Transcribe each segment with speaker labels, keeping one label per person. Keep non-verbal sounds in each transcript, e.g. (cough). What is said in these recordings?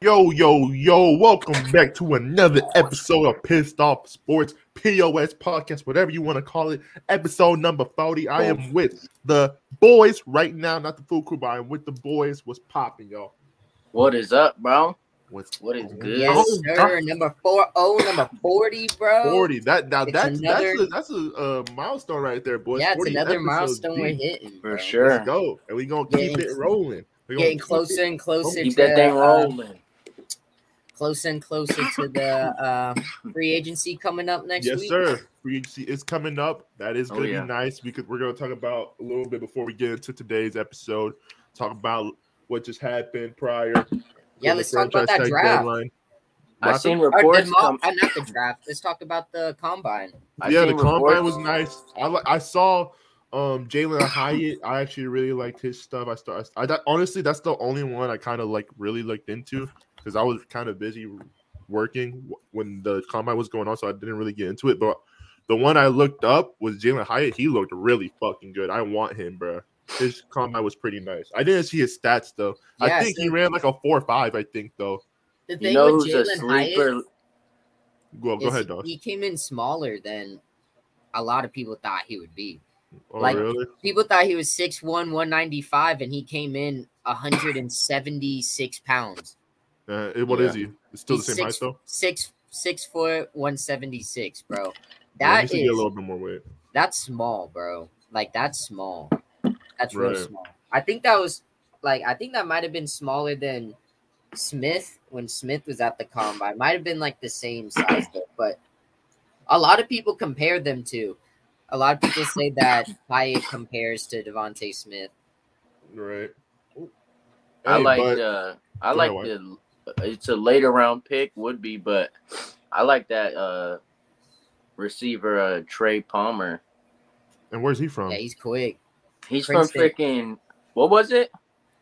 Speaker 1: Yo, yo, yo, welcome back to another episode of Pissed Off Sports, POS Podcast, whatever you want to call it. Episode number 40. I am with the boys right now, not the full crew, but I am with the boys. What's popping, y'all?
Speaker 2: What is up, bro?
Speaker 1: What's
Speaker 2: What is good?
Speaker 3: Yes,
Speaker 1: Oh,
Speaker 3: sir. Number four, oh, number forty, bro.
Speaker 1: 40? That now
Speaker 3: It's
Speaker 1: that's
Speaker 3: another-
Speaker 1: that's a, that's a uh, milestone right there, boys.
Speaker 3: yeah, it's
Speaker 1: 40
Speaker 3: another
Speaker 1: episodes
Speaker 3: milestone we're
Speaker 1: deep.
Speaker 3: hitting
Speaker 2: For
Speaker 3: bro.
Speaker 1: Let's
Speaker 2: sure.
Speaker 1: go, and we're gonna keep
Speaker 3: Getting-
Speaker 1: it rolling. We're gonna
Speaker 3: Getting
Speaker 1: keep
Speaker 3: closer
Speaker 1: it-
Speaker 3: and closer
Speaker 2: Keep
Speaker 3: to
Speaker 2: that thing
Speaker 3: uh,
Speaker 2: rolling.
Speaker 3: closer and closer to the uh, free agency coming up next
Speaker 1: yes,
Speaker 3: week.
Speaker 1: sir. Free agency is coming up. That is
Speaker 2: Oh,
Speaker 1: going to
Speaker 2: yeah.
Speaker 1: be nice because we're going to talk about a little bit before we get into today's episode. Talk about what just happened prior. to
Speaker 3: Yeah,
Speaker 1: the
Speaker 3: let's talk about
Speaker 1: franchise
Speaker 3: that
Speaker 1: tag
Speaker 3: draft.
Speaker 1: deadline.
Speaker 2: I
Speaker 1: Rapid-
Speaker 2: seen
Speaker 3: Or the
Speaker 2: reports.
Speaker 3: mo-
Speaker 2: Come,
Speaker 3: uh, not the draft. Let's talk about the combine.
Speaker 2: I
Speaker 1: yeah, the
Speaker 2: seen
Speaker 1: combine
Speaker 2: reports.
Speaker 1: was nice. I li- I saw um Jalen Hyatt. I actually really liked his stuff. I start. I that, honestly, that's the only one I kind of like really looked into because I was kind of busy working w- when the combine was going on, so I didn't really get into it. But the one I looked up was Jalen Hyatt. He looked really fucking good. I want him, bro. His combine was pretty nice. I didn't see his stats though.
Speaker 3: Yeah,
Speaker 1: I think he
Speaker 3: so
Speaker 1: ran like a four or five. I think though.
Speaker 3: the
Speaker 2: You
Speaker 3: thing
Speaker 2: know
Speaker 3: with
Speaker 2: who's a
Speaker 3: Jalen
Speaker 2: sleeper?
Speaker 3: Hyatt
Speaker 1: Go go
Speaker 3: is
Speaker 1: ahead, Don.
Speaker 3: he came in smaller than a lot of people thought he would be.
Speaker 1: Oh
Speaker 3: like-
Speaker 1: really?
Speaker 3: People thought he was 6'1", 195, and he came in 176 pounds.
Speaker 1: Uh, it- what is he? It's still the
Speaker 3: He's
Speaker 1: same height
Speaker 3: six-
Speaker 1: though.
Speaker 3: six six foot one seventy six, bro.
Speaker 1: Yeah, he
Speaker 3: That
Speaker 1: should
Speaker 3: is
Speaker 1: get a little bit more weight.
Speaker 3: that's small, bro. Like that's small. That's real
Speaker 1: Right.
Speaker 3: small. I think that was like I think that might have been smaller than Smith when Smith was at the combine. Might have been like the same size, though, but a lot of people compare them to. A lot of people say that Hyatt compares to Devonte Smith.
Speaker 1: Right.
Speaker 2: I
Speaker 1: Hey,
Speaker 2: like
Speaker 1: but-
Speaker 2: the. I
Speaker 1: Go
Speaker 2: like
Speaker 1: ahead,
Speaker 2: the. It's a later round pick, would be, but I like that uh receiver uh Trey Palmer.
Speaker 1: and where's he from?
Speaker 3: Yeah, he's quick.
Speaker 2: He's
Speaker 3: Prince
Speaker 2: from
Speaker 3: State.
Speaker 2: freaking. What was it?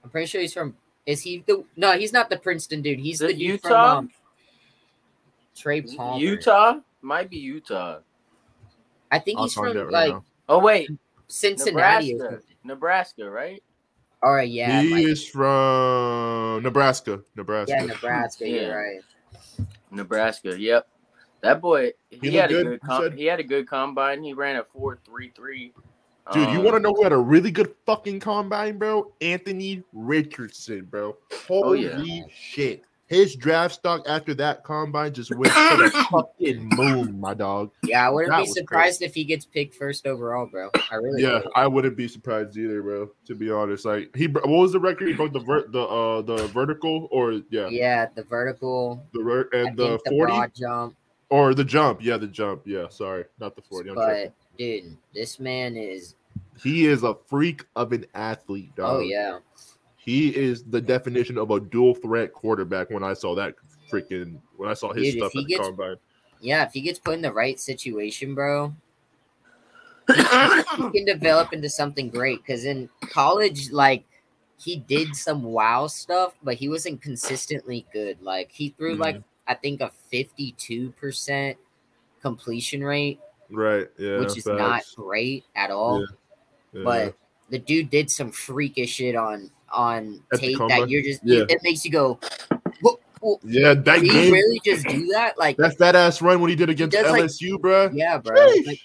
Speaker 3: I'm pretty sure he's from. Is he the? No, he's not the Princeton dude. He's
Speaker 2: Is
Speaker 3: the,
Speaker 2: it
Speaker 3: dude
Speaker 2: Utah?
Speaker 3: from um, Trey
Speaker 2: Is it
Speaker 3: Palmer.
Speaker 2: Utah might be Utah.
Speaker 3: I think
Speaker 1: I'll
Speaker 3: he's
Speaker 1: find
Speaker 3: from
Speaker 1: out right
Speaker 3: like
Speaker 1: now.
Speaker 2: Oh wait,
Speaker 3: Cincinnati. Or
Speaker 2: Nebraska.
Speaker 3: something.
Speaker 2: Nebraska, right?
Speaker 3: All right, yeah,
Speaker 1: he
Speaker 3: like-
Speaker 1: is from Nebraska. Nebraska.
Speaker 3: yeah, Nebraska.
Speaker 2: Yeah.
Speaker 3: You're right.
Speaker 2: Nebraska. Yep. That boy, he,
Speaker 1: He
Speaker 2: had a
Speaker 1: looked
Speaker 2: good.
Speaker 1: good, you
Speaker 2: com-
Speaker 1: said?
Speaker 2: he had a good combine. He ran a four three three. Um,
Speaker 1: Dude, you want to know who had a really good fucking combine, bro? Anthony Richardson, bro. Holy
Speaker 2: Oh, yeah.
Speaker 1: shit. His draft stock after that combine just went to
Speaker 2: (laughs)
Speaker 1: the fucking moon, my dog.
Speaker 3: Yeah, I wouldn't
Speaker 1: That
Speaker 3: be
Speaker 1: was crazy.
Speaker 3: surprised if he gets picked first overall, bro. I really
Speaker 1: Yeah,
Speaker 3: would.
Speaker 1: I wouldn't be surprised either, bro. To be honest, like he, bro- what was the record? He broke the ver- the uh the vertical or yeah,
Speaker 3: Yeah. the vertical
Speaker 1: the ver-
Speaker 3: I
Speaker 1: and the
Speaker 3: think the
Speaker 1: forty
Speaker 3: broad jump,
Speaker 1: or the jump. Yeah, the jump. Yeah, sorry, not the forty. I'm tripping.
Speaker 3: but dude, this man is
Speaker 1: He is a freak of an athlete, dog.
Speaker 3: oh yeah.
Speaker 1: He is the definition of a dual threat quarterback when I saw that freaking when I saw his
Speaker 3: Dude, if
Speaker 1: stuff
Speaker 3: he
Speaker 1: at the
Speaker 3: gets-
Speaker 1: combine.
Speaker 3: Yeah, if he gets put in the right situation, bro,
Speaker 2: to? (laughs)
Speaker 3: he can develop into something great. Cause in college, like he did some wow stuff, but he wasn't consistently good. Like he threw
Speaker 1: Mm-hmm.
Speaker 3: like I think a fifty-two percent completion rate,
Speaker 1: Right. Yeah.
Speaker 3: which is not
Speaker 1: facts,
Speaker 3: great at all.
Speaker 1: yeah.
Speaker 3: But the dude did some freakish shit on on
Speaker 1: At the
Speaker 3: tape
Speaker 1: combine?
Speaker 3: that you're just
Speaker 1: Yeah.
Speaker 3: it makes you go, "Wha- wha-
Speaker 1: yeah, that
Speaker 3: did
Speaker 1: game
Speaker 3: he really just do that? Like
Speaker 1: that's that ass run when he did against
Speaker 3: does, like-
Speaker 1: LSU, bruh.
Speaker 3: yeah, bro.
Speaker 1: Sheesh.
Speaker 3: Like,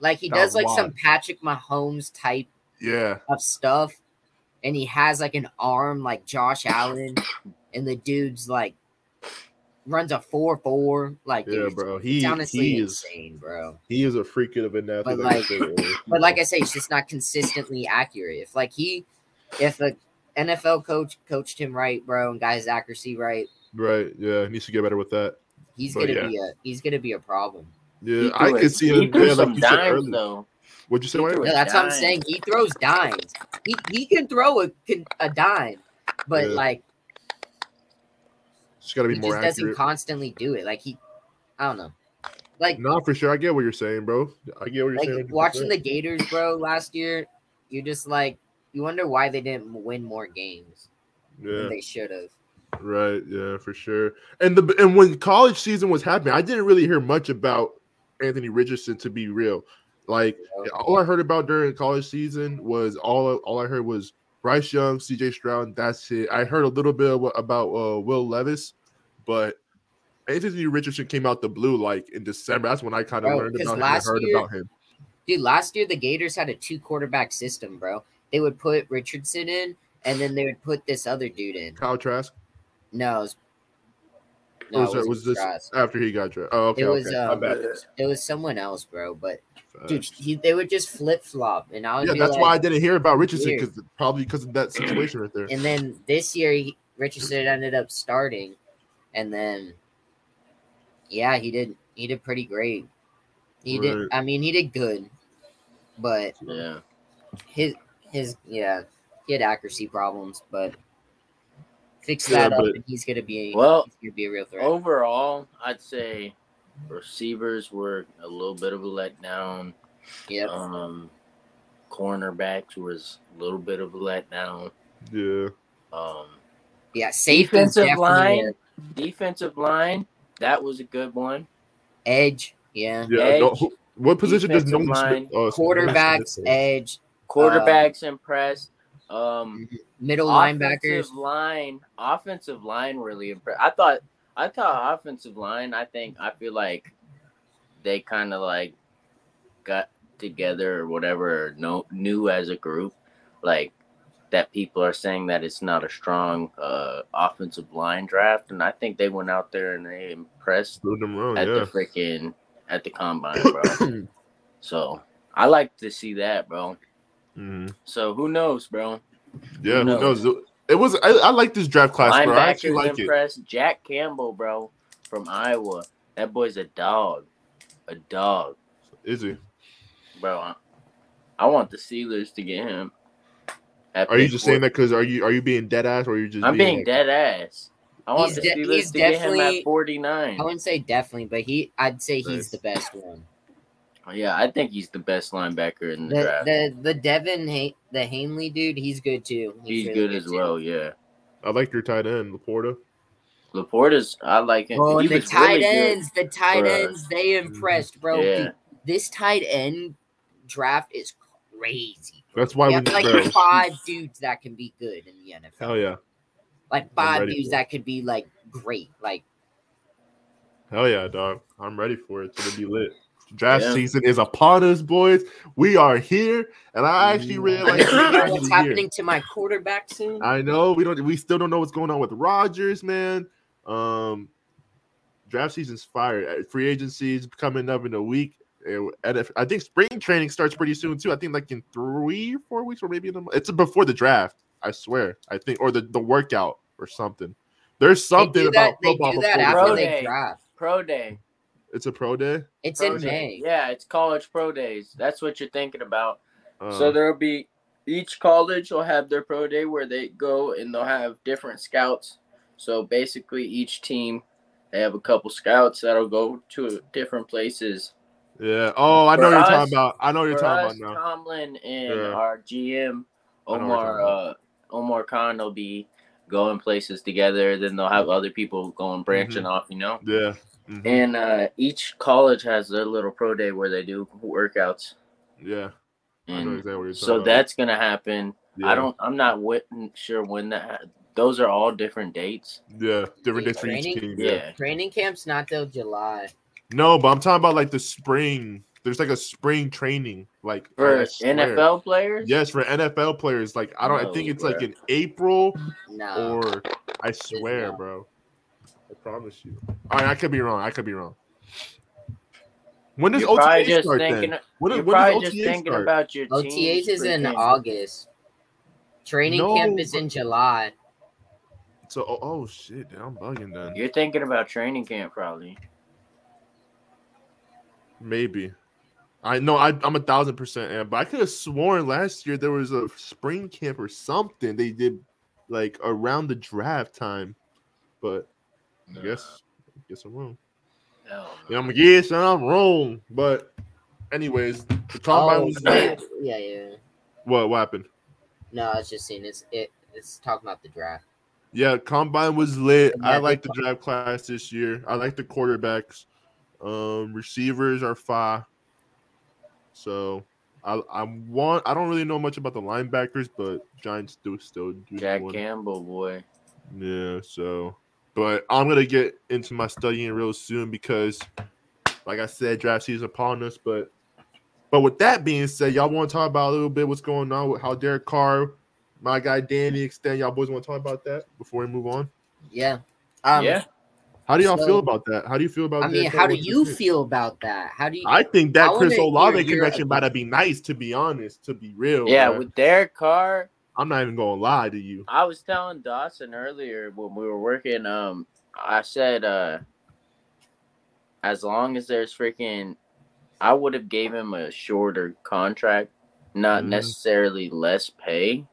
Speaker 3: like, he
Speaker 1: That
Speaker 3: does
Speaker 1: was
Speaker 3: like some
Speaker 1: wild.
Speaker 3: Patrick Mahomes type
Speaker 1: yeah.
Speaker 3: of stuff, and he has like an arm like Josh Allen, and the dude's like runs a four four. Like
Speaker 1: Yeah,
Speaker 3: dude, it's-
Speaker 1: bro.
Speaker 3: it's
Speaker 1: He
Speaker 3: honestly
Speaker 1: he is
Speaker 3: insane, bro.
Speaker 1: he is a freak of an athlete.
Speaker 3: But
Speaker 1: I (laughs)
Speaker 3: like-
Speaker 1: said earlier.
Speaker 3: But like I say, it's just not consistently accurate. If like he, if a NFL coach coached him right, bro, and got his accuracy right,
Speaker 1: right, yeah, he needs to get better with that.
Speaker 3: he's
Speaker 1: But
Speaker 3: gonna
Speaker 1: yeah.
Speaker 3: be a he's gonna be a problem.
Speaker 1: Yeah, I could see
Speaker 2: He
Speaker 1: him.
Speaker 2: threw
Speaker 1: Yeah, like
Speaker 2: some
Speaker 1: you said
Speaker 2: dimes
Speaker 1: earlier.
Speaker 2: though.
Speaker 1: What'd you say?
Speaker 2: He
Speaker 1: Wyatt?
Speaker 2: threw
Speaker 3: No,
Speaker 2: a
Speaker 3: that's what I'm
Speaker 2: dime.
Speaker 3: saying. He throws dimes. He he can throw a can- a dime, but
Speaker 1: Yeah.
Speaker 3: like
Speaker 1: Just gotta
Speaker 3: he
Speaker 1: be
Speaker 3: just
Speaker 1: more
Speaker 3: doesn't
Speaker 1: accurate.
Speaker 3: constantly do it. Like he, I don't know. Like
Speaker 1: No, for sure. I get what you're saying, bro. I get what you're
Speaker 3: like
Speaker 1: saying. 100%.
Speaker 3: watching the Gators, bro, last year, you just like you wonder why they didn't win more games
Speaker 1: yeah,
Speaker 3: than they should have.
Speaker 1: right, yeah, for sure. And the and when college season was happening, I didn't really hear much about Anthony Richardson. To be real, like all I heard about during college season was all all I heard was Bryce Young, C.J. Stroud. That's it. I heard a little bit of what- about uh, Will Levis, but Anthony Richardson came out the blue like in December. That's when I kind of
Speaker 3: Bro,
Speaker 1: learned
Speaker 3: 'cause
Speaker 1: about him. and
Speaker 3: last
Speaker 1: heard
Speaker 3: year-
Speaker 1: about him.
Speaker 3: Dude, last year the Gators had a two quarterback system, bro. They would put Richardson in, and then they would put this other dude in.
Speaker 1: Kyle Trask
Speaker 3: No, it was,
Speaker 1: Or was
Speaker 3: it
Speaker 1: it- was this-
Speaker 3: Straus.
Speaker 1: after he got drafted. Oh, okay.
Speaker 3: It was,
Speaker 1: okay.
Speaker 3: um,
Speaker 1: My bad.
Speaker 3: It was someone else, bro. But dude,
Speaker 1: Facts.
Speaker 3: he, they would just flip flop, and I would.
Speaker 1: yeah,
Speaker 3: be
Speaker 1: that's
Speaker 3: like,
Speaker 1: why I didn't hear about Richardson
Speaker 3: Weird.
Speaker 1: because probably because of that situation right there.
Speaker 3: And then this year, he, Richardson ended up starting, and then yeah, he did. He did pretty great. He did.
Speaker 1: Right.
Speaker 3: I mean, he did good, but
Speaker 2: Yeah.
Speaker 3: his his yeah, he had accuracy problems, but fix
Speaker 1: Yeah,
Speaker 3: that up,
Speaker 1: but-
Speaker 3: and he's gonna be
Speaker 2: Well, oh,
Speaker 3: he's gonna be a real threat.
Speaker 2: Overall, I'd say receivers were a little bit of a letdown.
Speaker 3: yep.
Speaker 2: Um, cornerbacks was a little bit of a letdown.
Speaker 1: Yeah,
Speaker 2: Um,
Speaker 3: yeah, safe
Speaker 2: defensive line, defensive line, that was a good one.
Speaker 3: edge, yeah,
Speaker 1: yeah. no- who- what position does Nolan
Speaker 2: defensive
Speaker 1: Smith?
Speaker 2: line,
Speaker 1: Oh, Smith-
Speaker 3: quarterbacks,
Speaker 1: Smith.
Speaker 3: edge,
Speaker 2: Quarterbacks impressed. Um,
Speaker 3: middle linebackers.
Speaker 2: offensive line, offensive line really impressed. I thought, I thought offensive line. I think I feel like they kind of like got together or whatever, or no, new as a group, like that. People are saying that it's not a strong uh, offensive line draft, and I think they went out there and they impressed
Speaker 1: Proved them wrong.
Speaker 2: at
Speaker 1: Oh, Yeah.
Speaker 2: the freaking at the combine, bro. so I like to see that, bro.
Speaker 1: Mhm.
Speaker 2: So who knows, bro?
Speaker 1: Yeah. Who
Speaker 2: Who
Speaker 1: knows? It was. I, I like this draft class, bro. I actually
Speaker 2: Linebackers
Speaker 1: like it.
Speaker 2: impressed. Jack Campbell, bro, from Iowa. That boy's a dog, a dog,
Speaker 1: Is he?
Speaker 2: bro. I, I want the Steelers to get him. at
Speaker 1: Are you
Speaker 2: pick
Speaker 1: just saying
Speaker 2: four.
Speaker 1: that because are you are you being dead ass or are you just?
Speaker 2: I'm being dead ass. I want
Speaker 3: He's
Speaker 2: the
Speaker 3: de-
Speaker 2: Steelers
Speaker 3: he's
Speaker 2: to get him
Speaker 3: definitely-
Speaker 2: at 49.
Speaker 3: I wouldn't say definitely, but he, I'd say he's
Speaker 1: Nice.
Speaker 3: the best one.
Speaker 2: Oh, Yeah, I think he's the best linebacker in the,
Speaker 3: The
Speaker 2: draft.
Speaker 3: the the Devin ha- the Hanley dude, he's good too.
Speaker 2: he's
Speaker 3: really
Speaker 2: good as
Speaker 3: too.
Speaker 2: well. Yeah,
Speaker 1: I like your tight end, Laporta.
Speaker 2: Laporta's. I like him.
Speaker 3: Oh,
Speaker 2: he
Speaker 3: and the
Speaker 2: was
Speaker 3: tight
Speaker 2: really good.
Speaker 3: ends, the tight
Speaker 2: for us.
Speaker 3: ends, they
Speaker 1: Mm-hmm.
Speaker 3: impressed, bro.
Speaker 2: Yeah.
Speaker 3: Dude, this tight end draft is crazy.
Speaker 1: That's why
Speaker 3: We
Speaker 1: we
Speaker 3: have
Speaker 1: need
Speaker 3: like
Speaker 1: bro.
Speaker 3: five dudes that can be good in the NFL.
Speaker 1: Hell yeah.
Speaker 3: Like five
Speaker 1: ready
Speaker 3: dudes
Speaker 1: for it.
Speaker 3: that could be like great. Like
Speaker 1: Hell yeah, dog. I'm ready for it. It's gonna be lit. Draft
Speaker 2: Yeah.
Speaker 1: season is upon us, boys. We are here, and I actually really
Speaker 3: I
Speaker 1: like
Speaker 3: don't
Speaker 1: the
Speaker 3: know
Speaker 1: draft
Speaker 3: what's
Speaker 1: of the year.
Speaker 3: happening to my quarterback soon.
Speaker 1: I know we don't. We still don't know what's going on with Rodgers, man. Um, draft season's fired. Free agency is coming up in a week, and and if, I think spring training starts pretty soon too. I think like in three, four weeks, or maybe in a month. It's before the draft. I swear. I think, or the the workout or something. There's
Speaker 3: They
Speaker 1: something
Speaker 3: do
Speaker 1: about
Speaker 3: that, they
Speaker 1: football
Speaker 3: do that
Speaker 1: before the draft.
Speaker 2: Pro
Speaker 3: after they
Speaker 2: day.
Speaker 3: draft.
Speaker 2: Pro day.
Speaker 1: It's a pro day.
Speaker 3: It's
Speaker 2: Pro
Speaker 3: in
Speaker 2: day.
Speaker 3: May.
Speaker 2: Yeah, it's college pro days. That's what you're thinking about.
Speaker 1: Uh,
Speaker 2: so there'll be each college will have their pro day where they go and they'll have different scouts. So basically, each team they have a couple scouts that'll go to different places.
Speaker 1: yeah. Oh, I know
Speaker 2: For
Speaker 1: what you're
Speaker 2: us-
Speaker 1: talking about. I know what you're
Speaker 2: For us,
Speaker 1: talking about now.
Speaker 2: Tomlin and
Speaker 1: Yeah.
Speaker 2: our GM
Speaker 1: I know what you're
Speaker 2: Omar uh, Omar Khan will be going places together. Then they'll have other people going branching
Speaker 1: Mm-hmm.
Speaker 2: off. You know.
Speaker 1: Yeah. Mhm.
Speaker 2: And uh, each college has their little pro day where they do workouts,
Speaker 1: Yeah. I know
Speaker 2: and
Speaker 1: exactly what you're talking
Speaker 2: so
Speaker 1: about.
Speaker 2: that's gonna happen.
Speaker 1: Yeah.
Speaker 2: I don't. I'm not wit- sure when that. ha- Those are all different dates.
Speaker 1: Yeah, different
Speaker 3: Yeah,
Speaker 1: days for each
Speaker 3: training.
Speaker 1: team. Yeah.
Speaker 2: Yeah.
Speaker 3: Training camp's not till July.
Speaker 1: No, but I'm talking about like the spring. There's like a spring training, like I- I
Speaker 2: For
Speaker 1: swear.
Speaker 2: NFL players.
Speaker 1: Yes, for NFL players. Like I don't. I think
Speaker 2: No,
Speaker 1: it's
Speaker 2: bruh.
Speaker 1: like in April
Speaker 3: No.
Speaker 1: or I swear,
Speaker 3: not.
Speaker 1: bro. I promise you. All right, I could be wrong. I could be wrong. When does
Speaker 2: You're probably
Speaker 1: OTA
Speaker 2: just
Speaker 1: start
Speaker 2: thinking.
Speaker 1: then? When,
Speaker 2: You're
Speaker 1: when does
Speaker 2: probably just
Speaker 1: OTA
Speaker 2: thinking
Speaker 1: start?
Speaker 2: about your team.
Speaker 3: OTAs is in
Speaker 2: freaking-
Speaker 3: August. Training
Speaker 1: No,
Speaker 3: camp is in July.
Speaker 1: so, oh, oh shit, dude, I'm bugging then.
Speaker 2: You're thinking about training camp probably.
Speaker 1: Maybe. I know I, I'm a thousand percent am, but I could have sworn last year there was a spring camp or something they did like around the draft time. But I guess I guess I'm wrong.
Speaker 2: Hell no.
Speaker 1: Yeah, I'm guess I'm wrong. But anyways, the combine
Speaker 3: Oh,
Speaker 1: was
Speaker 3: yeah, yeah, yeah.
Speaker 1: what what happened?
Speaker 3: No, I was just saying it's it, it's talking about the draft.
Speaker 1: Yeah, combine was lit.
Speaker 3: And
Speaker 1: I
Speaker 3: that-
Speaker 1: like the draft class this year. I like the quarterbacks. Um, receivers are fine. So I I want I don't really know much about the linebackers, but Giants do still do
Speaker 2: Jack
Speaker 1: one.
Speaker 2: Campbell, boy.
Speaker 1: Yeah, so but I'm gonna get into my studying real soon because like I said, draft season upon us. But but with that being said, y'all wanna talk about a little bit what's going on with how Derek Carr, my guy Danny extend y'all boys wanna talk about that before we move on?
Speaker 3: Yeah. Um,
Speaker 2: yeah,
Speaker 1: How do y'all
Speaker 3: So-
Speaker 1: feel about that? How do you feel about
Speaker 3: I mean,
Speaker 1: Derek Carr?
Speaker 3: how do
Speaker 1: What's your
Speaker 3: you
Speaker 1: take?
Speaker 3: feel about that? How do you?
Speaker 1: I think that
Speaker 3: I
Speaker 1: Chris
Speaker 3: wanna
Speaker 1: Olave
Speaker 3: hear your
Speaker 1: connection about to be nice, to be honest, to be real.
Speaker 2: yeah.
Speaker 1: bruh.
Speaker 2: With Derek Carr,
Speaker 1: I'm not even gonna lie to you.
Speaker 2: Um, I was telling Dawson earlier when we were working. Um, I said, uh, as long as there's freaking, I would have gave him a shorter contract, not
Speaker 1: Mhm.
Speaker 2: necessarily less pay,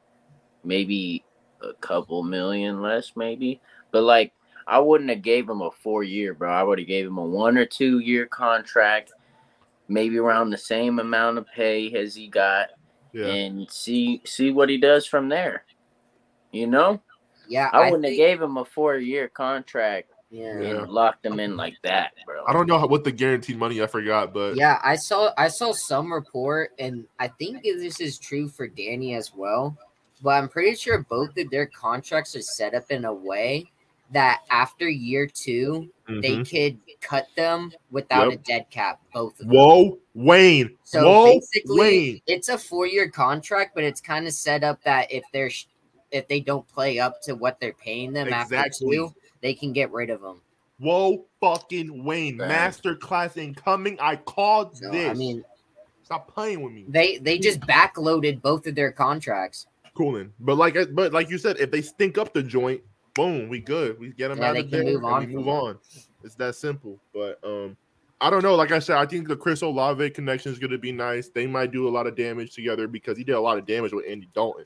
Speaker 2: maybe a couple million less, maybe. But like, I wouldn't have gave him a four year, bro. I would have gave him a one or two year contract, maybe around the same amount of pay as he got,
Speaker 1: Yeah.
Speaker 2: and see see what he does from there. You know.
Speaker 3: yeah,
Speaker 2: I wouldn't
Speaker 3: think-
Speaker 2: have gave him a four year contract
Speaker 3: Yeah.
Speaker 1: Yeah.
Speaker 3: yeah.
Speaker 2: and locked him in like that, bro.
Speaker 1: I don't know how, what the guaranteed money I forgot, but
Speaker 3: I saw I saw some report, and I think this is true for Danny as well. But I'm pretty sure both of their contracts are set up in a way that after year two, they
Speaker 1: Mhm.
Speaker 3: could cut them without
Speaker 1: Yep.
Speaker 3: a dead cap. Both of them.
Speaker 1: whoa, Wayne.
Speaker 3: So
Speaker 1: whoa,
Speaker 3: basically,
Speaker 1: Wayne.
Speaker 3: it's a four-year contract, but it's kind of set up that if they're sh- if they don't play up to what they're paying them after
Speaker 1: Exactly.
Speaker 3: two, they can get rid of them.
Speaker 1: Whoa, fucking Wayne.
Speaker 2: Right.
Speaker 1: Master class incoming. I called
Speaker 3: So
Speaker 1: this.
Speaker 3: I mean,
Speaker 1: Stop playing with me.
Speaker 3: they they just backloaded both of their contracts.
Speaker 1: Cooling. But like, but like you said, if they stink up the joint, boom, we good. We get them
Speaker 3: Yeah,
Speaker 1: out
Speaker 3: they
Speaker 1: of
Speaker 3: can
Speaker 1: there. and
Speaker 3: move on
Speaker 1: we
Speaker 3: from
Speaker 1: move
Speaker 3: it.
Speaker 1: on. It's that simple. But um, I don't know. Like I said, I think the Chris Olave connection is going to be nice. They might do a lot of damage together because he did a lot of damage with Andy Dalton.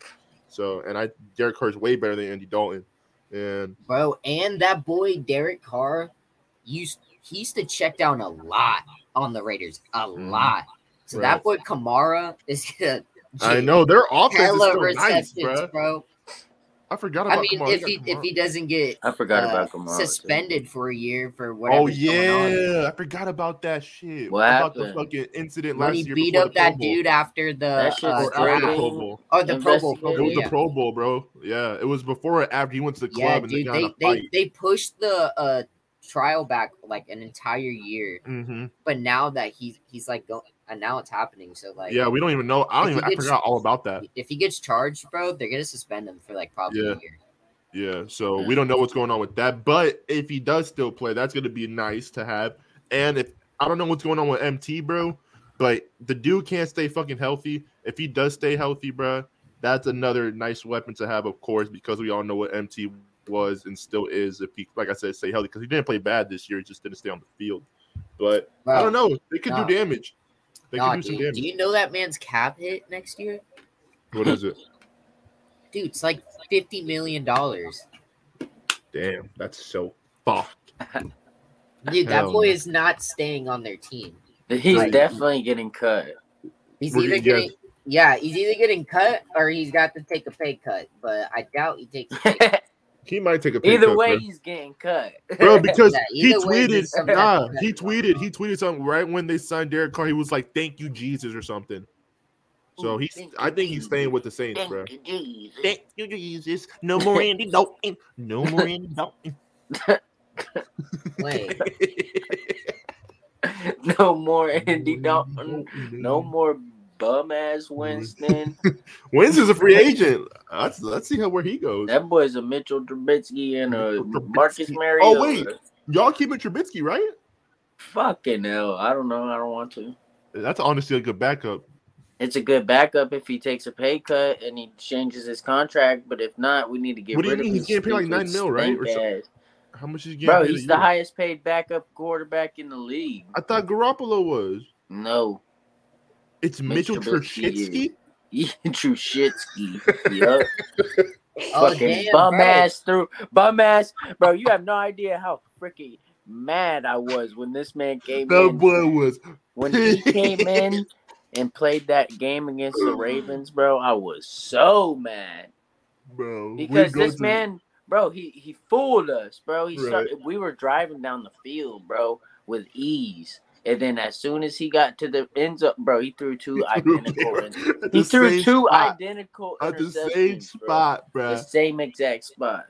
Speaker 1: So, and I Derek Carr's way better than Andy Dalton. And
Speaker 3: Bro, and that boy Derek Carr used he used to check down a lot on the Raiders, a
Speaker 1: Mhm.
Speaker 3: lot. So
Speaker 1: Right.
Speaker 3: that boy Kamara is gonna
Speaker 1: I know their offense is
Speaker 3: hella
Speaker 1: still nice,
Speaker 3: receptions,
Speaker 1: bro.
Speaker 3: bro.
Speaker 1: I forgot about.
Speaker 3: I mean,
Speaker 1: Kamara.
Speaker 3: if
Speaker 1: Yeah,
Speaker 3: he if
Speaker 1: Kamara.
Speaker 3: he doesn't get
Speaker 2: I forgot
Speaker 3: uh,
Speaker 2: about Kamara. too.
Speaker 3: suspended for a year for whatever.
Speaker 1: Oh yeah, I forgot about that shit.
Speaker 2: What
Speaker 1: about the
Speaker 2: happened?
Speaker 1: fucking incident
Speaker 3: when
Speaker 1: last
Speaker 3: he
Speaker 1: year
Speaker 3: beat
Speaker 1: before
Speaker 3: up
Speaker 1: the Pro
Speaker 3: that
Speaker 1: Bowl.
Speaker 3: dude after the
Speaker 2: That shit's
Speaker 3: uh,
Speaker 1: Or after the
Speaker 3: draft.
Speaker 1: Pro
Speaker 2: crazy.
Speaker 1: Bowl.
Speaker 3: oh the Pro Bowl.
Speaker 1: It
Speaker 3: Pro
Speaker 2: Yeah,
Speaker 3: Bowl,
Speaker 1: was
Speaker 3: yeah.
Speaker 1: the Pro Bowl, bro. Yeah, it was before or after he went to the
Speaker 3: Yeah,
Speaker 1: club and they
Speaker 3: dude,
Speaker 1: got in
Speaker 3: they
Speaker 1: a
Speaker 3: they,
Speaker 1: fight.
Speaker 3: they pushed the uh trial back like an entire year,
Speaker 1: Mhm.
Speaker 3: but now that he's he's like going, and now it's happening. So like,
Speaker 1: Yeah, we don't even know. I don't
Speaker 3: if
Speaker 1: even.
Speaker 3: he
Speaker 1: I
Speaker 3: gets-
Speaker 1: forgot all about that.
Speaker 3: if he gets charged, bro, they're gonna suspend him for like probably
Speaker 1: Yeah.
Speaker 3: a year.
Speaker 1: Yeah, so
Speaker 3: Mm.
Speaker 1: we don't know what's going on with that. But if he does still play, that's going to be nice to have. And if I don't know what's going on with MT, bro, but the dude can't stay fucking healthy. If he does stay healthy, bro, that's another nice weapon to have, of course, because we all know what MT was and still is. If he, like I said, stay healthy, because he didn't play bad this year, he just didn't stay on the field. But I don't know. They could
Speaker 3: no.
Speaker 1: do damage. They
Speaker 3: Oh. Nah,
Speaker 1: could do some
Speaker 3: dude,
Speaker 1: damage.
Speaker 3: do you know that man's cap hit next year?
Speaker 1: What is it?
Speaker 3: Dude, it's like fifty million dollars.
Speaker 1: Damn, that's so fucked.
Speaker 3: Dude, that
Speaker 1: Hell
Speaker 3: boy
Speaker 1: no.
Speaker 3: is not staying on their team.
Speaker 2: He's
Speaker 3: Right.
Speaker 2: definitely getting cut.
Speaker 3: He's
Speaker 1: We're
Speaker 3: either
Speaker 1: gonna get-
Speaker 3: getting yeah, he's either getting cut or he's got to take a pay cut. But I doubt he takes.
Speaker 1: (laughs) He might take a pay
Speaker 2: Either
Speaker 1: cut,
Speaker 2: way,
Speaker 1: bro.
Speaker 2: he's getting cut.
Speaker 1: (laughs) bro. Because
Speaker 3: Yeah,
Speaker 1: he
Speaker 3: either way,
Speaker 1: tweeted,
Speaker 3: there's some
Speaker 1: nah,
Speaker 3: kind of
Speaker 1: he
Speaker 3: connection
Speaker 1: tweeted, he tweeted something right when they signed Derek Carr. He was like, "Thank you, Jesus," or something. So he's, I think he's staying with the Saints, bro. Thank you, Jesus. No (laughs) more Andy Dalton. No more Andy (laughs) Dalton.
Speaker 3: Wait,
Speaker 2: (laughs) no more Andy Dalton. No
Speaker 1: Mm-hmm.
Speaker 2: more bum ass Winston.
Speaker 1: Wins is a free agent. Let's let's see how where he goes.
Speaker 2: that boy's a Mitchell Trubisky and a
Speaker 1: Mitchell Trubisky.
Speaker 2: Marcus Mariota.
Speaker 1: Oh, wait. Y'all keeping Trubisky, right?
Speaker 2: Fucking hell. I don't know. I don't want to.
Speaker 1: That's honestly a good backup.
Speaker 2: It's a good backup if he takes a pay cut and he changes his contract. But if not, we need to get
Speaker 1: What do you
Speaker 2: rid of
Speaker 1: mean?
Speaker 2: his
Speaker 1: He's getting paid like
Speaker 2: stupid
Speaker 1: nine mil, right?
Speaker 2: stink
Speaker 1: Or so-
Speaker 2: ass.
Speaker 1: How much is he getting?
Speaker 2: Bro,
Speaker 1: paid a
Speaker 2: he's the
Speaker 1: year?
Speaker 2: highest paid backup quarterback in the league.
Speaker 1: I thought Garoppolo was.
Speaker 2: No, (laughs)
Speaker 1: It's
Speaker 2: Mitch
Speaker 1: Mitchell
Speaker 2: Trubisky is-
Speaker 1: Trubisky. (laughs)
Speaker 2: Trushitsky. yup.
Speaker 3: Oh,
Speaker 2: Fucking
Speaker 3: damn,
Speaker 2: bum
Speaker 3: bro.
Speaker 2: ass through bum ass, bro. You have no idea how freaking mad I was when this man came
Speaker 1: That
Speaker 2: in.
Speaker 1: boy was
Speaker 2: When he came in and played that game against the Ravens, bro, I was so mad.
Speaker 1: bro. we
Speaker 2: because
Speaker 1: go
Speaker 2: this
Speaker 1: to-
Speaker 2: man, bro, he he fooled us, bro. He
Speaker 1: Right.
Speaker 2: started, we were driving down the field, bro, with ease, And then as soon as he got to the end zone, bro, he threw two
Speaker 1: (laughs)
Speaker 2: identical. in-
Speaker 1: At the
Speaker 2: he threw
Speaker 1: same
Speaker 2: two
Speaker 1: spot.
Speaker 2: identical
Speaker 1: at the same
Speaker 2: interceptions, bro.
Speaker 1: spot,
Speaker 2: the
Speaker 1: bro.
Speaker 2: same exact spot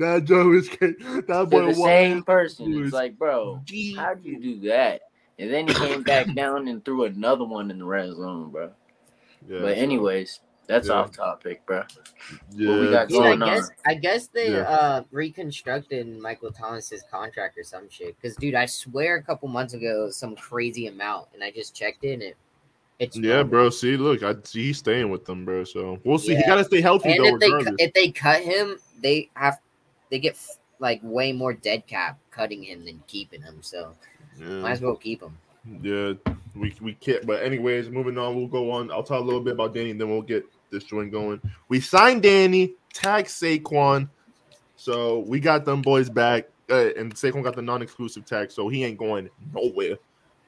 Speaker 1: That Joe is that
Speaker 2: to
Speaker 1: boy
Speaker 2: the
Speaker 1: was
Speaker 2: same person.
Speaker 1: dude.
Speaker 2: It's like, bro, how do you do that? And then he came
Speaker 1: (coughs)
Speaker 2: back down and threw another one in the red zone, bro.
Speaker 1: Yeah,
Speaker 2: but anyways, that's
Speaker 1: Yeah.
Speaker 2: off topic, bro.
Speaker 1: yeah.
Speaker 2: what we got
Speaker 3: Yeah, I
Speaker 2: going
Speaker 3: guess I guess they
Speaker 1: Yeah.
Speaker 3: uh reconstructed Michael Thomas's contract or some shit. Because dude, I swear a couple months ago it was some crazy amount, and I just checked in it. It's
Speaker 1: Yeah, bro. See, look, I see he's staying with them, bro. So we'll see. He
Speaker 3: Yeah.
Speaker 1: gotta stay healthy
Speaker 3: And
Speaker 1: though,
Speaker 3: if they cu-
Speaker 1: regardless.
Speaker 3: if they cut him, they have they get f- like way more dead cap cutting him than keeping him. So might
Speaker 1: yeah.
Speaker 3: as well keep him.
Speaker 1: yeah, we we can't. But anyways, moving on, we'll go on. I'll talk a little bit about Danny, then we'll get this joint going. We signed Danny, tag Saquon, so we got them boys back, uh, and Saquon got the non-exclusive tag, so he ain't going nowhere.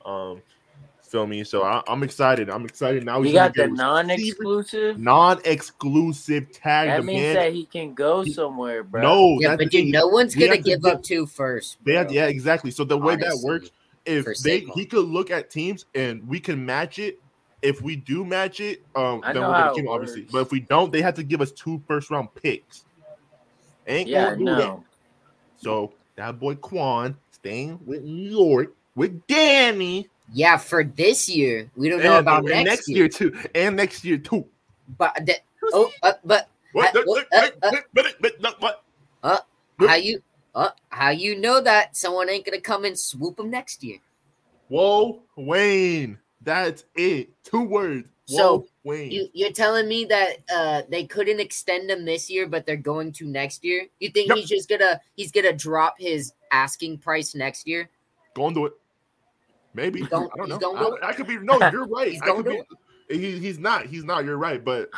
Speaker 1: Um, feel me? So I, I'm excited. I'm excited now.
Speaker 2: We
Speaker 1: he's gonna
Speaker 2: got the
Speaker 1: get
Speaker 2: non-exclusive.
Speaker 1: non-exclusive tag.
Speaker 2: That
Speaker 1: the
Speaker 2: means
Speaker 1: man-
Speaker 2: that he can go somewhere, bro.
Speaker 1: no,
Speaker 3: yeah,
Speaker 1: that's
Speaker 3: but
Speaker 1: the
Speaker 3: dude,
Speaker 1: thing.
Speaker 3: no one's
Speaker 1: we have
Speaker 3: gonna
Speaker 1: to
Speaker 3: give
Speaker 1: do-
Speaker 3: up two first.
Speaker 1: They had,
Speaker 3: bro.
Speaker 1: yeah, exactly. So the way that
Speaker 3: Honestly.
Speaker 1: works, if
Speaker 3: for
Speaker 1: they
Speaker 3: Saquon.
Speaker 1: he could look at teams and we can match it. If we do match it, um,
Speaker 2: I
Speaker 1: then
Speaker 2: know
Speaker 1: we're gonna
Speaker 2: how
Speaker 1: keep
Speaker 2: it
Speaker 1: him, obviously.
Speaker 2: works.
Speaker 1: But if we don't, they have to give us two first round picks. Ain't
Speaker 2: yeah,
Speaker 1: gonna do that.
Speaker 2: no.
Speaker 1: So that boy Quan staying with New York with Danny.
Speaker 3: Yeah, for this year we don't know about
Speaker 1: and
Speaker 3: next, year.
Speaker 1: year. too, and next year too.
Speaker 3: But that, oh, uh, but
Speaker 1: What?
Speaker 3: I- well, uh, uh,
Speaker 1: What? What? What? Nope.
Speaker 3: how you uh, how you know that someone ain't gonna come and swoop him next year?
Speaker 1: Whoa, Wayne. That's it. Two words. Whoa,
Speaker 3: So,
Speaker 1: Wayne.
Speaker 3: You you're telling me that uh they couldn't extend him this year, but they're going to next year? You think
Speaker 1: Yep.
Speaker 3: he's just gonna he's gonna drop his asking price next year?
Speaker 1: Go and do it. Maybe
Speaker 3: He's gon-
Speaker 1: I don't
Speaker 3: he's
Speaker 1: know.
Speaker 3: gon'
Speaker 1: I,
Speaker 3: do it.
Speaker 1: I could be no. You're right.
Speaker 3: He's
Speaker 1: I
Speaker 3: gon'
Speaker 1: could be, he, he's not. He's not. You're right. But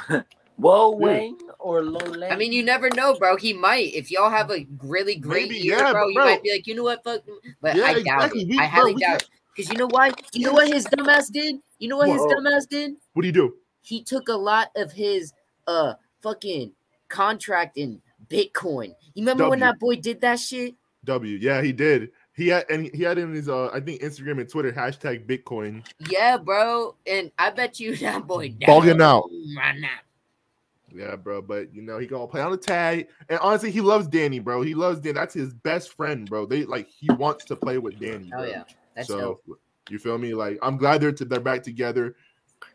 Speaker 2: Whoa,
Speaker 1: Dude.
Speaker 2: Wayne or low Lane.
Speaker 3: I mean, you never know, bro. He might. If y'all have a really great
Speaker 1: Maybe,
Speaker 3: year,
Speaker 1: yeah,
Speaker 3: bro,
Speaker 1: but
Speaker 3: you
Speaker 1: bro-
Speaker 3: might be like, you know what, fuck. But
Speaker 1: Yeah,
Speaker 3: I doubt
Speaker 1: exactly.
Speaker 3: it.
Speaker 1: We- bro,
Speaker 3: I highly
Speaker 1: we
Speaker 3: doubt it. Because you know why? You know what his dumbass did? You know what his
Speaker 2: Whoa.
Speaker 3: dumbass did?
Speaker 1: what do you do?
Speaker 3: He took a lot of his uh fucking contract in Bitcoin. You remember when
Speaker 1: W.
Speaker 3: that boy did that shit?
Speaker 1: W. Yeah, he did. He had and he had in his uh, I think Instagram and Twitter hashtag Bitcoin.
Speaker 3: Yeah, bro. And I bet you (laughs) that boy
Speaker 1: Bugging
Speaker 3: now-
Speaker 1: out.
Speaker 3: right now.
Speaker 1: Yeah, bro. But you know he gonna play on the tag. And honestly, he loves Danny, bro. He loves Danny. That's his best friend, bro. They like he wants to play with Danny.
Speaker 3: Oh
Speaker 1: bro.
Speaker 3: yeah, that's
Speaker 1: so
Speaker 3: dope.
Speaker 1: you feel me? Like I'm glad they're to, they're back together.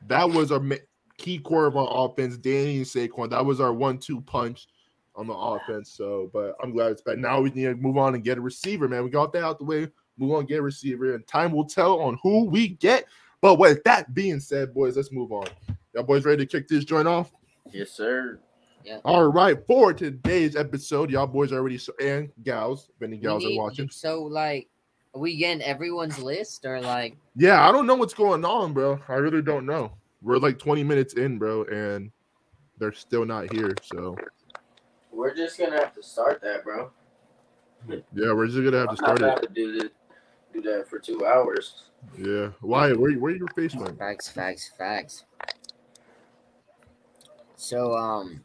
Speaker 1: That was our ma- key core of our offense, Danny and Saquon. That was our one-two punch on the offense. So, but I'm glad it's back. Now we need to move on and get a receiver, man. We got that out the way. Move on, get a receiver, and time will tell on who we get. But with that being said, boys, let's move on. Y'all boys ready to kick this joint off?
Speaker 2: yes, sir.
Speaker 1: All right, for today's episode, y'all boys already s- and gals, if any
Speaker 3: We
Speaker 1: gals
Speaker 3: need-
Speaker 1: are watching.
Speaker 3: So like, are we getting everyone's list or like?
Speaker 1: Yeah, I don't know what's going on, bro. I really don't know. We're like 20 minutes in, bro, and they're still not here. So
Speaker 2: We're just gonna have to start that, bro.
Speaker 1: yeah, we're just gonna have to
Speaker 2: I'm
Speaker 1: start
Speaker 2: not
Speaker 1: it.
Speaker 2: about to do this, do that for two hours.
Speaker 1: Yeah. Why? Where where your face went?
Speaker 3: Facts, facts, facts. So um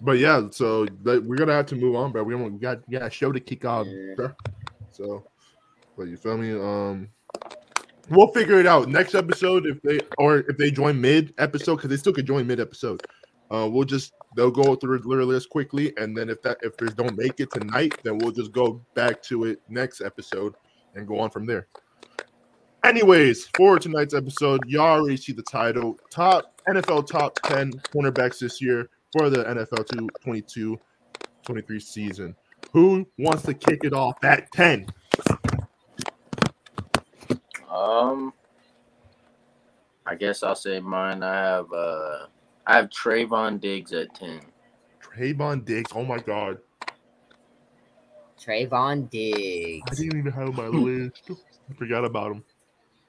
Speaker 1: But yeah, so like, we're gonna have to move on, bro. We don't- we got we got a show to kick off.
Speaker 3: Yeah.
Speaker 1: bro. So but you feel me? Um we'll figure it out next episode if they or if they join mid episode because they still could join mid episode. Uh, we'll just they'll go through their list quickly, and then if that if they don't make it tonight, then we'll just go back to it next episode and go on from there. Anyways, for tonight's episode, y'all already see the title: top NFL top ten cornerbacks this year for the NFL 22-23 season. Who wants to kick it off at ten?
Speaker 2: Um, I guess I'll say mine. I have uh, I have Trayvon Diggs at ten.
Speaker 1: Trayvon Diggs. Oh my god.
Speaker 3: Trayvon
Speaker 1: I
Speaker 3: Diggs.
Speaker 1: didn't even have him on
Speaker 2: Hmm.
Speaker 1: my list. I forgot about him.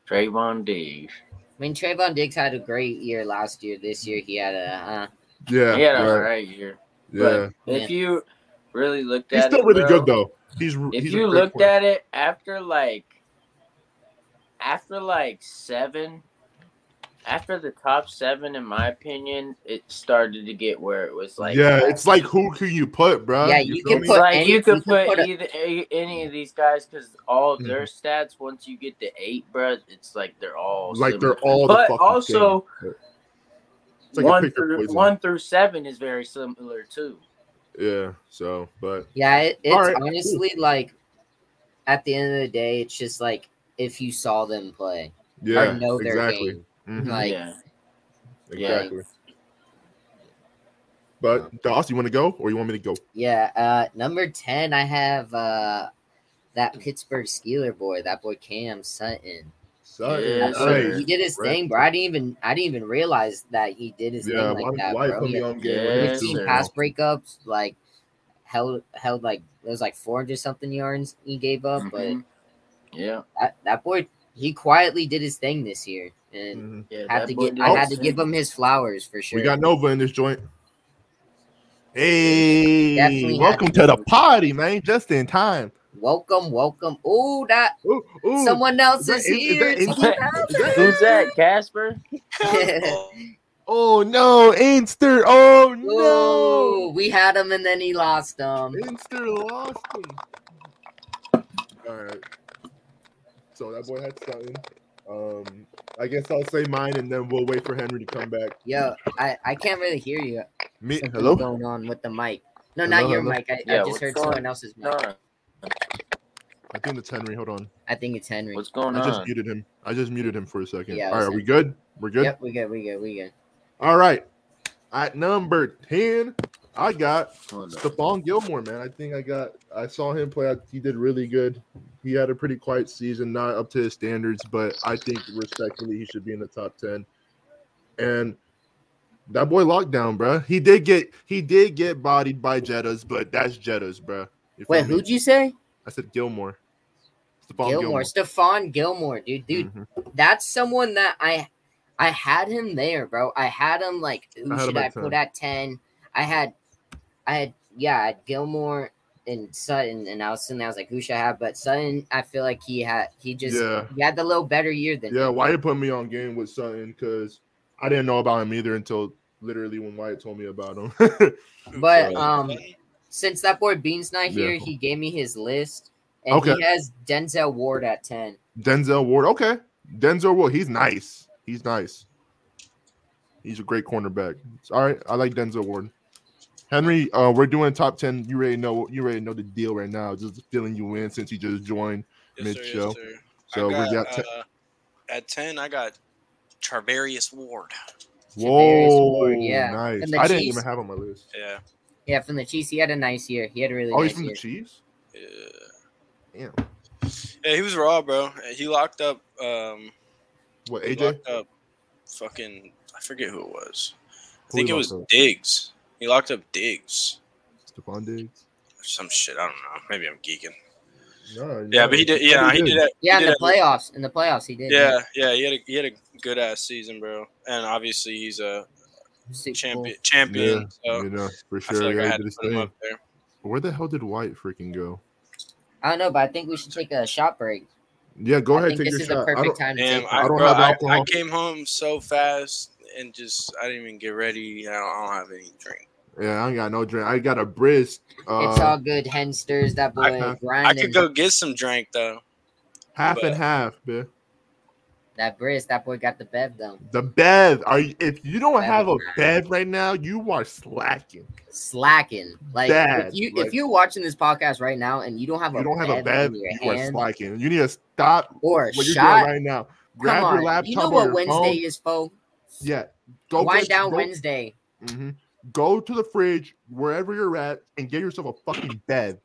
Speaker 2: Trayvon Diggs.
Speaker 3: I mean Trayvon Diggs had a great year last year. This year he had a uh,
Speaker 1: Yeah.
Speaker 2: he had an
Speaker 1: right.
Speaker 2: alright year.
Speaker 1: Yeah.
Speaker 2: But if you really looked at
Speaker 1: He's still
Speaker 2: it,
Speaker 1: really
Speaker 2: bro,
Speaker 1: good though. He's
Speaker 2: If
Speaker 1: he's a
Speaker 2: you
Speaker 1: great
Speaker 2: looked
Speaker 1: player.
Speaker 2: at it after like after like seven, after the top seven, in my opinion, it started to get where it was like
Speaker 1: yeah, it's like who can you put, bro?
Speaker 3: Yeah, you
Speaker 1: feel
Speaker 3: can
Speaker 1: me?
Speaker 3: put-
Speaker 2: like
Speaker 3: any-
Speaker 2: you
Speaker 3: you
Speaker 2: could put,
Speaker 3: could put a-
Speaker 2: either a- any of these guys because all of their
Speaker 1: Mm-hmm.
Speaker 2: stats once you get to eight, bro, it's like they're all
Speaker 1: like
Speaker 2: similar.
Speaker 1: they're all. the
Speaker 2: But
Speaker 1: fucking
Speaker 2: also,
Speaker 1: same. It's like a
Speaker 2: one
Speaker 1: pick your
Speaker 2: through
Speaker 1: poison.
Speaker 2: one through seven is very similar too.
Speaker 1: same. yeah. So, but
Speaker 3: Yeah, it, it's
Speaker 1: All right, cool.
Speaker 3: honestly like at the end of the day, it's just like if you saw them play,
Speaker 1: yeah,
Speaker 3: or know their
Speaker 1: exactly,
Speaker 3: game.
Speaker 1: Mhm,
Speaker 3: Like
Speaker 2: yeah,
Speaker 1: exactly. But Doss, you want to go or you want me to go?
Speaker 3: yeah, uh number ten I have uh that Pittsburgh Steeler boy, that boy Cam Sutton.
Speaker 2: Yeah,
Speaker 3: That
Speaker 2: sir.
Speaker 3: boy, he did his
Speaker 1: Right.
Speaker 3: thing, bro. I didn't even I didn't even realize that he did his
Speaker 1: yeah,
Speaker 3: thing
Speaker 1: why,
Speaker 3: like that,
Speaker 1: why
Speaker 3: bro.
Speaker 1: put me
Speaker 3: Yeah.
Speaker 1: on game?
Speaker 2: Yes,
Speaker 3: 15
Speaker 2: sir.
Speaker 3: pass breakups, like held held like it was like 400 something yards he gave up,
Speaker 1: Uh-huh.
Speaker 2: Mhm. yeah,
Speaker 3: but that, that boy he quietly did his thing this year
Speaker 1: Mhm.
Speaker 3: and
Speaker 2: yeah.
Speaker 3: had
Speaker 2: that
Speaker 3: to
Speaker 2: boy
Speaker 3: get
Speaker 2: did
Speaker 3: I had to
Speaker 2: his
Speaker 3: give
Speaker 2: thing.
Speaker 3: him his flowers for sure.
Speaker 1: Mm-hmm. We got Nova in this joint. Hey,
Speaker 3: Definitely had
Speaker 1: welcome to the party, man. Just in time.
Speaker 3: welcome, welcome. Oh, that
Speaker 1: Ooh, ooh.
Speaker 3: (laughs) someone else
Speaker 1: Is that-
Speaker 3: is,
Speaker 1: is- is
Speaker 3: here.
Speaker 1: that- is
Speaker 3: It's
Speaker 2: that-
Speaker 3: Keith
Speaker 1: is (laughs) that-
Speaker 2: Who's that, Casper?
Speaker 3: Haskins. (laughs)
Speaker 1: Oh no, Inster. Oh
Speaker 3: Whoa, we had him and then he lost him.
Speaker 1: Inster lost him. All right. So that boy had something. Um, I guess I'll say mine, and then we'll wait for Henry to come back.
Speaker 3: Yo, I, I can't really hear you.
Speaker 1: Me,
Speaker 3: Something's
Speaker 1: hello.
Speaker 3: going on with the mic. No,
Speaker 1: Hello,
Speaker 3: not your
Speaker 1: hello?
Speaker 3: mic. I, I
Speaker 2: Yeah,
Speaker 3: just
Speaker 2: what's
Speaker 3: heard
Speaker 2: going-
Speaker 3: someone else's mic.
Speaker 2: No,
Speaker 1: I think it's Henry. Hold on.
Speaker 3: I think it's Henry.
Speaker 2: what's going
Speaker 1: I just
Speaker 2: on?
Speaker 1: muted him. I just muted him for a second.
Speaker 3: Yeah, it
Speaker 1: All
Speaker 3: was
Speaker 1: right, are we good? We're good.
Speaker 3: Yep, we good, we good, we good.
Speaker 1: All right. At number ten, I got
Speaker 2: Hold on.
Speaker 1: Stephon Gilmore, man. I think I got I saw him play. He did really good. He had a pretty quiet season, not up to his standards, but I think respectfully he should be in the top ten. And that boy lockdown, bruh. He did get he did get bodied by Jettas, but that's Jettas, bruh. You feel
Speaker 3: Wait,
Speaker 1: me?
Speaker 3: who'd you say?
Speaker 1: I said Gilmore. Stephon
Speaker 3: Gilmore, Stephon Gilmore, dude, dude.
Speaker 1: Mhm.
Speaker 3: that's someone that I I had him there, bro. I had him like who
Speaker 1: I had him
Speaker 3: should
Speaker 1: at
Speaker 3: I
Speaker 1: 10.
Speaker 3: put at ten? I had I had yeah, I had Gilmore and Sutton, and I was sitting there, I was like, who should I have? But Sutton, I feel like he had he just
Speaker 1: Yeah.
Speaker 3: he had the little better year than
Speaker 1: Yeah, Wyatt put me on game with Sutton because I didn't know about him either until literally when Wyatt told me about him. (laughs)
Speaker 3: but
Speaker 1: Yeah.
Speaker 3: um since that boy Bean's not here,
Speaker 1: Yeah.
Speaker 3: he gave me his list and
Speaker 1: Okay.
Speaker 3: he has Denzel Ward at ten.
Speaker 1: Denzel Ward. Okay. Denzel Ward. He's nice. He's nice. He's a great cornerback. It's All right. I like Denzel Ward. Henry, uh, we're doing top ten. You already know you already know the deal right now. Just filling you in since you just joined. mid-show.
Speaker 4: sir.
Speaker 1: So
Speaker 4: I got,
Speaker 1: we got te-
Speaker 4: uh, at ten. I got Charvarius Ward.
Speaker 1: Whoa,
Speaker 3: Ward, yeah.
Speaker 1: nice.
Speaker 3: And the
Speaker 1: I didn't
Speaker 3: Chiefs-
Speaker 1: even have him on my list.
Speaker 4: Yeah,
Speaker 3: Yeah, from the Chiefs, he had a nice year. He had a really
Speaker 1: Oh, he's
Speaker 3: nice
Speaker 1: from
Speaker 3: year.
Speaker 1: the Chiefs?
Speaker 4: yeah.
Speaker 1: Damn.
Speaker 4: Yeah, he was raw, bro. He locked up. Um,
Speaker 1: What
Speaker 4: he
Speaker 1: AJ?
Speaker 4: locked up. Fucking, I forget who it was. I
Speaker 1: Who
Speaker 4: think
Speaker 1: he
Speaker 4: it
Speaker 1: locked
Speaker 4: was
Speaker 1: up?
Speaker 4: Diggs. He locked up Diggs.
Speaker 1: Stephon Diggs.
Speaker 4: or Some shit. I don't know. Maybe I'm geeking.
Speaker 1: No,
Speaker 4: Yeah, but he did. Yeah, he did. that. he
Speaker 3: Yeah, in
Speaker 4: did
Speaker 3: the
Speaker 4: that-
Speaker 3: playoffs. In the playoffs, he did.
Speaker 4: Yeah, yeah. He had a he had a good ass season, bro. And obviously he's a
Speaker 3: Super Bowl.
Speaker 4: champion. Champion.
Speaker 1: Yeah,
Speaker 4: so
Speaker 1: you know, for
Speaker 4: I feel
Speaker 1: sure.
Speaker 4: like
Speaker 1: Yeah,
Speaker 4: I
Speaker 1: he did
Speaker 4: had to
Speaker 1: his
Speaker 4: put him
Speaker 1: thing.
Speaker 4: up there.
Speaker 1: Where the hell did White freaking go?
Speaker 3: I don't know, but I think we should take a shot break.
Speaker 1: Yeah, go
Speaker 3: I
Speaker 1: ahead,
Speaker 3: think
Speaker 1: take
Speaker 3: this
Speaker 1: your
Speaker 3: is the
Speaker 1: shot. I don't-
Speaker 3: perfect time to
Speaker 4: Damn,
Speaker 3: take.
Speaker 4: I,
Speaker 1: I don't
Speaker 4: bro,
Speaker 1: have
Speaker 4: I, I
Speaker 1: alcohol.
Speaker 4: came home so fast and just I didn't even get ready. I don't, I don't have any drink.
Speaker 1: Yeah, I ain't got no drink. I got a brisk. Uh,
Speaker 3: it's all good. Hensters, that boy
Speaker 1: I- I
Speaker 4: I
Speaker 3: grinding.
Speaker 4: could go get some drink though.
Speaker 1: half
Speaker 4: but-
Speaker 1: and half, man.
Speaker 3: That Briz, that boy got the bev though.
Speaker 1: The bev. Are you, if you don't
Speaker 3: Bev
Speaker 1: have a
Speaker 3: is nice.
Speaker 1: bev right now, you are slacking.
Speaker 3: Slacking. Like
Speaker 1: Bad,
Speaker 3: if you
Speaker 1: like-
Speaker 3: if you're watching this podcast right now and you don't have
Speaker 1: You
Speaker 3: a
Speaker 1: don't have a
Speaker 3: bev
Speaker 1: bev,
Speaker 3: in
Speaker 1: you
Speaker 3: your
Speaker 1: are
Speaker 3: hand
Speaker 1: slacking. You need to stop
Speaker 3: or a
Speaker 1: what you're doing
Speaker 3: shot,
Speaker 1: right now. Grab
Speaker 3: come on.
Speaker 1: your laptop
Speaker 3: you know
Speaker 1: or
Speaker 3: what
Speaker 1: your
Speaker 3: Wednesday
Speaker 1: phone.
Speaker 3: is, folks.
Speaker 1: Yeah, go
Speaker 3: Wind
Speaker 1: get-
Speaker 3: down
Speaker 1: go-
Speaker 3: Wednesday.
Speaker 1: mhm. Go to the fridge wherever you're at and get yourself a fucking bev.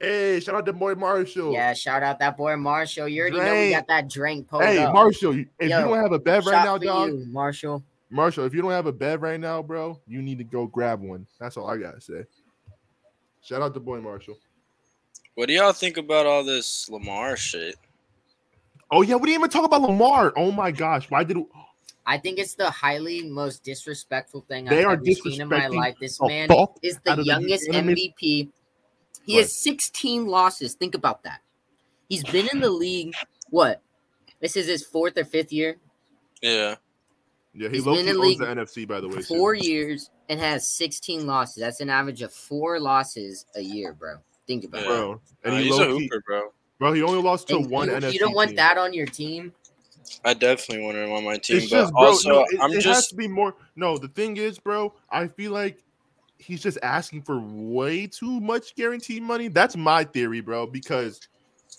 Speaker 1: Hey, shout out to boy Marshall.
Speaker 3: Yeah, shout out that boy Marshall. You already know we
Speaker 1: Drink.
Speaker 3: got that drink pulled
Speaker 1: Hey,
Speaker 3: up.
Speaker 1: Marshall, you- if
Speaker 3: Yo,
Speaker 1: you don't have a bev right
Speaker 3: Shot
Speaker 1: now,
Speaker 3: for
Speaker 1: dog,
Speaker 3: you, Marshall.
Speaker 1: Marshall, if you don't have a bed right now, bro, you need to go grab one. That's all I gotta say. Shout out to boy Marshall.
Speaker 4: What do y'all think about all this Lamar shit?
Speaker 1: Oh yeah, we didn't even talk about Lamar. Oh my gosh, why did oh,
Speaker 3: I think it's the highly most disrespectful thing
Speaker 1: They are
Speaker 3: I've ever seen in my
Speaker 1: disrespecting
Speaker 3: life. This
Speaker 1: a
Speaker 3: man
Speaker 1: fuck
Speaker 3: is
Speaker 1: out
Speaker 3: the
Speaker 1: of the
Speaker 3: youngest
Speaker 1: enemy-
Speaker 3: MVP. He
Speaker 1: Right.
Speaker 3: has 16 losses. Think about that. He's been in the league, what? This is his fourth or fifth year.
Speaker 4: Yeah.
Speaker 1: Yeah, he
Speaker 3: He's
Speaker 1: low
Speaker 3: been in
Speaker 1: owns
Speaker 3: league
Speaker 1: the NFC by the way. too.
Speaker 3: four years and has 16 losses. That's an average of four losses a year, bro. Think about it.
Speaker 1: bro. And
Speaker 4: Uh,
Speaker 1: he
Speaker 4: he's a
Speaker 1: low key,
Speaker 4: hooper, bro.
Speaker 1: bro. He only lost to
Speaker 3: And
Speaker 1: one
Speaker 3: you,
Speaker 1: NFC.
Speaker 3: you don't want
Speaker 1: team.
Speaker 3: that on your team.
Speaker 4: I definitely want him on my team,
Speaker 1: It's
Speaker 4: but
Speaker 1: just, bro.
Speaker 4: also
Speaker 1: no, it,
Speaker 4: I'm
Speaker 1: it has
Speaker 4: just
Speaker 1: to be more. No, the thing is, bro. I feel like he's just asking for way too much guaranteed money. That's my theory, bro. Because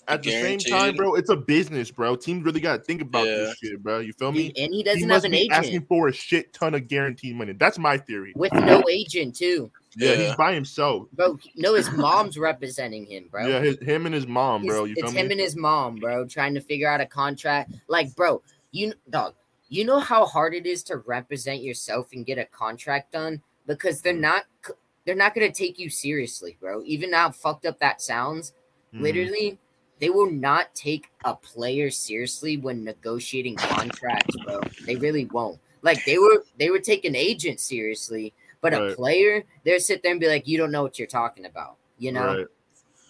Speaker 1: at the same time,
Speaker 4: Guaranteed.
Speaker 1: bro, it's a business, bro. Teams really got to think about this shit, bro. You feel me?
Speaker 3: He- and he
Speaker 1: he
Speaker 3: doesn't have
Speaker 1: must
Speaker 3: an
Speaker 1: be
Speaker 3: agent
Speaker 1: asking for a shit ton of guaranteed money. That's my theory.
Speaker 3: with no agent, too.
Speaker 1: Yeah,
Speaker 4: Yeah.
Speaker 1: he's by himself.
Speaker 3: Bro, no, his mom's representing him, bro.
Speaker 1: Yeah, his, him and his mom, bro. You
Speaker 3: it's
Speaker 1: feel
Speaker 3: it's
Speaker 1: me?
Speaker 3: him and his mom, bro, trying to figure out a contract. Like, bro, you dog, you know how hard it is to represent yourself and get a contract done because
Speaker 1: Mm-hmm.
Speaker 3: they're not c- they're not gonna take you seriously, bro. Even how fucked up that sounds,
Speaker 1: Mhm.
Speaker 3: literally, they will not take a player seriously when negotiating contracts, bro. They really won't. Like they were they would take an agent seriously, but a
Speaker 1: Right.
Speaker 3: player, they'll sit there and be like, You don't know what you're talking about, you know?
Speaker 1: Mm-hmm. Right.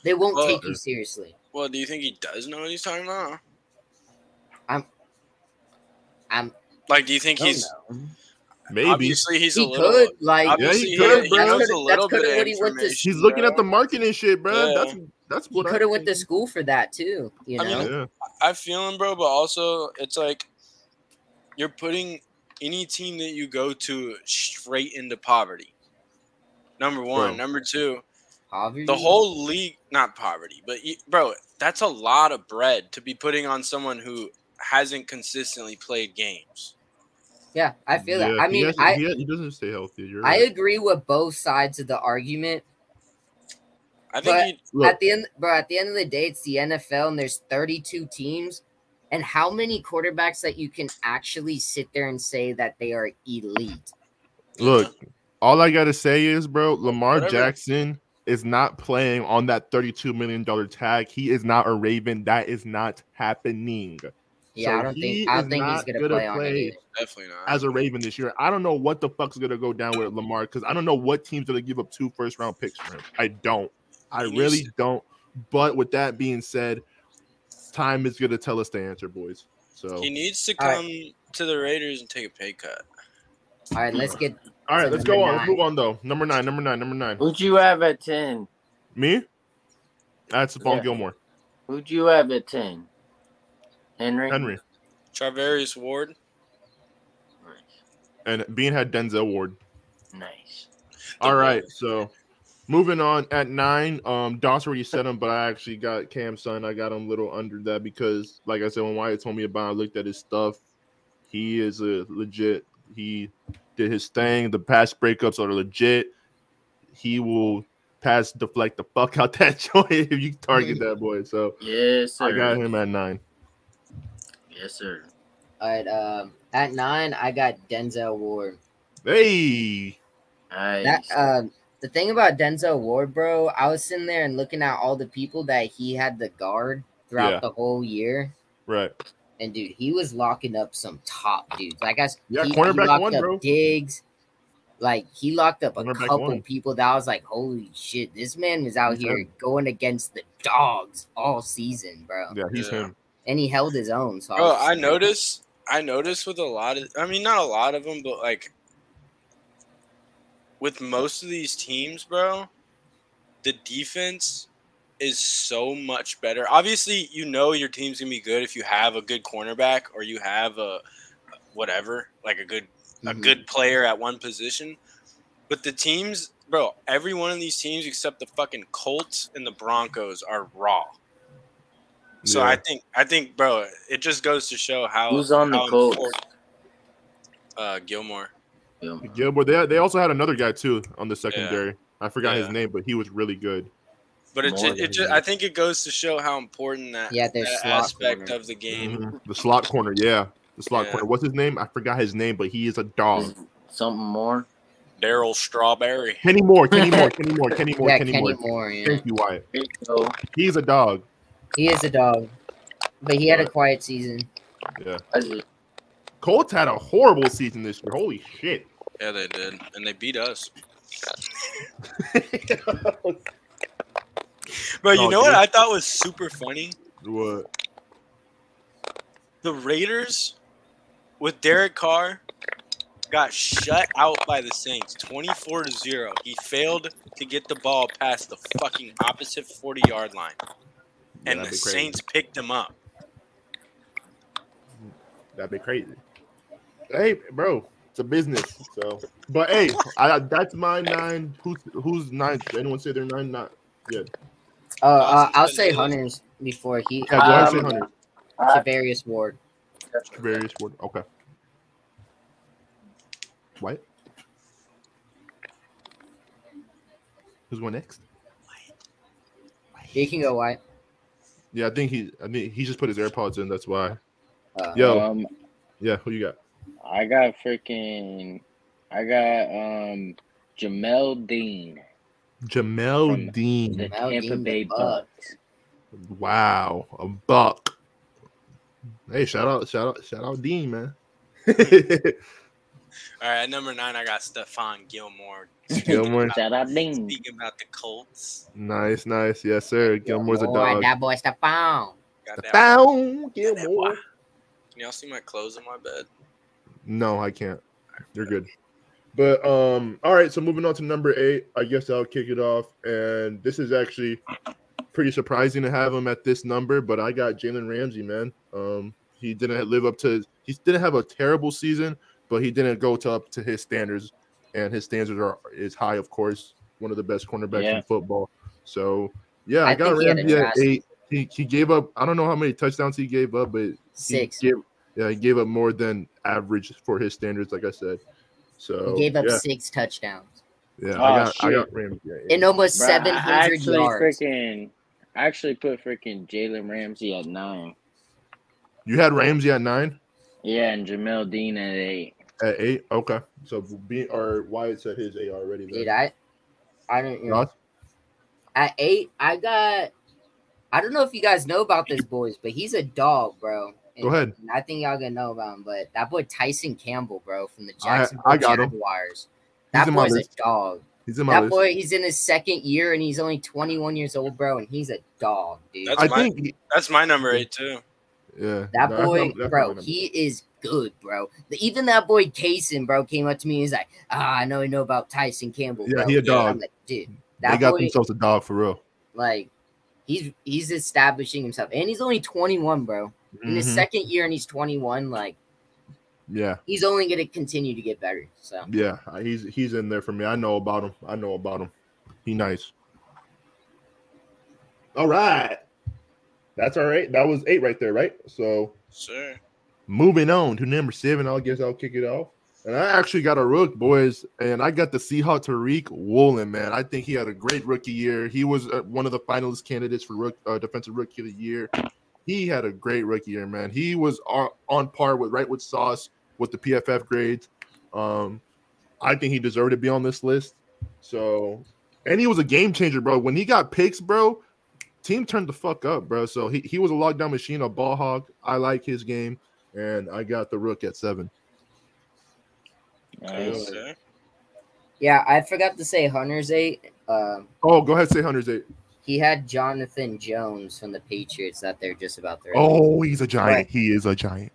Speaker 3: They won't
Speaker 4: Well-
Speaker 3: take you seriously.
Speaker 4: well, do you think he does know what he's talking about?
Speaker 3: I'm- I'm-
Speaker 4: like, do you think
Speaker 3: I don't
Speaker 4: he's
Speaker 3: know.
Speaker 1: Maybe
Speaker 4: obviously he's
Speaker 3: he
Speaker 4: a little
Speaker 3: could like
Speaker 1: Yeah,
Speaker 4: obviously
Speaker 1: he could, bro.
Speaker 4: knows
Speaker 3: That's
Speaker 4: a
Speaker 3: coulda-
Speaker 4: little
Speaker 3: that's coulda
Speaker 4: bit of
Speaker 3: what he went to-
Speaker 4: information,
Speaker 1: he's looking
Speaker 4: bro.
Speaker 1: at the market and shit, bro.
Speaker 4: Yeah.
Speaker 1: That's that's
Speaker 3: he
Speaker 1: what
Speaker 3: could
Speaker 1: I
Speaker 3: have went to
Speaker 1: think.
Speaker 3: school for that too. You know,
Speaker 4: I mean,
Speaker 1: Yeah.
Speaker 4: I feel him, bro, but also it's like you're putting any team that you go to straight into poverty. Number one.
Speaker 1: Bro.
Speaker 4: Number two,
Speaker 3: poverty.
Speaker 4: the whole league, not poverty, but you, bro, that's a lot of bread to be putting on someone who hasn't consistently played games.
Speaker 3: yeah, I feel that.
Speaker 1: Yeah,
Speaker 3: I
Speaker 1: he
Speaker 3: mean,
Speaker 1: hasn't-
Speaker 3: I
Speaker 1: he, he doesn't stay healthy. You're
Speaker 3: I
Speaker 1: right.
Speaker 3: agree with both sides of the argument.
Speaker 4: I think
Speaker 3: But-
Speaker 4: he,
Speaker 1: Look,
Speaker 3: At the end, but at the end of the day, it's the NFL, and there's 32 teams, and how many quarterbacks that you can actually sit there and say that they are elite?
Speaker 1: look. All I gotta say is, bro, Lamar
Speaker 4: Whatever.
Speaker 1: Jackson is not playing on that thirty-two million dollar tag. He is not a Raven. That is not happening
Speaker 3: Yeah,
Speaker 1: So
Speaker 3: I don't
Speaker 1: he
Speaker 3: think I
Speaker 1: is
Speaker 3: don't think he's
Speaker 1: not
Speaker 3: gonna,
Speaker 1: gonna
Speaker 3: play, on it.
Speaker 1: play.
Speaker 3: either.
Speaker 4: definitely not.
Speaker 1: as a Raven this year. I don't know what the fuck's gonna go down with Lamar because I don't know what team's gonna give up two first-round picks for him. I don't. I
Speaker 4: He needs
Speaker 1: really
Speaker 4: to-
Speaker 1: don't. But with that being said, time is gonna tell us the answer, boys. So
Speaker 4: he needs to
Speaker 3: All right.
Speaker 4: come to the Raiders and take a pay cut.
Speaker 3: All right, let's get
Speaker 1: all right,
Speaker 3: to
Speaker 1: let's
Speaker 3: number
Speaker 1: go on. Let's
Speaker 3: nine.
Speaker 1: move on though. Number nine, number nine, number nine.
Speaker 2: Who'd you have at ten?
Speaker 1: Me? That's Stephon
Speaker 2: Yeah.
Speaker 1: Gilmore.
Speaker 2: Who'd you have at ten? Henry.
Speaker 1: Henry.
Speaker 4: Travarius Ward.
Speaker 1: And Bean had Denzel Ward.
Speaker 2: Nice.
Speaker 1: All right, so moving on at nine. Um, Doss already said him, but I actually got Cam Son. I got him a little under that because, like I said, when Wyatt told me about, it, I looked at his stuff. He is a legit. He did his thing. The past breakups are legit. He will pass deflect the fuck out (laughs) that joint if you target that boy. So
Speaker 2: Yes, sir.
Speaker 1: I got him at nine.
Speaker 2: Yes, sir.
Speaker 3: all right. Um, at nine, I got Denzel Ward.
Speaker 1: Hey,
Speaker 2: Nice.
Speaker 3: That um, the thing about Denzel Ward, bro, I was sitting there and looking at all the people that he had to guard throughout
Speaker 1: Yeah.
Speaker 3: the whole year,
Speaker 1: right.
Speaker 3: and dude, he was locking up some top dudes. Like I, s-
Speaker 1: Yeah,
Speaker 3: he,
Speaker 1: cornerback
Speaker 3: locked
Speaker 1: one,
Speaker 3: up
Speaker 1: bro.
Speaker 3: Diggs, like he locked up a
Speaker 1: Cornerback
Speaker 3: couple
Speaker 1: one.
Speaker 3: people that I was like, holy shit, this man was out
Speaker 1: He's
Speaker 3: here going against the dogs all season, bro,
Speaker 1: Yeah, he's
Speaker 4: Yeah.
Speaker 1: him.
Speaker 3: and he held his own. So
Speaker 4: Bro,
Speaker 3: was
Speaker 4: I
Speaker 3: just-
Speaker 4: notice. I notice with a lot of. I mean, not a lot of them, but like with most of these teams, bro, the defense is so much better. Obviously, you know your team's gonna be good if you have a good cornerback or you have a whatever, like a good a
Speaker 3: (laughs) Mhm.
Speaker 4: good player at one position. But the teams, bro, every one of these teams except the fucking Colts and the Broncos are raw. So
Speaker 1: Yeah.
Speaker 4: I think I think, bro, it just goes to show how
Speaker 2: Who's on the
Speaker 4: how
Speaker 2: Colts?
Speaker 4: important- Uh, Gilmore.
Speaker 2: Gilmore.
Speaker 1: Gilmore. They they also had another guy too on the secondary. I forgot his
Speaker 4: Yeah.
Speaker 1: name, but he was really good.
Speaker 4: But it, ju-
Speaker 2: More
Speaker 4: it
Speaker 2: than
Speaker 4: ju-
Speaker 2: he-
Speaker 4: I think it goes to show how important that,
Speaker 3: Yeah, their
Speaker 4: that
Speaker 3: slot
Speaker 4: aspect
Speaker 3: corner.
Speaker 4: of the game.
Speaker 1: Mhm. The slot corner, yeah. The slot
Speaker 4: Yeah.
Speaker 1: corner. What's his name? I forgot his name, but he is a dog.
Speaker 2: Is Something more.
Speaker 4: Daryl Strawberry.
Speaker 1: Kenny Moore, Kenny Moore, Kenny Moore, Kenny Moore,
Speaker 3: (laughs) yeah,
Speaker 1: Kenny,
Speaker 3: Kenny,
Speaker 1: Moore.
Speaker 3: Moore, yeah.
Speaker 1: Thank you, Wyatt.
Speaker 2: Here you go.
Speaker 1: He's a dog.
Speaker 3: he is a dog, but he had a quiet season.
Speaker 1: Yeah.
Speaker 2: I just-
Speaker 1: Colts had a horrible season this year. Holy shit.
Speaker 4: Yeah, they did, and they beat us. Bro, you
Speaker 1: Oh,
Speaker 4: know what
Speaker 1: dude.
Speaker 4: I thought was super funny?
Speaker 1: What?
Speaker 4: The Raiders with Derek Carr got shut out by the Saints 24 to 0. He failed to get the ball past the fucking opposite 40 yard line. And
Speaker 1: that'd
Speaker 4: the
Speaker 1: be crazy.
Speaker 4: Saints picked him up.
Speaker 1: That'd be crazy. Hey, bro, it's a business. So, but hey, I, that's my nine. Who's who's nine? Did anyone say they're nine? Not.
Speaker 3: Uh, uh, I'll say Hunter's before he.
Speaker 1: Yeah, go ahead, say
Speaker 2: Um,
Speaker 1: Hunter.
Speaker 2: Uh,
Speaker 3: Tavarius Ward.
Speaker 1: Various word. Okay. What? Who's going next?
Speaker 3: He can go white.
Speaker 1: Yeah, I think he. I mean, he just put his AirPods in. That's why.
Speaker 3: Uh,
Speaker 1: Yo,
Speaker 2: um,
Speaker 1: yeah. Who you got?
Speaker 2: I got freaking, I got um Jamel Dean,
Speaker 1: Jamel
Speaker 2: From the
Speaker 1: Dean.
Speaker 3: Jamel
Speaker 2: Tampa
Speaker 3: Dean, the
Speaker 2: Bay
Speaker 3: Bucks.
Speaker 2: Bucks.
Speaker 1: Wow, a buck. Hey, shout out, shout out, shout out, Dean, man.
Speaker 4: All right, at number nine, I got Stephon Gilmore.
Speaker 1: Gilmore.
Speaker 2: Shout out Dean.
Speaker 4: Speaking about the Colts.
Speaker 1: (laughs) Nice, nice. Yes, sir. Gilmore's a
Speaker 3: Boy,
Speaker 1: dog.
Speaker 3: That boy Stephon.
Speaker 4: Got that-
Speaker 1: Bow,
Speaker 4: got that
Speaker 1: Gilmore.
Speaker 4: wa- Can y'all see my clothes on my bed?
Speaker 1: No, I can't. You're good. But um, all right. So moving on to number eight, I guess I'll kick it off. And this is actually pretty surprising to have him at this number, but I got Jalen Ramsey, man. Um, he didn't live up to. He didn't have a terrible season, but he didn't go to up to his standards, and his standards are is high, of course. One of the best cornerbacks
Speaker 2: Yeah.
Speaker 1: in football. So yeah, I,
Speaker 3: I
Speaker 1: got
Speaker 3: think he had a
Speaker 1: Ramsey at
Speaker 3: trash
Speaker 1: eight. He, he gave up. I don't know how many touchdowns he gave up, but
Speaker 3: Six.
Speaker 1: he gave, yeah, he gave up more than average for his standards, like I said. So
Speaker 3: He gave up
Speaker 1: yeah,
Speaker 3: six touchdowns
Speaker 1: yeah,
Speaker 2: Oh,
Speaker 4: Ah,
Speaker 1: I got I
Speaker 2: shit.
Speaker 1: got Ramsey. at eight.
Speaker 3: and almost
Speaker 2: Bruh,
Speaker 3: seven
Speaker 2: I
Speaker 3: hundred
Speaker 2: actually
Speaker 3: yards.
Speaker 2: freaking, I actually put freaking Jalen Ramsey at nine.
Speaker 1: You had Ramsey at nine,
Speaker 2: Yeah, and Jamel Dean at eight.
Speaker 1: at eight. Okay, so B or Wyatt's at his eight already. then.
Speaker 3: Dude, I, I don't know.
Speaker 1: Ross?
Speaker 3: At eight, I got. I don't know if you guys know about this, boys, but he's a dog, bro.
Speaker 1: Go ahead.
Speaker 3: And I think y'all gonna know about him, but that boy Tyson Campbell, bro, from the
Speaker 1: I-
Speaker 3: Jacksonville
Speaker 1: I got him.
Speaker 3: Jaguars.
Speaker 1: He's
Speaker 3: That
Speaker 1: in my
Speaker 3: boy's a
Speaker 1: list.
Speaker 3: dog.
Speaker 1: He's in my
Speaker 3: That
Speaker 1: list.
Speaker 3: boy, he's in his second year and he's only 21 years old, bro, and he's a dog, dude.
Speaker 4: That's
Speaker 1: I
Speaker 4: my-
Speaker 1: think. he-
Speaker 4: That's my number eight, too.
Speaker 1: yeah,
Speaker 3: That
Speaker 1: no, that's
Speaker 3: boy,
Speaker 1: not- that's not
Speaker 3: bro,
Speaker 1: my number.
Speaker 3: he is good, bro. The- Even that boy Kaysen, bro, came up to me and he's like, "Ah, I know you know about Tyson Campbell."
Speaker 1: Yeah,
Speaker 3: bro."
Speaker 1: he a dog.
Speaker 3: I'm like, dude,
Speaker 1: they
Speaker 3: that
Speaker 1: got
Speaker 3: boy,
Speaker 1: themselves a dog for real.
Speaker 3: like, he's he's establishing himself, and he's only 21, bro. In
Speaker 4: Mm-hmm.
Speaker 3: his
Speaker 1: Mhm.
Speaker 3: second year, and he's 21. Like,
Speaker 1: Yeah,
Speaker 3: he's only gonna continue to get better. So,
Speaker 1: yeah, I- he's he's in there for me. I know about him. I know about him. He nice. All right, that's all right. That was eight right there, right? So
Speaker 4: Sure.
Speaker 1: Moving on to number seven, I guess I'll kick it off. And I actually got a rook, boys, and I got the Seahawk Tariq Woolen, man. I think he had a great rookie year. He was uh, one of the finalist candidates for rook, uh, defensive rookie of the year. He had a great rookie year, man. He was on, on par with right with Sauce with the PFF grades. Um, I think he deserved to be on this list. So, and he was a game changer, bro. When he got picks, bro, team turned the fuck up, bro. So he, he was a lockdown machine, a ball hog. I like his game and I got the rook at seven.
Speaker 2: Nice.
Speaker 4: Sure.
Speaker 3: yeah, I forgot to say Hunter's eight. Uh,
Speaker 1: Oh, go ahead, say Hunter's eight.
Speaker 3: he had Jonathan Jones from the Patriots that they're just about to.
Speaker 1: Oh, he's a giant.
Speaker 3: Right.
Speaker 1: He is a giant.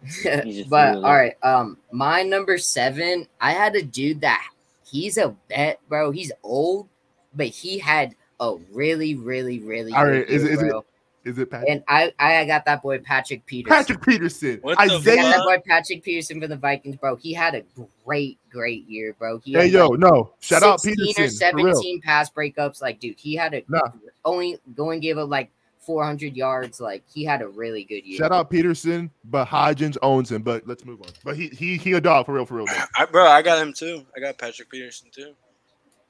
Speaker 3: (laughs)
Speaker 2: He's just
Speaker 3: but
Speaker 2: really-
Speaker 3: all right, um, my number seven, I had a dude that he's a vet, bro. He's old, but he had a really, really, really
Speaker 1: All
Speaker 3: good
Speaker 1: right, is
Speaker 3: year,
Speaker 1: it- is it
Speaker 3: bro.
Speaker 1: Is it Patrick?
Speaker 3: and I, I got that boy Patrick Peterson.
Speaker 1: Patrick Peterson.
Speaker 4: What the
Speaker 3: I
Speaker 1: Isaiah.
Speaker 3: got that
Speaker 4: fuck?
Speaker 3: boy Patrick Peterson from the Vikings, bro. He had a great, great year, bro. He
Speaker 1: Hey,
Speaker 3: had,
Speaker 1: yo,
Speaker 3: like,
Speaker 1: no. Shout out
Speaker 3: 16
Speaker 1: Peterson.
Speaker 3: or
Speaker 1: for real.
Speaker 3: 17 pass breakups. Like, dude, he had a
Speaker 1: Nah.
Speaker 3: only going gave up like 400 yards. Like, he had a really good year.
Speaker 1: Shout out Peterson, but Hodgins owns him. But let's move on. But he he he a dog for real, for real.
Speaker 3: (laughs)
Speaker 1: man.
Speaker 4: I, bro, I got him, too. I got Patrick Peterson, too.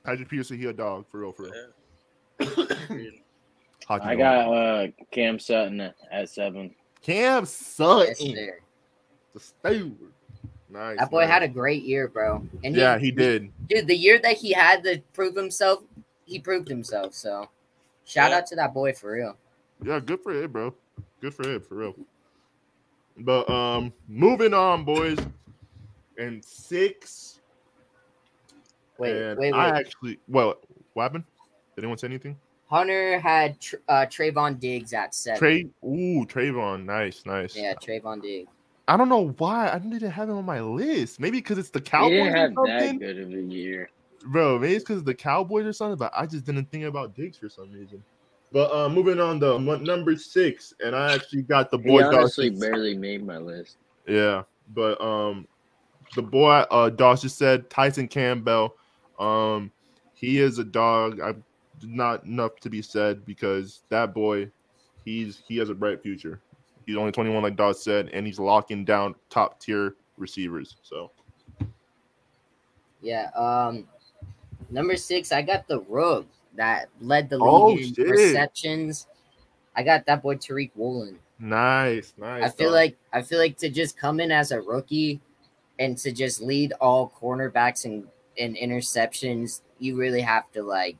Speaker 1: Patrick Peterson, he a dog for real, for real. Hodgins
Speaker 2: I
Speaker 1: owns him.
Speaker 2: got uh Cam Sutton at- at seven.
Speaker 1: Cam
Speaker 3: Yes,
Speaker 1: Sutton,
Speaker 3: sir.
Speaker 1: the steward. Nice.
Speaker 3: That boy
Speaker 1: man.
Speaker 3: had a great year, bro. And he,
Speaker 1: yeah, he did.
Speaker 3: dude, the year that he had to prove himself, he proved himself. So, shout
Speaker 4: Yeah.
Speaker 3: out to that boy for real.
Speaker 1: Yeah, good for him, bro. Good for him, for real. But um, moving on, boys. And six.
Speaker 3: Wait,
Speaker 1: and
Speaker 3: wait, wait.
Speaker 1: I actually, well, what happened? Did anyone say anything?
Speaker 3: Hunter had Tr- uh, Trayvon Diggs at seven.
Speaker 1: Trey, ooh, Trayvon, nice, nice.
Speaker 3: yeah, Trayvon Diggs.
Speaker 1: I don't know why I didn't have him on my list. Maybe because it's the
Speaker 2: He
Speaker 1: Cowboys
Speaker 2: didn't
Speaker 1: or
Speaker 2: have that
Speaker 1: something,
Speaker 2: good of a year.
Speaker 1: bro. Maybe it's because the Cowboys or something. But I just didn't think about Diggs for some reason. But uh, moving on to mon- number six, and I actually got the boy
Speaker 2: He honestly
Speaker 1: Dawson.
Speaker 2: barely made my list.
Speaker 1: Yeah, but um, the boy uh Doss just said Tyson Campbell, um, he is a dog. I not enough to be said because that boy, he's he has a bright future. He's only 21, like Doss said, and he's locking down top tier receivers. So
Speaker 3: Yeah. Um, number six, I got the rug that led the league
Speaker 1: Oh,
Speaker 3: in
Speaker 1: shit.
Speaker 3: receptions. I got that boy Tariq Woolen.
Speaker 1: nice, nice.
Speaker 3: I feel
Speaker 1: dog.
Speaker 3: like I feel like to just come in as a rookie and to just lead all cornerbacks and, and interceptions, you really have to like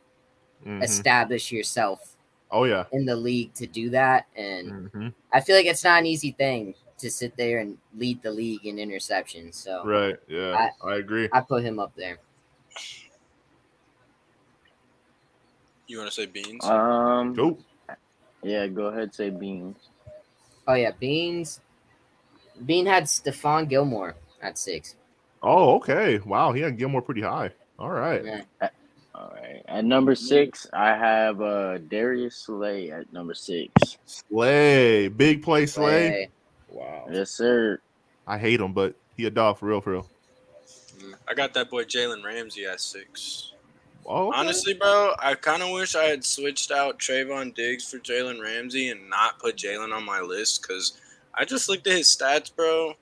Speaker 1: Mhm.
Speaker 3: establish yourself
Speaker 1: oh yeah,
Speaker 3: in the league to do that. And
Speaker 1: Mhm.
Speaker 3: I feel like it's not an easy thing to sit there and lead the league in interceptions. So
Speaker 1: right, yeah, I agree.
Speaker 3: I put him up there.
Speaker 4: (coughs) You want to say Beans?
Speaker 2: Um,
Speaker 1: Go.
Speaker 2: yeah, go ahead, say beans.
Speaker 3: Oh yeah, Beans. Bean had Stephon Gilmore at six.
Speaker 1: Oh okay, wow, he had Gilmore pretty high. All right,
Speaker 3: Yeah.
Speaker 2: All right. At number six, I have uh Darius Slay at number six.
Speaker 1: Slay, big play, Slay.
Speaker 3: Slay.
Speaker 1: Wow,
Speaker 2: Yes, sir.
Speaker 1: I hate him, but he a dog for real, for real.
Speaker 4: I got that boy Jalen Ramsey at six.
Speaker 1: Oh, okay.
Speaker 4: Honestly, bro, I kind of wish I had switched out Trayvon Diggs for Jalen Ramsey and not put Jalen on my list because I just looked at his stats, bro.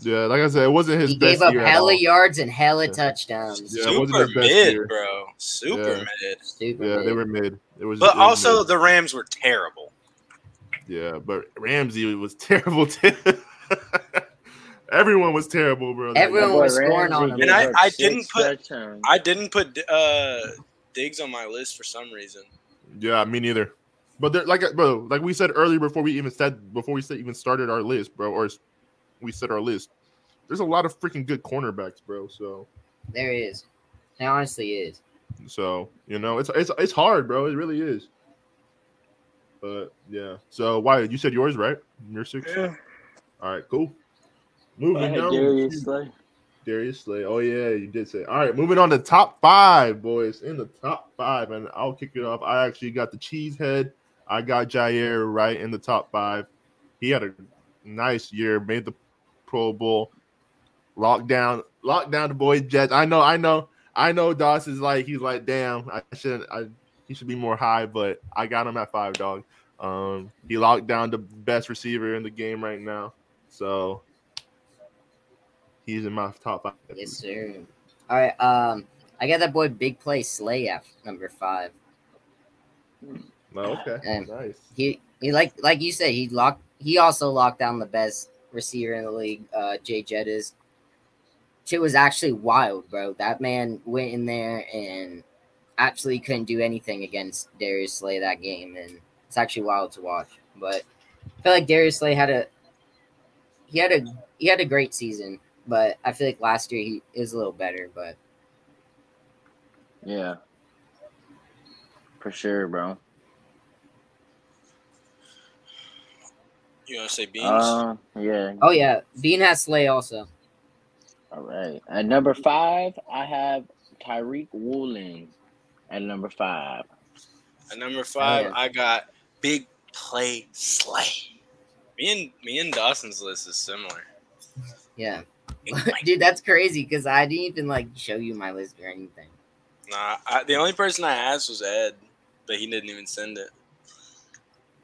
Speaker 1: yeah, like I said, it wasn't his
Speaker 3: He
Speaker 1: best
Speaker 3: gave up
Speaker 1: year. at all.
Speaker 3: hella yards and hella
Speaker 1: Yeah.
Speaker 3: touchdowns.
Speaker 1: Yeah, it wasn't
Speaker 4: Super
Speaker 1: his best
Speaker 4: mid,
Speaker 1: year.
Speaker 4: bro. Super
Speaker 1: Yeah.
Speaker 4: mid.
Speaker 3: Super.
Speaker 1: Yeah, they
Speaker 3: big.
Speaker 1: were mid. It was,
Speaker 4: But
Speaker 1: it was
Speaker 4: also,
Speaker 1: mid.
Speaker 4: the Rams were terrible.
Speaker 1: yeah, but Ramsey was (laughs) terrible too. Everyone was terrible, bro. Like,
Speaker 3: Everyone was scoring on him.
Speaker 4: And I- I didn't put-
Speaker 2: Touchdowns.
Speaker 4: I didn't put uh, Diggs on my list for some reason.
Speaker 1: yeah, me neither. But they're like, bro, like we said earlier before we even said before we said even started our list, bro, or s- we said our list. There's a lot of freaking good cornerbacks, bro. So,
Speaker 3: There he is. He honestly is.
Speaker 1: so you know, it's it's it's hard, bro. It really is. But yeah, so why you said yours right? Your six. All right, cool.
Speaker 2: I
Speaker 1: Moving
Speaker 2: had
Speaker 1: on. to
Speaker 2: Darius Slay.
Speaker 1: Darius Slay. Oh yeah, you did say. All right, moving on to top five, boys. In the top five, and I'll kick it off. I actually got the cheesehead. I got Jair right in the top five. He had a nice year, made the Pro Bowl. Lockdown, lockdown the boy Jets. I know, I know, I know. Doss is like he's like, damn, I shouldn't. I he should be more high, but I got him at five, dog. Um, he locked down the best receiver in the game right now, so he's in my top five.
Speaker 3: Yes, sir. All right. Um, I got that boy Big Play Slay at number five.
Speaker 1: Oh, okay,
Speaker 3: And-
Speaker 1: nice.
Speaker 3: He he like like you said, he locked he also locked down the best receiver in the league, uh Jay Jettis. Shit was actually wild, bro. That man went in there and absolutely couldn't do anything against Darius Slay that game, and it's actually wild to watch. But I feel like Darius Slay had a he had a he had a great season, but I feel like last year he is a little better, but
Speaker 2: Yeah. For sure, bro.
Speaker 4: You want to say Beans?
Speaker 2: Um, yeah.
Speaker 3: oh yeah, Bean has Slay also.
Speaker 2: All right. At number five, I have Tyreek Woolen at number five.
Speaker 4: At number five,
Speaker 3: yeah.
Speaker 4: I got Big Play Slay. Me and me and Dawson's list is similar.
Speaker 3: Yeah. Dude, that's crazy because I didn't even like show you my list or anything.
Speaker 4: nah, I, the only person I asked was Ed, but he didn't even send it.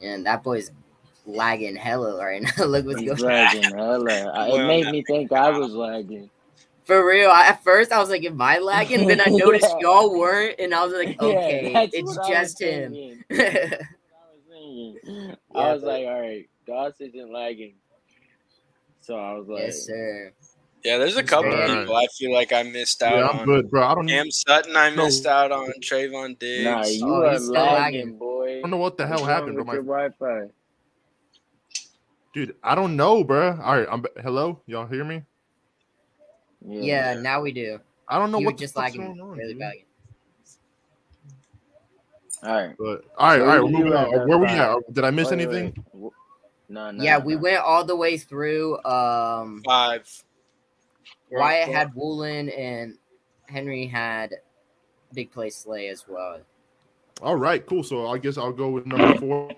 Speaker 3: And that boy's lagging hella right now. (laughs) Look what's
Speaker 2: He's
Speaker 3: going
Speaker 2: lagging hella. I- It made me think I was lagging. (laughs)
Speaker 3: For real, I, at first I was like, "Am I lagging?" Then I noticed
Speaker 2: Yeah.
Speaker 3: y'all weren't, and I was like,
Speaker 2: Yeah,
Speaker 3: "Okay,
Speaker 2: that's
Speaker 3: it's
Speaker 2: what I was
Speaker 3: just (laughs) him."
Speaker 2: thinking. I
Speaker 3: yeah,
Speaker 2: was thinking.
Speaker 3: Yeah,
Speaker 2: I was
Speaker 3: but-
Speaker 2: like, all right, Doss isn't lagging. So I was like,
Speaker 3: yes, sir.
Speaker 4: Yeah, there's a couple
Speaker 1: Alright.
Speaker 4: people I feel like I missed out
Speaker 1: Yeah,
Speaker 4: on.
Speaker 1: I'm good, bro. I don't, I
Speaker 4: Cam Sutton, I
Speaker 1: No.
Speaker 4: missed out on. Trayvon Diggs.
Speaker 2: nah, you
Speaker 3: Oh,
Speaker 2: are
Speaker 3: he's still
Speaker 2: lagging,
Speaker 3: lagging.
Speaker 2: boy.
Speaker 1: don't know what the hell
Speaker 2: What's
Speaker 1: happened, bro.
Speaker 2: wrong
Speaker 1: My
Speaker 2: with your Wi-Fi.
Speaker 1: dude, I don't know, bro. All right, I'm. Hello, y'all hear me?
Speaker 3: Yeah, now we do.
Speaker 1: I don't know
Speaker 3: you were
Speaker 1: what the
Speaker 3: just
Speaker 1: fuck's
Speaker 3: lagging
Speaker 1: going on,
Speaker 3: really
Speaker 1: dude.
Speaker 3: bad.
Speaker 2: All right.
Speaker 1: But all right,
Speaker 2: So
Speaker 1: all right,
Speaker 2: you-
Speaker 1: we're moving
Speaker 2: you
Speaker 1: on.
Speaker 2: had that
Speaker 1: Where we
Speaker 2: five.
Speaker 1: at? Did I miss
Speaker 2: Wait,
Speaker 1: anything?
Speaker 2: wait. No, no.
Speaker 3: yeah,
Speaker 2: no,
Speaker 3: we
Speaker 2: no.
Speaker 3: went all the way through. Um,
Speaker 4: Five.
Speaker 3: Wyatt had Woolen and Henry had Big Play Slay as well.
Speaker 1: All right, cool. So I guess I'll go with number four.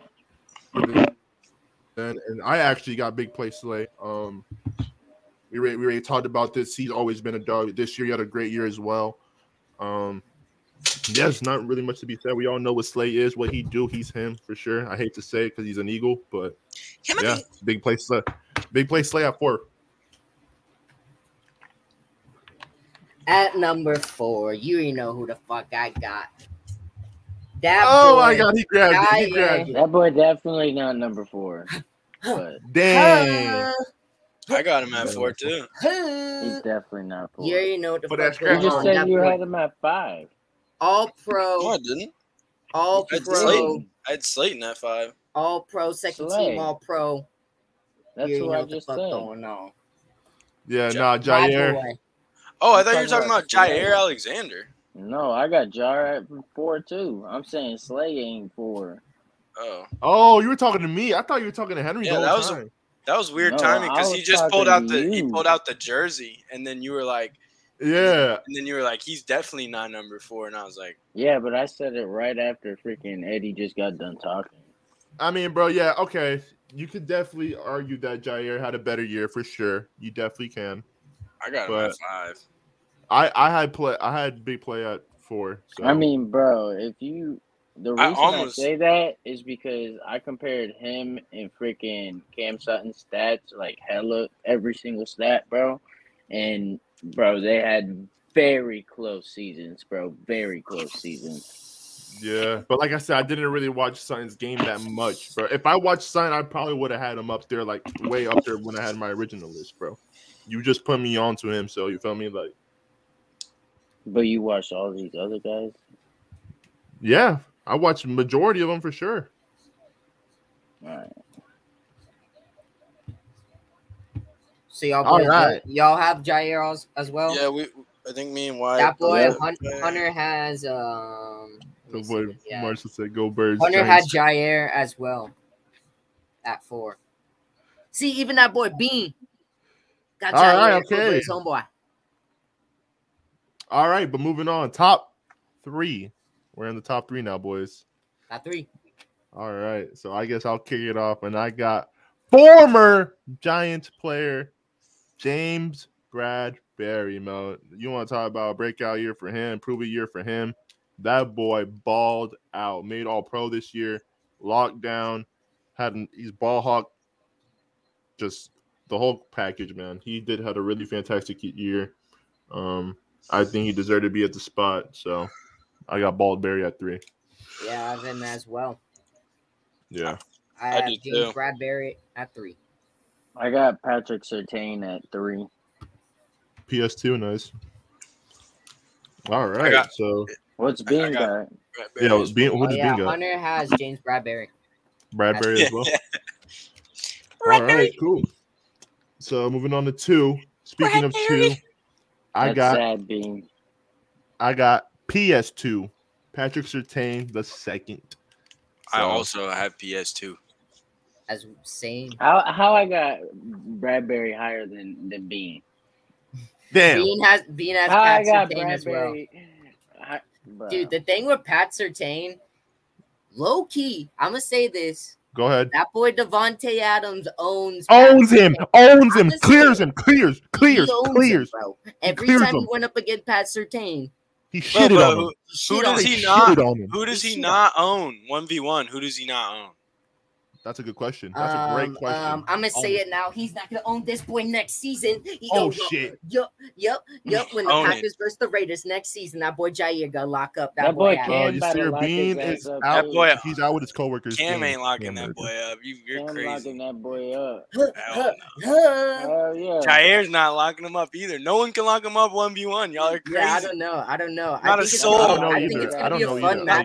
Speaker 1: Then, and I actually got big play Slay. Um, we already, we already talked about this. He's always been a dog. This year he had a great year as well. Um, yeah, it's not really much to be said. We all know what Slay is, what he do. He's him for sure. I hate to say it because he's an eagle, but yeah, big play Slay, big play Slay at four.
Speaker 3: At number four, you already know who the fuck I got. That
Speaker 1: Oh
Speaker 3: boy,
Speaker 1: my God, he grabbed it. He
Speaker 3: Kanye.
Speaker 1: grabbed it.
Speaker 2: That boy definitely not number
Speaker 3: (laughs)
Speaker 2: four, but
Speaker 1: Dang.
Speaker 4: I got him at four too.
Speaker 2: he's
Speaker 3: Huh.
Speaker 2: definitely not four.
Speaker 3: You already know what the
Speaker 1: But
Speaker 3: fuck
Speaker 1: that's
Speaker 2: you
Speaker 3: going
Speaker 1: crazy.
Speaker 3: on
Speaker 2: just
Speaker 3: with
Speaker 2: said
Speaker 3: that
Speaker 2: you
Speaker 3: boy.
Speaker 2: had him at five.
Speaker 3: all
Speaker 4: No, I
Speaker 3: pro,
Speaker 4: didn't.
Speaker 3: all
Speaker 4: I had
Speaker 3: pro,
Speaker 4: Slayton. I had Slayton at five.
Speaker 3: all pro, second
Speaker 2: Slay.
Speaker 3: team, all pro.
Speaker 2: That's
Speaker 3: you already
Speaker 2: who
Speaker 3: know
Speaker 2: I
Speaker 3: what the
Speaker 2: just
Speaker 3: fuck
Speaker 2: said.
Speaker 3: going on.
Speaker 1: Yeah,
Speaker 4: Ja-
Speaker 1: nah,
Speaker 3: My
Speaker 1: Jair.
Speaker 3: boy.
Speaker 4: Oh, I
Speaker 2: I'm
Speaker 4: thought you were
Speaker 2: talking
Speaker 4: talking about
Speaker 2: about
Speaker 4: Jair
Speaker 2: Slayton.
Speaker 4: Alexander.
Speaker 2: No, I got Jar at four too. I'm saying Slay ain't four.
Speaker 4: Oh,
Speaker 1: Oh, you were talking to me. I thought you were talking to Henry.
Speaker 4: Yeah,
Speaker 1: the whole
Speaker 4: that was-
Speaker 1: time.
Speaker 4: that was weird
Speaker 2: No,
Speaker 4: timing
Speaker 2: I
Speaker 4: because he
Speaker 2: was
Speaker 4: just pulled out
Speaker 2: talking
Speaker 4: the
Speaker 2: to
Speaker 4: he
Speaker 2: you.
Speaker 4: pulled out the jersey, and then you were like,
Speaker 1: Yeah.
Speaker 4: and then you were like, he's definitely not number four, and I was like,
Speaker 2: Yeah, but I said it right after freaking Eddie just got done talking.
Speaker 1: I mean, bro, yeah, okay. You could definitely argue that Jair had a better year for sure. You definitely can.
Speaker 4: I got him at
Speaker 1: But-
Speaker 4: five.
Speaker 1: I I had play I had big play at four. So
Speaker 2: I mean, bro, if you the
Speaker 4: I
Speaker 2: reason I,
Speaker 4: almost-
Speaker 2: say that is because I compared him and freaking Cam Sutton's stats like hella every single stat, bro. And bro, they had very close seasons, bro. Very close seasons.
Speaker 1: yeah, but like I said, I didn't really watch Sutton's game that much, bro. If I watched Sutton, I probably would have had him up there, like way up there when I had my original list, bro. You just put me on to him, so you feel me? Like,
Speaker 2: But you watched all these other guys.
Speaker 1: yeah, I watched majority of them for sure.
Speaker 2: All right.
Speaker 3: So y'all,
Speaker 1: All
Speaker 3: boys,
Speaker 1: right.
Speaker 3: y'all have Jair als- as well.
Speaker 4: Yeah, we. I think me and Wyatt.
Speaker 3: that boy
Speaker 4: Yeah.
Speaker 3: Hun- Hunter has um. let me
Speaker 1: So
Speaker 3: see
Speaker 1: what
Speaker 3: what he had.
Speaker 1: Marshall said, "Go birds."
Speaker 3: Hunter had
Speaker 1: Giants.
Speaker 3: Jair as well at four. See, even that boy Bean got
Speaker 1: All
Speaker 3: Jair
Speaker 1: right,
Speaker 3: over
Speaker 1: okay.
Speaker 3: his homeboy.
Speaker 1: All right, but moving on, top three. We're in the top three now, boys.
Speaker 3: At three,
Speaker 1: All right. So I guess I'll kick it off. And I got former Giants player James Bradbury, Mo. You want to talk about a breakout year for him, prove a year for him. That boy balled out, made all pro this year, locked down, had an, he's ball hawk, just the whole package, man. He did had a really fantastic year. Um, I think he deserved to be at the spot. So I got Baldberry at three.
Speaker 3: yeah, I have him as well.
Speaker 1: Yeah.
Speaker 3: I,
Speaker 4: I
Speaker 3: have
Speaker 4: do
Speaker 3: James
Speaker 4: too.
Speaker 3: Bradbury at three.
Speaker 2: I got Patrick Sertain at three.
Speaker 1: PS2, nice. All right,
Speaker 4: got-
Speaker 1: so
Speaker 2: What's
Speaker 4: I- I
Speaker 2: being
Speaker 4: got-
Speaker 2: got?
Speaker 1: yeah, it was being
Speaker 3: Oh,
Speaker 1: who did
Speaker 3: yeah,
Speaker 1: Bing got?
Speaker 3: Hunter has James Bradbury.
Speaker 1: Bradbury
Speaker 3: (laughs)
Speaker 1: as well. All
Speaker 4: Bradbury.
Speaker 1: right, cool. So moving on to two. Speaking of two, I
Speaker 2: That's
Speaker 1: got
Speaker 2: sad being.
Speaker 1: I got PS2. Patrick Sertain the second.
Speaker 4: I
Speaker 1: So,
Speaker 4: also have PS2.
Speaker 3: As same.
Speaker 2: How how I got Bradbury higher than than Bean?
Speaker 1: damn.
Speaker 3: Bean has Bean has
Speaker 2: How I
Speaker 3: Pat
Speaker 2: got
Speaker 3: Sertain as well.
Speaker 2: Bradbury. hi- bro.
Speaker 3: Dude, the thing with Pat Sertain, low key, I'm gonna say this:
Speaker 1: Go ahead.
Speaker 3: that boy Devonte Adams owns Pat
Speaker 1: Owns him.
Speaker 3: Surtain.
Speaker 1: Owns him.
Speaker 3: I'm just
Speaker 1: Clears
Speaker 3: saying.
Speaker 1: him. Clears.
Speaker 3: He
Speaker 1: Clears.
Speaker 3: owns him,
Speaker 1: Clears.
Speaker 3: bro. Every
Speaker 1: clears
Speaker 3: time
Speaker 1: him.
Speaker 3: he went up against Pat Sertain,
Speaker 1: He
Speaker 4: Bro,
Speaker 1: shitted
Speaker 4: but
Speaker 1: on him.
Speaker 4: who,
Speaker 3: shit
Speaker 4: who
Speaker 3: on
Speaker 4: does
Speaker 3: him.
Speaker 1: He
Speaker 4: he not-
Speaker 1: shitted on him.
Speaker 4: who does he
Speaker 3: Shit.
Speaker 4: not own? One v one. Who does he not own?
Speaker 1: That's a good question. That's a great question.
Speaker 3: I'm gonna um, say
Speaker 1: Own
Speaker 3: it now. He's not gonna own this boy next season. He
Speaker 1: Oh
Speaker 3: gonna go-
Speaker 1: shit.
Speaker 3: Yup, yup, yup. When the
Speaker 4: Own it.
Speaker 3: Packers versus the Raiders next season, that boy Jair got locked up. That,
Speaker 2: that boy
Speaker 3: had-
Speaker 1: Bro,
Speaker 2: Cam
Speaker 1: you
Speaker 2: about
Speaker 1: see,
Speaker 2: to
Speaker 1: her
Speaker 2: lock
Speaker 1: Bean
Speaker 2: his
Speaker 1: is
Speaker 2: ass up.
Speaker 1: out.
Speaker 4: That boy-
Speaker 1: He's out with his coworkers.
Speaker 4: Cam
Speaker 1: Bean.
Speaker 4: ain't
Speaker 1: Cam
Speaker 4: locking that boy up. You, you're
Speaker 2: Cam locking
Speaker 4: (laughs) crazy.
Speaker 2: that boy up.
Speaker 3: Huh, huh,
Speaker 4: Hell
Speaker 3: huh.
Speaker 2: Hell yeah.
Speaker 4: no. Jair's not locking him up either. No one can lock him up one v one. Y'all are crazy.
Speaker 3: Yeah, I don't know. I don't know. I
Speaker 4: Not a
Speaker 3: think it's
Speaker 4: soul.
Speaker 3: gonna-
Speaker 4: I don't know
Speaker 3: I think
Speaker 1: either.
Speaker 3: it's
Speaker 1: I
Speaker 3: gonna
Speaker 1: don't
Speaker 3: be a
Speaker 1: know
Speaker 3: fun
Speaker 1: either. I
Speaker 3: matchup, but I,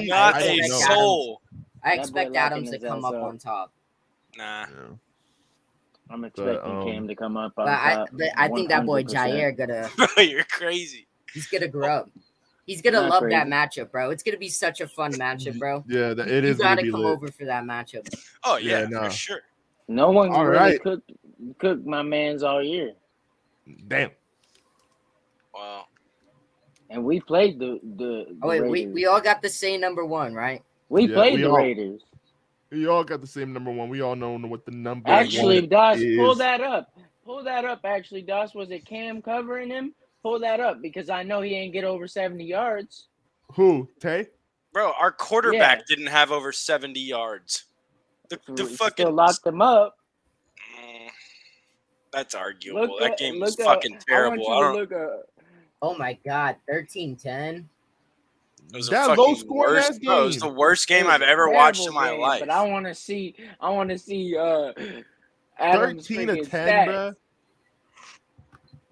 Speaker 1: genuinely-
Speaker 4: not
Speaker 3: I
Speaker 1: don't
Speaker 4: a
Speaker 3: expect
Speaker 1: know.
Speaker 3: Adams.
Speaker 4: soul.
Speaker 3: I
Speaker 2: boy
Speaker 3: expect
Speaker 2: locking
Speaker 3: Adams to
Speaker 2: his ass
Speaker 3: come up
Speaker 2: up.
Speaker 3: on top.
Speaker 4: Nah. (laughs)
Speaker 1: Yeah.
Speaker 2: I'm expecting
Speaker 1: um,
Speaker 2: Cam to come up on
Speaker 3: But I,
Speaker 2: top.
Speaker 3: but I think that boy
Speaker 2: 100%.
Speaker 3: Jair gonna
Speaker 4: Bro, you're crazy.
Speaker 3: he's gonna grow up. He's gonna
Speaker 2: Not
Speaker 3: love
Speaker 2: crazy.
Speaker 3: that matchup, bro. It's gonna be such a fun matchup, bro.
Speaker 1: Yeah, that,
Speaker 3: You-
Speaker 1: it is
Speaker 3: You
Speaker 1: gonna
Speaker 3: gotta
Speaker 1: be
Speaker 3: come
Speaker 1: lit.
Speaker 3: over for that matchup.
Speaker 4: Oh
Speaker 1: Yeah,
Speaker 4: yeah,
Speaker 1: nah.
Speaker 4: for sure.
Speaker 2: No one
Speaker 1: All
Speaker 2: really
Speaker 1: right.
Speaker 2: cooked cooked my man's all year,
Speaker 1: Damn.
Speaker 4: Wow.
Speaker 2: and we played the the. the
Speaker 3: Oh wait, we,
Speaker 2: Raiders.
Speaker 3: we all got the same number one, right?
Speaker 2: We
Speaker 1: Yeah,
Speaker 2: played
Speaker 1: we
Speaker 2: the
Speaker 1: all-
Speaker 2: Raiders.
Speaker 1: You all got the same number one. We all know what the number
Speaker 2: Actually,
Speaker 1: one
Speaker 2: Doss, pull
Speaker 1: is-
Speaker 2: that up. Pull that up. Actually, Doss, was it Cam covering him? Pull that up because I know he ain't get over seventy yards.
Speaker 1: Who? Tay?
Speaker 4: Bro, our quarterback didn't have over 70 yards. The, the
Speaker 2: We
Speaker 4: fucking
Speaker 2: still locked them up.
Speaker 4: Mm, that's arguable.
Speaker 2: Look
Speaker 4: that
Speaker 2: up-
Speaker 4: game was
Speaker 2: look up-
Speaker 4: fucking terrible. I,
Speaker 2: I
Speaker 4: don't.
Speaker 2: want you to look uh, up.
Speaker 3: Oh my god, 13-10.
Speaker 4: It was
Speaker 1: That
Speaker 4: a fucking
Speaker 1: low-scoring
Speaker 4: worst,
Speaker 1: ass
Speaker 4: bro, it was
Speaker 1: game.
Speaker 4: the worst
Speaker 2: It
Speaker 4: game
Speaker 2: was
Speaker 4: I've
Speaker 2: a
Speaker 4: ever watched in
Speaker 2: terrible
Speaker 4: my
Speaker 2: game,
Speaker 4: life.
Speaker 2: But I want to see. I want to see. Uh, Adam's
Speaker 1: Thirteen to
Speaker 2: freaking
Speaker 1: ten,
Speaker 2: stats.
Speaker 1: bro.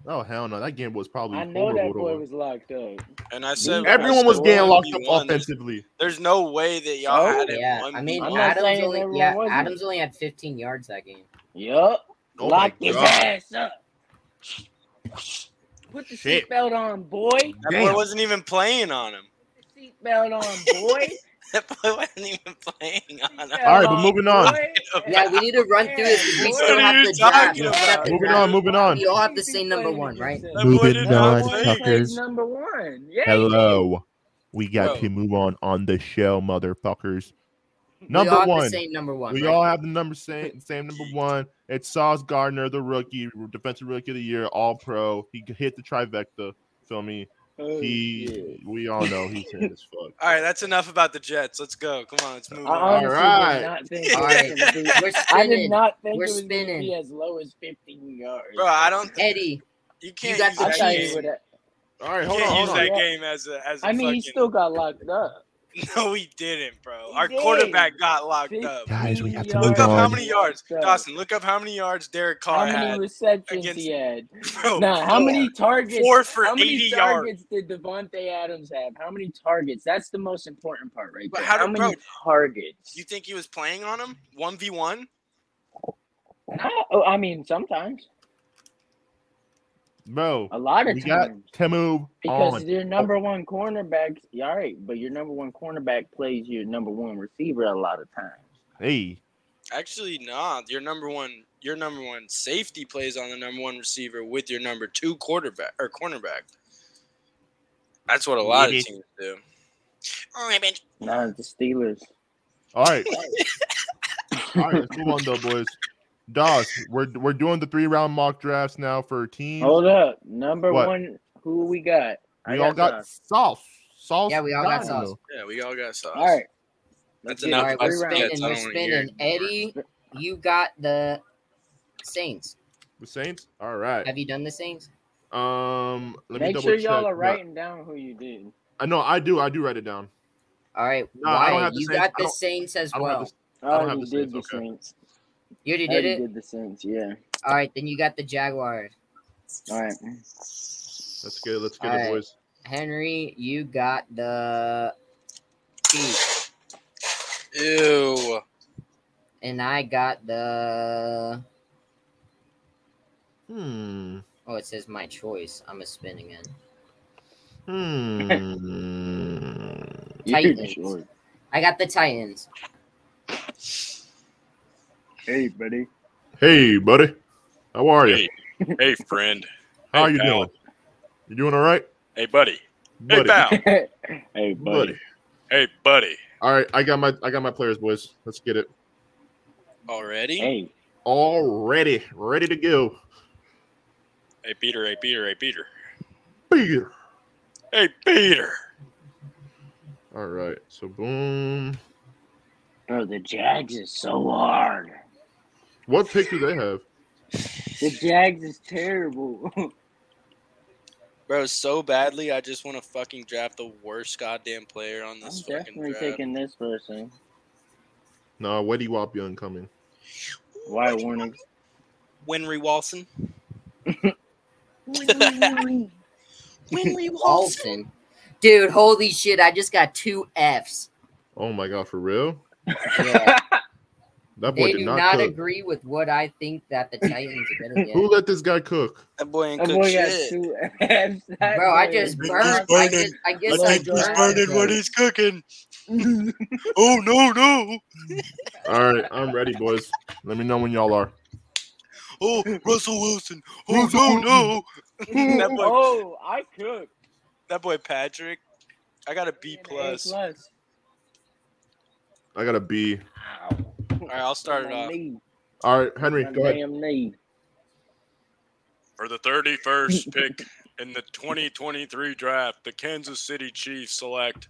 Speaker 1: Oh hell no! That game was probably
Speaker 2: I know that
Speaker 1: horrible.
Speaker 2: boy was locked up.
Speaker 4: and I said
Speaker 1: Everyone was
Speaker 2: That's
Speaker 1: getting
Speaker 2: the
Speaker 1: locked up
Speaker 4: 1v1.
Speaker 1: offensively.
Speaker 4: There's no way that y'all
Speaker 2: Oh,
Speaker 4: had it.
Speaker 3: Yeah,
Speaker 4: one
Speaker 3: I mean
Speaker 2: I'm not
Speaker 4: beat one.
Speaker 3: Adams
Speaker 2: saying
Speaker 3: only
Speaker 2: everyone
Speaker 3: yeah
Speaker 2: wasn't.
Speaker 3: Adams only had 15 yards that game.
Speaker 2: Yup.
Speaker 1: Oh my
Speaker 2: locked his
Speaker 1: God.
Speaker 2: ass up. Put the
Speaker 1: Shit.
Speaker 2: seatbelt on, boy.
Speaker 4: that boy
Speaker 1: Damn.
Speaker 4: wasn't even playing on him. (laughs)
Speaker 2: Seatbelt on, boy.
Speaker 4: That boy wasn't even playing on him.
Speaker 2: Seatbelt
Speaker 1: All right, but moving on.
Speaker 4: (laughs)
Speaker 2: boy.
Speaker 3: Yeah, we need to run through this because we
Speaker 2: What
Speaker 3: still
Speaker 2: are
Speaker 3: have
Speaker 4: you
Speaker 3: the draft.
Speaker 4: talking
Speaker 3: We still have
Speaker 4: about?
Speaker 3: the
Speaker 1: Moving
Speaker 3: draft.
Speaker 1: on, moving on.
Speaker 3: We all have the same number one, right?
Speaker 2: That boy
Speaker 4: That boy
Speaker 1: Moving
Speaker 4: did
Speaker 2: did
Speaker 4: not
Speaker 2: not
Speaker 1: on,
Speaker 2: play
Speaker 4: play.
Speaker 1: suckers.
Speaker 2: number one. Yeah,
Speaker 1: Hello. We got
Speaker 4: Bro.
Speaker 1: to move on on the show, motherfuckers.
Speaker 3: we all
Speaker 1: Number
Speaker 3: have
Speaker 1: one.
Speaker 3: the same number one.
Speaker 1: We
Speaker 3: right?
Speaker 1: all have the number same same number one. It's Sauce Gardner, the rookie, defensive rookie of the year, all pro. He hit the trifecta. Feel me?
Speaker 2: Oh,
Speaker 1: He we all know he's hit as fuck. (laughs)
Speaker 4: All right, that's enough about the Jets. Let's go. Come on, let's move
Speaker 2: I
Speaker 4: on.
Speaker 1: All
Speaker 2: honestly
Speaker 1: right.
Speaker 2: did
Speaker 3: (laughs)
Speaker 2: not think it
Speaker 3: All
Speaker 2: was
Speaker 3: right.
Speaker 2: gonna be.
Speaker 3: We're
Speaker 2: I did
Speaker 3: spinning.
Speaker 2: not think
Speaker 3: We're
Speaker 2: it was going to
Speaker 3: spinning.
Speaker 2: be as low as 15 yards.
Speaker 4: Bro, I don't. Th-
Speaker 3: Eddie,
Speaker 4: you can't
Speaker 3: got
Speaker 4: use
Speaker 3: the
Speaker 2: I
Speaker 4: that
Speaker 2: thought
Speaker 3: Chiefs.
Speaker 2: he
Speaker 4: game.
Speaker 2: would.
Speaker 1: All right,
Speaker 4: You
Speaker 1: hold
Speaker 4: can't
Speaker 1: on, hold
Speaker 4: use
Speaker 1: on.
Speaker 4: that
Speaker 2: on.
Speaker 4: game as a as a
Speaker 2: I mean, he
Speaker 4: fucking.
Speaker 2: still got locked up.
Speaker 4: (laughs) No, we didn't, bro.
Speaker 2: He
Speaker 4: Our
Speaker 2: did.
Speaker 4: quarterback got locked up.
Speaker 2: 15
Speaker 1: Guys, we have to
Speaker 2: yards.
Speaker 4: Look up how
Speaker 1: on.
Speaker 4: many yards,
Speaker 2: Locked up.
Speaker 4: Dawson. Look up how many yards Derek
Speaker 2: How
Speaker 4: Carr
Speaker 2: many
Speaker 4: had.
Speaker 2: receptions
Speaker 4: against-
Speaker 2: he had?
Speaker 4: (laughs) Bro,
Speaker 2: Now, how
Speaker 4: four.
Speaker 2: many targets?
Speaker 4: Four for
Speaker 2: how many
Speaker 4: 80 yards.
Speaker 2: targets did Devonte Adams have? How many targets? That's the most important part, right
Speaker 4: But
Speaker 2: there.
Speaker 4: how
Speaker 2: How,
Speaker 4: did-
Speaker 2: many targets?
Speaker 4: You think he was playing on him? One v one.
Speaker 2: Not- oh, I mean, sometimes
Speaker 1: Bro,
Speaker 2: a lot of
Speaker 1: we got
Speaker 2: times
Speaker 1: to move
Speaker 2: because
Speaker 3: Oh,
Speaker 1: on.
Speaker 2: your number one cornerback, yeah, all right, but your number one cornerback plays your number one receiver a lot of times.
Speaker 1: Hey,
Speaker 4: Actually, nah. Your number one, your number one safety plays on the number one receiver with your number two quarterback or cornerback. That's what a lot
Speaker 1: Maybe.
Speaker 4: of teams do. All right, bitch.
Speaker 2: Not at the Steelers.
Speaker 1: all
Speaker 2: (laughs)
Speaker 1: right, all right, let's move on though, boys. Dawes, we're we're doing the three round mock drafts now for teams.
Speaker 2: Hold up, number
Speaker 1: What?
Speaker 2: one, who we got? Oh, I
Speaker 1: we all got
Speaker 2: Josh.
Speaker 1: sauce. Sauce.
Speaker 3: Yeah, we all got
Speaker 1: Gardner.
Speaker 3: sauce.
Speaker 4: Yeah, we all got sauce.
Speaker 2: All right,
Speaker 4: That's
Speaker 2: Dude,
Speaker 3: all
Speaker 4: enough.
Speaker 3: right,
Speaker 4: about
Speaker 3: we're
Speaker 2: that's-
Speaker 4: the Jets.
Speaker 3: spinning.
Speaker 4: I
Speaker 3: We're
Speaker 4: don't wanna
Speaker 3: spinning.
Speaker 4: hear it anymore.
Speaker 3: Eddie, you got the Saints.
Speaker 1: The Saints. All right.
Speaker 3: Have you done the Saints?
Speaker 1: Um, let me
Speaker 2: make
Speaker 1: double
Speaker 2: sure
Speaker 1: check.
Speaker 2: y'all are
Speaker 1: No,
Speaker 2: writing down who you did.
Speaker 1: I know. I do. I do write it down.
Speaker 3: All right.
Speaker 1: No, I don't
Speaker 3: Wyatt,
Speaker 1: have the
Speaker 3: you
Speaker 1: Saints.
Speaker 3: got
Speaker 1: I
Speaker 3: the
Speaker 1: don't-
Speaker 3: Saints as
Speaker 1: I don't have
Speaker 3: well.
Speaker 1: this-
Speaker 2: I
Speaker 1: don't have
Speaker 2: already
Speaker 1: the
Speaker 2: Oh, did the
Speaker 1: Saints, okay.
Speaker 2: Saints.
Speaker 3: You already
Speaker 2: I
Speaker 3: did
Speaker 2: already
Speaker 3: it.
Speaker 2: did the Saints, yeah.
Speaker 3: All right, then you got the Jaguars.
Speaker 2: All right.
Speaker 1: Let's get it. Let's get
Speaker 3: All
Speaker 1: it,
Speaker 3: right.
Speaker 1: boys.
Speaker 3: Henry, you got the Chiefs,
Speaker 4: Ew.
Speaker 3: and I got the.
Speaker 1: Hmm.
Speaker 3: Oh, it says my choice. I'm a spinning in.
Speaker 1: Hmm.
Speaker 3: Titans. I got the Titans.
Speaker 2: Hey, buddy.
Speaker 1: hey, buddy. How are you?
Speaker 4: Hey, hey, friend.
Speaker 1: How are
Speaker 4: hey,
Speaker 1: you
Speaker 4: pal.
Speaker 1: doing? You doing all right?
Speaker 4: Hey, buddy.
Speaker 1: Buddy.
Speaker 4: pal.
Speaker 2: hey,
Speaker 1: buddy.
Speaker 2: buddy.
Speaker 4: Hey, buddy.
Speaker 1: All right, I got my I got my players, boys. Let's get it.
Speaker 4: Already? Hey,
Speaker 2: Hey,
Speaker 1: All ready, ready to go.
Speaker 4: Peter. Hey, Peter. Hey, Peter.
Speaker 1: Peter.
Speaker 4: Hey, Peter.
Speaker 1: All right. So boom.
Speaker 2: bro, the Jags is so hard.
Speaker 1: What pick do they have?
Speaker 2: The Jags is terrible. (laughs)
Speaker 4: Bro, so badly, I just want to fucking draft the worst goddamn player on
Speaker 2: I'm
Speaker 4: this fucking
Speaker 2: definitely
Speaker 4: draft.
Speaker 2: taking this person.
Speaker 1: No, Weddy Wop Young coming.
Speaker 2: Why warning?
Speaker 4: Winry Walson. Winry
Speaker 3: Olsen. Dude, holy shit. I just got two F's.
Speaker 1: Oh my god, for real?
Speaker 3: Yeah.
Speaker 1: That boy
Speaker 3: They
Speaker 1: did
Speaker 3: do
Speaker 1: not,
Speaker 3: not
Speaker 1: cook.
Speaker 3: agree with what I think that the Titans are
Speaker 2: (laughs)
Speaker 3: gonna get.
Speaker 1: Who let this guy cook?
Speaker 4: That boy ain't
Speaker 2: That
Speaker 4: cook
Speaker 2: boy got
Speaker 4: shit.
Speaker 2: two (laughs) abs. That
Speaker 3: Bro, I
Speaker 2: boy
Speaker 3: just
Speaker 4: Let
Speaker 3: burned.
Speaker 4: this
Speaker 3: I
Speaker 4: burn
Speaker 3: just, I guess
Speaker 4: Let's
Speaker 3: I
Speaker 4: take this
Speaker 3: burned.
Speaker 4: burden
Speaker 3: bro.
Speaker 4: what
Speaker 2: (laughs)
Speaker 4: he's cooking. oh no no!
Speaker 1: All right, I'm ready, boys. Let me know when y'all are.
Speaker 4: Oh Russell Wilson! Oh
Speaker 1: Russell
Speaker 4: no
Speaker 1: Wilson.
Speaker 4: no! that boy-
Speaker 2: oh, I cooked.
Speaker 4: That boy Patrick, I got a B plus. All
Speaker 2: plus.
Speaker 1: I got a B.
Speaker 2: Ow.
Speaker 4: right, I'll start it
Speaker 2: My
Speaker 4: off.
Speaker 2: knee.
Speaker 1: All right, Henry,
Speaker 2: My
Speaker 1: go ahead.
Speaker 2: damn knee.
Speaker 4: For the 31st pick in the 2023 draft, the Kansas City Chiefs select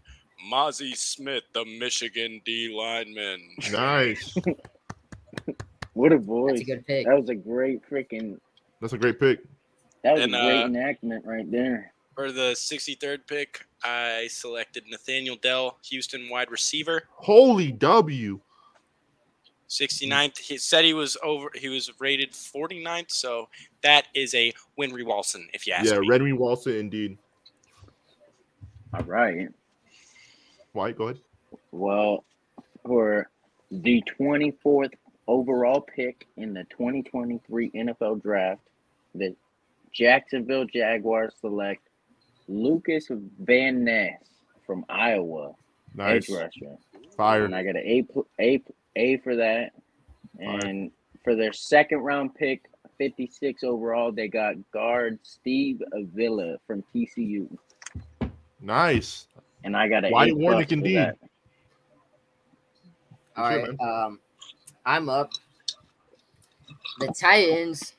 Speaker 4: Mozzie Smith, the Michigan D lineman.
Speaker 1: Nice.
Speaker 2: What a voice.
Speaker 3: That's a good pick.
Speaker 2: That was a great freaking.
Speaker 1: That's a great pick.
Speaker 2: That was
Speaker 4: And,
Speaker 2: a great
Speaker 4: uh,
Speaker 2: enactment right there.
Speaker 4: For the 63rd pick, I selected Nathaniel Dell, Houston wide receiver.
Speaker 1: Holy W.
Speaker 4: 69th. He said he was over. He was rated 49th. So that is a Winry Walson, if you ask
Speaker 1: Yeah,
Speaker 4: me.
Speaker 1: Remy Walson, indeed.
Speaker 2: All right.
Speaker 1: White, go ahead.
Speaker 2: Well, for the 24th overall pick in the 2023 NFL draft, the Jacksonville Jaguars select Lucas Van Ness from Iowa,
Speaker 1: Nice.
Speaker 2: edge rusher.
Speaker 1: Fire.
Speaker 2: And I got an A, pl- A, pl- A for that.
Speaker 1: Fire.
Speaker 2: And for their second round pick, 56 overall, they got guard Steve Avila from TCU.
Speaker 1: Nice.
Speaker 2: And I got an
Speaker 1: Why
Speaker 2: A.
Speaker 1: Warnick
Speaker 2: plus for
Speaker 1: indeed?
Speaker 2: that.
Speaker 3: All
Speaker 1: Sure,
Speaker 3: right, um, I'm up. The Titans.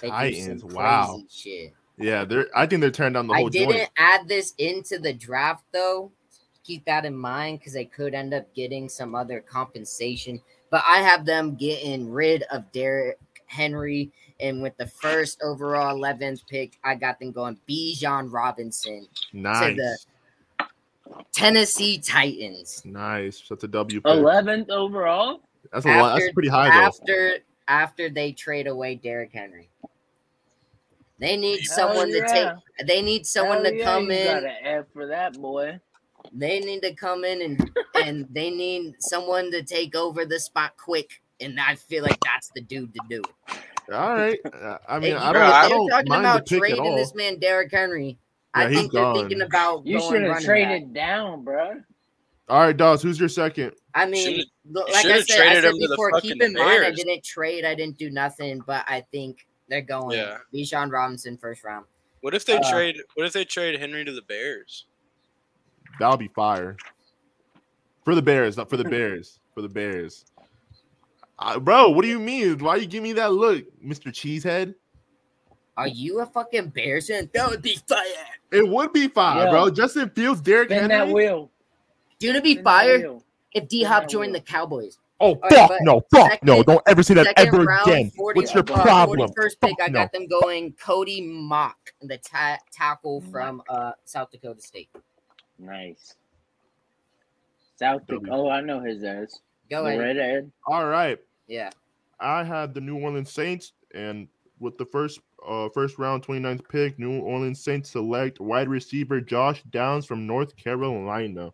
Speaker 3: They do some
Speaker 1: Titans, wow.
Speaker 3: crazy Shit.
Speaker 1: Yeah, they're I think they're tearing down the
Speaker 3: I
Speaker 1: whole
Speaker 3: didn't
Speaker 1: joint.
Speaker 3: add this into the draft though. Keep that in mind because they could end up getting some other compensation. But I have them getting rid of Derrick Henry. And with the first overall 11th pick, I got them going Bijan Robinson,
Speaker 1: Nice.
Speaker 3: the- Tennessee Titans.
Speaker 1: Nice. That's a W
Speaker 2: Oh,
Speaker 1: pick.
Speaker 2: 11th overall?
Speaker 1: That's a lot. That's
Speaker 3: After-
Speaker 1: pretty high though.
Speaker 3: After after they trade away Derrick Henry. They need
Speaker 2: Hell
Speaker 3: someone to
Speaker 2: yeah.
Speaker 3: take they need someone
Speaker 2: Hell
Speaker 3: to
Speaker 2: yeah,
Speaker 3: come
Speaker 2: you
Speaker 3: in
Speaker 2: Got an F for that boy.
Speaker 3: They need to come in and and they need someone to take over the spot quick. And I feel like that's the dude to do it.
Speaker 1: All right. Uh, I mean,
Speaker 3: If
Speaker 1: I
Speaker 3: you-
Speaker 1: don't.
Speaker 3: if
Speaker 1: I
Speaker 3: they're
Speaker 1: don't
Speaker 3: talking
Speaker 1: mind the
Speaker 3: about
Speaker 1: pick at
Speaker 3: trading
Speaker 1: all.
Speaker 3: this man Derrick Henry.
Speaker 1: Yeah,
Speaker 3: I
Speaker 1: he's
Speaker 3: think they're
Speaker 1: gone.
Speaker 3: thinking about
Speaker 2: You
Speaker 3: going
Speaker 2: should have
Speaker 3: running
Speaker 2: traded
Speaker 3: back.
Speaker 2: down, bro.
Speaker 1: All right, Dawes. Who's your second?
Speaker 3: I mean,
Speaker 4: Should've-
Speaker 3: look, like I
Speaker 4: should've
Speaker 3: said, I
Speaker 4: traded
Speaker 3: said
Speaker 4: him to the
Speaker 3: before, keep
Speaker 4: fucking
Speaker 3: in mind I
Speaker 4: Bears.
Speaker 3: didn't trade, I didn't do nothing, but I think they're going
Speaker 4: Yeah.
Speaker 3: Bijan Robinson first round.
Speaker 4: What if they
Speaker 3: Uh,
Speaker 4: trade? What if they trade Henry to the Bears?
Speaker 1: That'll be fire. For the Bears, not for the Bears. For the Bears. Uh, bro, what do you mean? Why you give me that look, Mr. Cheesehead?
Speaker 3: Are you a fucking Bears fan? That would be fire.
Speaker 1: It would be fire,
Speaker 2: Yeah.
Speaker 1: bro. Justin Fields, Derrick
Speaker 2: Spin that
Speaker 1: Henry.
Speaker 2: wheel.
Speaker 3: Dude, it'd be
Speaker 2: Spin that
Speaker 3: fire
Speaker 2: wheel.
Speaker 3: if D Hop
Speaker 2: that
Speaker 3: joined
Speaker 2: wheel.
Speaker 3: the Cowboys.
Speaker 1: Oh
Speaker 3: right,
Speaker 1: fuck
Speaker 3: but
Speaker 1: no, fuck no!
Speaker 3: second-
Speaker 1: Don't ever say that
Speaker 3: Second
Speaker 1: ever
Speaker 3: round,
Speaker 1: again.
Speaker 3: 40
Speaker 1: What's your
Speaker 3: uh,
Speaker 1: problem?
Speaker 3: 41st
Speaker 1: Fuck
Speaker 3: pick, I
Speaker 1: no.
Speaker 3: got them going Cody Mock, the ta- tackle from uh, South Dakota State.
Speaker 2: Nice. South
Speaker 1: W.
Speaker 2: Dakota. Oh, I know his ass.
Speaker 3: Go
Speaker 2: The
Speaker 3: ahead.
Speaker 2: red head.
Speaker 1: All right,
Speaker 3: Yeah.
Speaker 1: I had the New Orleans Saints, and with the first uh first round 29th pick, New Orleans Saints select wide receiver Josh Downs from North Carolina.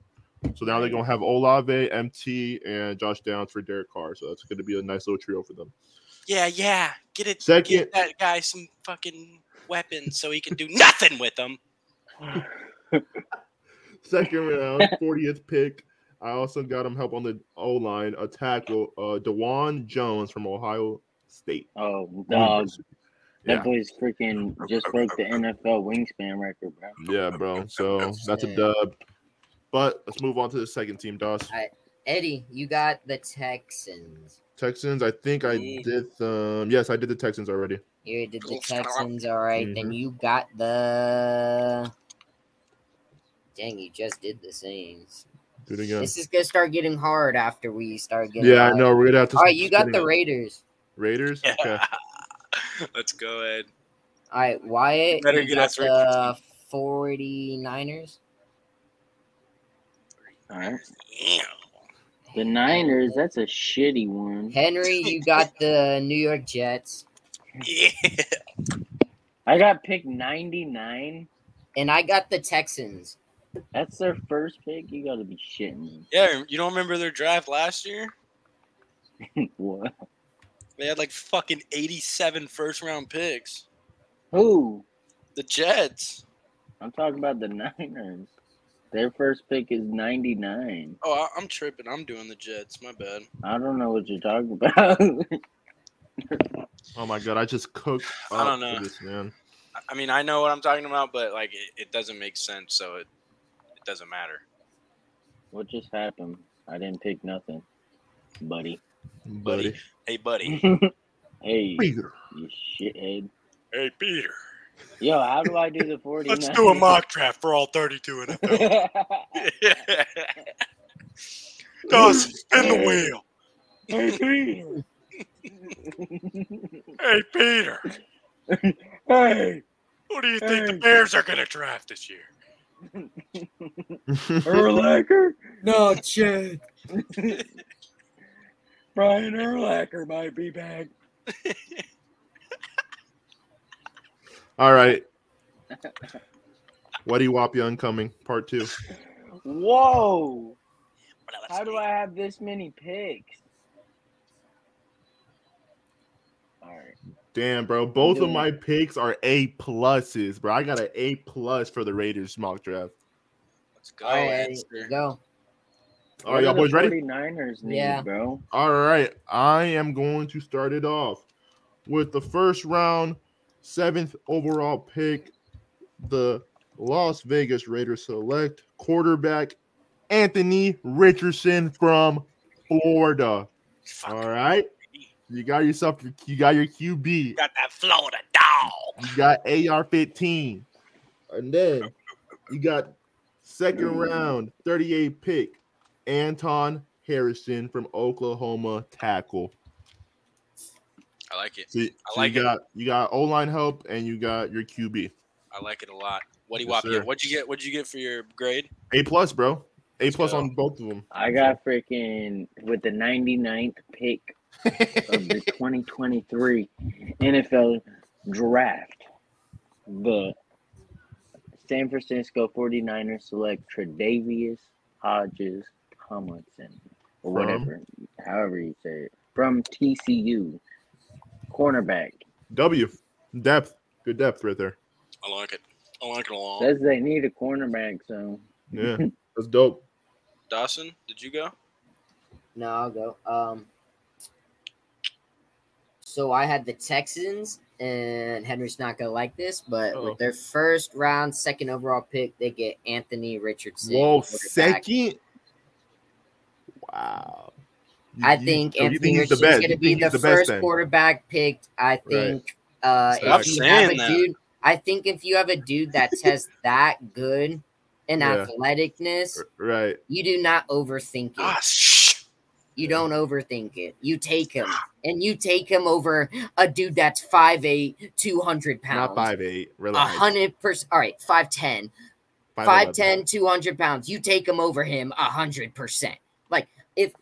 Speaker 1: So now they're gonna have Olave, MT, and Josh Downs for Derek Carr. So that's gonna be a nice little trio for them.
Speaker 4: Yeah, yeah. Get it.
Speaker 1: Second,
Speaker 4: Get that guy some fucking weapons so he can do nothing with them.
Speaker 1: second
Speaker 4: (laughs)
Speaker 1: round, 40th pick. I also got him help on the O line, a tackle, uh, Dewan Jones from Ohio State.
Speaker 2: Oh, dog. That
Speaker 1: Yeah.
Speaker 2: boy's freaking just broke the NFL wingspan record, bro.
Speaker 1: Yeah, bro. So that's a dub. But let's move on to the second team, Doss.
Speaker 3: Eddie, you got the Texans.
Speaker 1: Texans. I think I
Speaker 4: Mm.
Speaker 1: did. Um, yes, I did the Texans already.
Speaker 3: You did the
Speaker 4: Cool stuff.
Speaker 3: Texans. All right, Then you got the. Dang, you just did the Saints.
Speaker 1: Do it again.
Speaker 3: This is going to start getting hard after we start getting.
Speaker 1: Yeah, I
Speaker 3: out.
Speaker 1: know. We're gonna have to.
Speaker 3: All right, you got
Speaker 1: split
Speaker 3: the
Speaker 1: it.
Speaker 3: Raiders.
Speaker 1: Raiders. Okay.
Speaker 4: (laughs) Let's go ahead.
Speaker 3: All right, Wyatt.
Speaker 4: Better
Speaker 3: you
Speaker 4: get
Speaker 3: got
Speaker 4: us right.
Speaker 3: the 49ers.
Speaker 2: All right. The Niners, that's a shitty one.
Speaker 3: Henry, you got the New York Jets,
Speaker 4: Yeah.
Speaker 2: I got pick 99.
Speaker 3: and I got the Texans.
Speaker 2: That's their first pick. You gotta be shitting me. (laughs)
Speaker 4: Yeah, you don't remember their draft last year?
Speaker 2: what?
Speaker 4: They had like fucking 87 first round picks.
Speaker 2: Who?
Speaker 4: The Jets.
Speaker 2: I'm talking about the (laughs) Niners. Their first pick is 99.
Speaker 4: Oh, I, I'm tripping. I'm doing the Jets. My bad.
Speaker 2: I don't know what you're talking (laughs) about.
Speaker 1: Oh my god, I just cooked.
Speaker 4: I don't
Speaker 1: up for
Speaker 4: know.
Speaker 1: this man.
Speaker 4: I- I mean, I know what I'm talking about, but like it, it doesn't make sense, so it it doesn't matter.
Speaker 2: what just happened? I didn't pick nothing, buddy. (laughs)
Speaker 1: buddy.
Speaker 4: Hey, (laughs) buddy.
Speaker 2: hey,
Speaker 1: Peter.
Speaker 2: you shithead.
Speaker 4: hey, Peter.
Speaker 2: Yo, how do I do the 49ers?
Speaker 4: draft for all 32
Speaker 2: (laughs)
Speaker 4: NFL.
Speaker 2: hey,
Speaker 4: Dawson, spin the wheel.
Speaker 2: Peter.
Speaker 4: Hey, Peter.
Speaker 2: hey,
Speaker 4: Who do you
Speaker 2: think the Hey.
Speaker 4: Bears are going to draft this year?
Speaker 2: Erlacher?
Speaker 5: No, Chad.
Speaker 2: Brian Erlacher might be back.
Speaker 1: (laughs) All
Speaker 3: (laughs)
Speaker 1: right. What do you wop young coming? Part two.
Speaker 2: (laughs) Whoa. How do I have this many picks? All right.
Speaker 1: Damn, bro. Both of
Speaker 2: Dude.
Speaker 1: my picks are A pluses, bro. I got an A plus for the Raiders mock draft.
Speaker 4: Let's go.
Speaker 3: All right,
Speaker 4: Esther.
Speaker 3: go.
Speaker 1: All right, y'all boys ready?
Speaker 2: 49ers need,
Speaker 3: Yeah.
Speaker 2: bro.
Speaker 1: All right, I am going to start it off with the first round, seventh overall pick. The Las Vegas Raiders select quarterback Anthony Richardson from Florida.
Speaker 4: Fuck,
Speaker 1: All right, you got yourself, your, you got your QB, you
Speaker 4: got that Florida dog.
Speaker 1: got AR 15, and then you got second round, 38 pick, Anton Harrison from Oklahoma tackle.
Speaker 4: I like it.
Speaker 1: So, you- so
Speaker 4: like
Speaker 1: you
Speaker 4: it.
Speaker 1: got you got O line help and you got your QB.
Speaker 4: I like it a lot. What do you
Speaker 1: Yes,
Speaker 4: want?
Speaker 1: sir.
Speaker 4: What'd you get? What'd you get for your grade?
Speaker 1: A plus, bro. A
Speaker 4: Let's
Speaker 1: plus
Speaker 4: go.
Speaker 1: on both of them.
Speaker 2: I got freaking with the 99th pick of
Speaker 1: (laughs)
Speaker 2: the 2023 NFL draft. The San Francisco 49ers select Tredavious Hodges Tomlinson,
Speaker 1: From?
Speaker 2: or whatever, however you say it, from TCU, cornerback.
Speaker 1: W depth, good depth right there.
Speaker 4: I like it. I like it a lot.
Speaker 2: Says they need a cornerback, so (laughs)
Speaker 3: (laughs)
Speaker 1: Yeah, that's dope.
Speaker 4: Dawson, did you go?
Speaker 3: No, I'll go. Um, so I had the Texans, and Henry's not gonna like this, but
Speaker 4: Oh.
Speaker 1: Uh-oh.
Speaker 3: with their first round, second overall pick, they get Anthony Richardson.
Speaker 1: Whoa,
Speaker 3: quarterback.
Speaker 1: second. Wow. You-
Speaker 3: I
Speaker 1: you-
Speaker 3: think
Speaker 1: so you
Speaker 3: Anthony
Speaker 1: he's the
Speaker 3: Richardson's
Speaker 1: best.
Speaker 3: gonna
Speaker 1: You
Speaker 3: be
Speaker 1: think
Speaker 3: the,
Speaker 1: he's the best
Speaker 3: first
Speaker 1: then?
Speaker 3: quarterback picked. I think. Uh,
Speaker 1: Stop
Speaker 3: if you have
Speaker 4: saying
Speaker 3: a
Speaker 4: that.
Speaker 3: dude, I think if you have a dude that tests that good
Speaker 1: (laughs)
Speaker 3: in
Speaker 1: Yeah.
Speaker 3: athleticness,
Speaker 1: Right.
Speaker 3: you do not overthink it.
Speaker 4: Ah, shh.
Speaker 3: You don't overthink it. You take him,
Speaker 4: Ah.
Speaker 3: and you take him over a dude that's 5'8", 200
Speaker 1: Not
Speaker 3: pounds.
Speaker 1: five eight.
Speaker 3: a
Speaker 1: Relax.
Speaker 3: hundred percent. All right, 5'10", 5'10", 200 pounds. You take him over him a hundred percent. Like if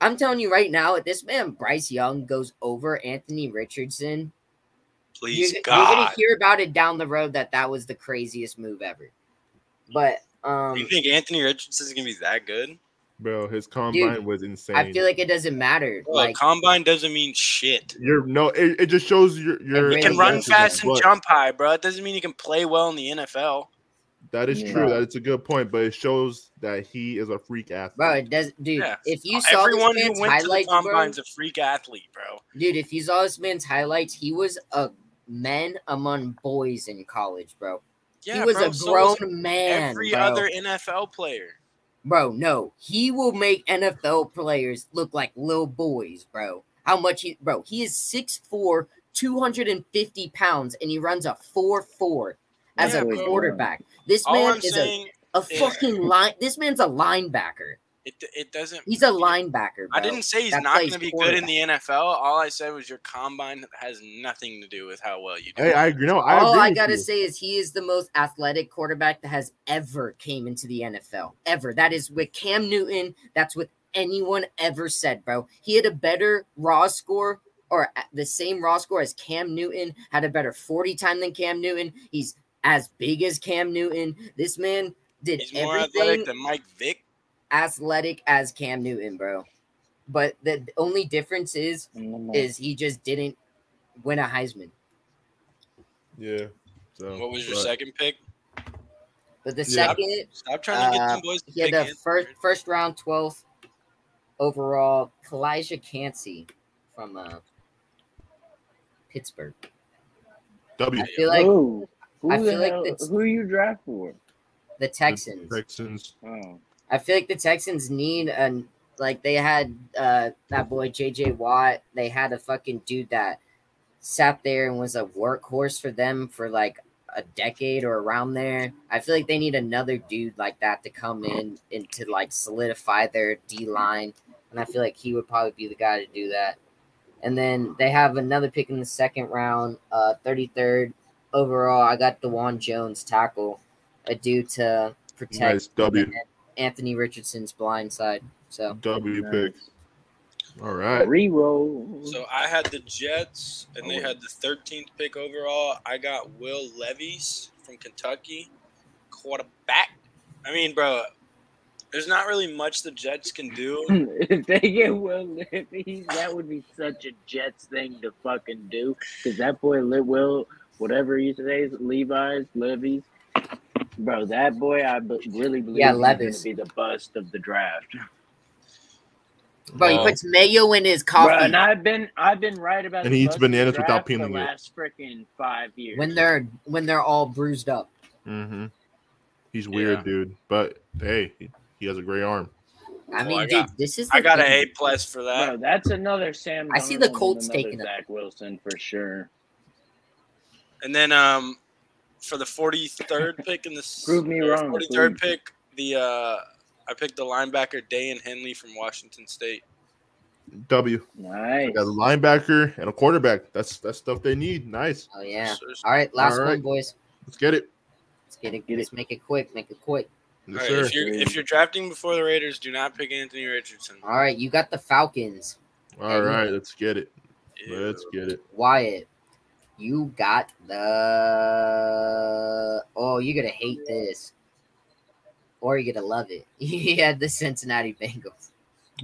Speaker 3: I'm telling you right now, if this man Bryce Young goes over Anthony Richardson, you're,
Speaker 4: Please,
Speaker 3: you're gonna
Speaker 4: God.
Speaker 3: hear about it down the road that that was the craziest move ever. But um,
Speaker 4: you think Anthony Richardson's gonna be that good?
Speaker 1: Bro, his combine was insane.
Speaker 3: I feel like it doesn't matter.
Speaker 4: Well,
Speaker 3: like
Speaker 4: combine doesn't mean shit.
Speaker 1: you're no. It, it just shows your your
Speaker 3: really
Speaker 4: He can
Speaker 3: Really
Speaker 4: run
Speaker 3: does,
Speaker 4: fast and
Speaker 1: But
Speaker 4: jump high, bro. It doesn't mean he can play well in the NFL.
Speaker 1: That is
Speaker 2: Yeah.
Speaker 1: true. That's a good point, but it shows that he is a freak athlete.
Speaker 3: Bro, it does, dude.
Speaker 4: Yeah.
Speaker 3: If you saw
Speaker 4: Everyone
Speaker 3: this
Speaker 4: who
Speaker 3: man's
Speaker 4: went to the
Speaker 3: highlights, bro,
Speaker 4: combine's a freak athlete, bro.
Speaker 3: dude, if you saw this man's highlights, he was a man among boys in college, bro.
Speaker 4: Yeah,
Speaker 3: he was
Speaker 4: bro,
Speaker 3: a
Speaker 4: so
Speaker 3: grown
Speaker 4: was
Speaker 3: man,
Speaker 4: every
Speaker 3: bro.
Speaker 4: other NFL player.
Speaker 3: bro. No, he will make NFL players look like little boys, bro. How much he, bro? He is 6'4", 250 pounds, and he runs a four four as
Speaker 4: Yeah,
Speaker 3: a
Speaker 4: bro.
Speaker 3: quarterback. This
Speaker 4: All
Speaker 3: man
Speaker 4: I'm
Speaker 3: is
Speaker 4: saying,
Speaker 3: a, a
Speaker 4: is-
Speaker 3: fucking line. This man's a linebacker.
Speaker 4: it, it doesn't.
Speaker 3: He's a linebacker. Bro.
Speaker 4: I didn't say he's
Speaker 3: that
Speaker 4: not
Speaker 3: plays
Speaker 4: going to be good in the NFL. All I said was your combine has nothing to do with how well you do.
Speaker 1: Hey, I agree. No, I
Speaker 3: All
Speaker 1: agree
Speaker 3: I
Speaker 1: with
Speaker 3: gotta
Speaker 1: you.
Speaker 3: say is he is the most athletic quarterback that has ever came into the NFL. Ever. That is with Cam Newton. That's with anyone ever said, bro. He had a better raw score or a- the same raw score as Cam Newton. Had a better forty time than Cam Newton. He's as big as Cam Newton. This man did
Speaker 4: He's more athletic
Speaker 3: everything
Speaker 4: than Mike Vick.
Speaker 3: athletic as Cam Newton, bro. But the only difference is is he just didn't win a Heisman.
Speaker 1: Yeah. So
Speaker 4: What was your
Speaker 1: but-
Speaker 4: second pick?
Speaker 3: But the
Speaker 1: Yeah.
Speaker 3: second
Speaker 4: Stop trying to get
Speaker 3: Uh,
Speaker 4: them boys to
Speaker 3: he had
Speaker 4: pick
Speaker 3: the
Speaker 4: in.
Speaker 3: first first round twelfth overall, Kalijah Cansey from uh, Pittsburgh.
Speaker 1: W
Speaker 3: I feel like
Speaker 2: who? Who,
Speaker 3: I
Speaker 2: the
Speaker 3: feel like
Speaker 2: hell-
Speaker 3: that's-
Speaker 2: who you draft for?
Speaker 3: the Texans.
Speaker 1: Texans.
Speaker 2: Oh,
Speaker 3: I feel like the Texans need an like they had uh that boy JJ Watt. They had a fucking dude that sat there and was a workhorse for them for like a decade or around there. I feel like they need another dude like that to come in and to like solidify their D line. And I feel like he would probably be the guy to do that. And then they have another pick in the second round, uh 33rd overall. I got Dewan Jones tackle, a dude to protect
Speaker 1: Nice W
Speaker 3: Anthony Richardson's blind side. So
Speaker 1: W
Speaker 2: nice.
Speaker 1: pick. All right.
Speaker 2: Reroll. (laughs)
Speaker 4: So I had the Jets, and
Speaker 1: Oh.
Speaker 4: they had the 13th pick overall. I got Will Levis from Kentucky, quarterback. I mean, bro, there's not really much the Jets can
Speaker 3: (laughs)
Speaker 4: do.
Speaker 2: if they get Will Levis, that would be such a Jets thing to fucking do. Because that boy Li- Will, whatever you say, Levi's, Levi's, bro, that boy, I b- really believe
Speaker 3: Yeah,
Speaker 2: he's gonna
Speaker 3: Levis.
Speaker 2: be the bust of the draft.
Speaker 3: bro, he
Speaker 1: Wow.
Speaker 3: puts mayo in his
Speaker 2: Bro,
Speaker 3: coffee
Speaker 2: and I've been, I've been right about.
Speaker 1: And
Speaker 2: the
Speaker 1: he eats
Speaker 2: bust of the
Speaker 1: bananas
Speaker 2: draft
Speaker 1: without
Speaker 2: the
Speaker 1: peeling it.
Speaker 2: Last freaking five years.
Speaker 3: when they're when they're all bruised up.
Speaker 1: Mm-hmm. He's weird,
Speaker 4: Yeah.
Speaker 1: dude. But hey, he- he has a great arm.
Speaker 3: I
Speaker 4: Oh,
Speaker 3: mean,
Speaker 4: I
Speaker 3: dude,
Speaker 4: got-
Speaker 3: this is
Speaker 4: I
Speaker 3: the
Speaker 4: got an
Speaker 3: thing.
Speaker 4: A plus for that.
Speaker 2: Bro, that's another Sam.
Speaker 3: I see the
Speaker 2: Darnold and
Speaker 3: Colts
Speaker 2: another
Speaker 3: taking them.
Speaker 2: Zach Wilson for sure.
Speaker 4: And then um, for
Speaker 2: (laughs)
Speaker 4: the 43rd pick in the s-
Speaker 2: Prove me
Speaker 4: or
Speaker 2: wrong,
Speaker 4: 43rd
Speaker 2: please.
Speaker 4: pick, the uh, I picked the linebacker Dayan Henley from Washington State.
Speaker 1: W.
Speaker 2: Nice.
Speaker 1: Got a linebacker and a quarterback. That's that's stuff they need. Nice.
Speaker 3: Oh yeah.
Speaker 4: So-
Speaker 3: All right, last
Speaker 1: All right.
Speaker 3: one, boys.
Speaker 1: Let's get it.
Speaker 3: Let's get it.
Speaker 2: Get
Speaker 3: Let's make it quick. Make it quick.
Speaker 1: Yes,
Speaker 4: All right,
Speaker 1: sir.
Speaker 4: if you're if you're drafting before the Raiders, do not pick Anthony Richardson.
Speaker 3: All right, you got the Falcons.
Speaker 1: All right, let's get it. Let's
Speaker 4: Ew.
Speaker 1: get it.
Speaker 3: Wyatt, you got the. Oh, you're gonna hate this, or you're gonna love it. (laughs) He had the Cincinnati Bengals.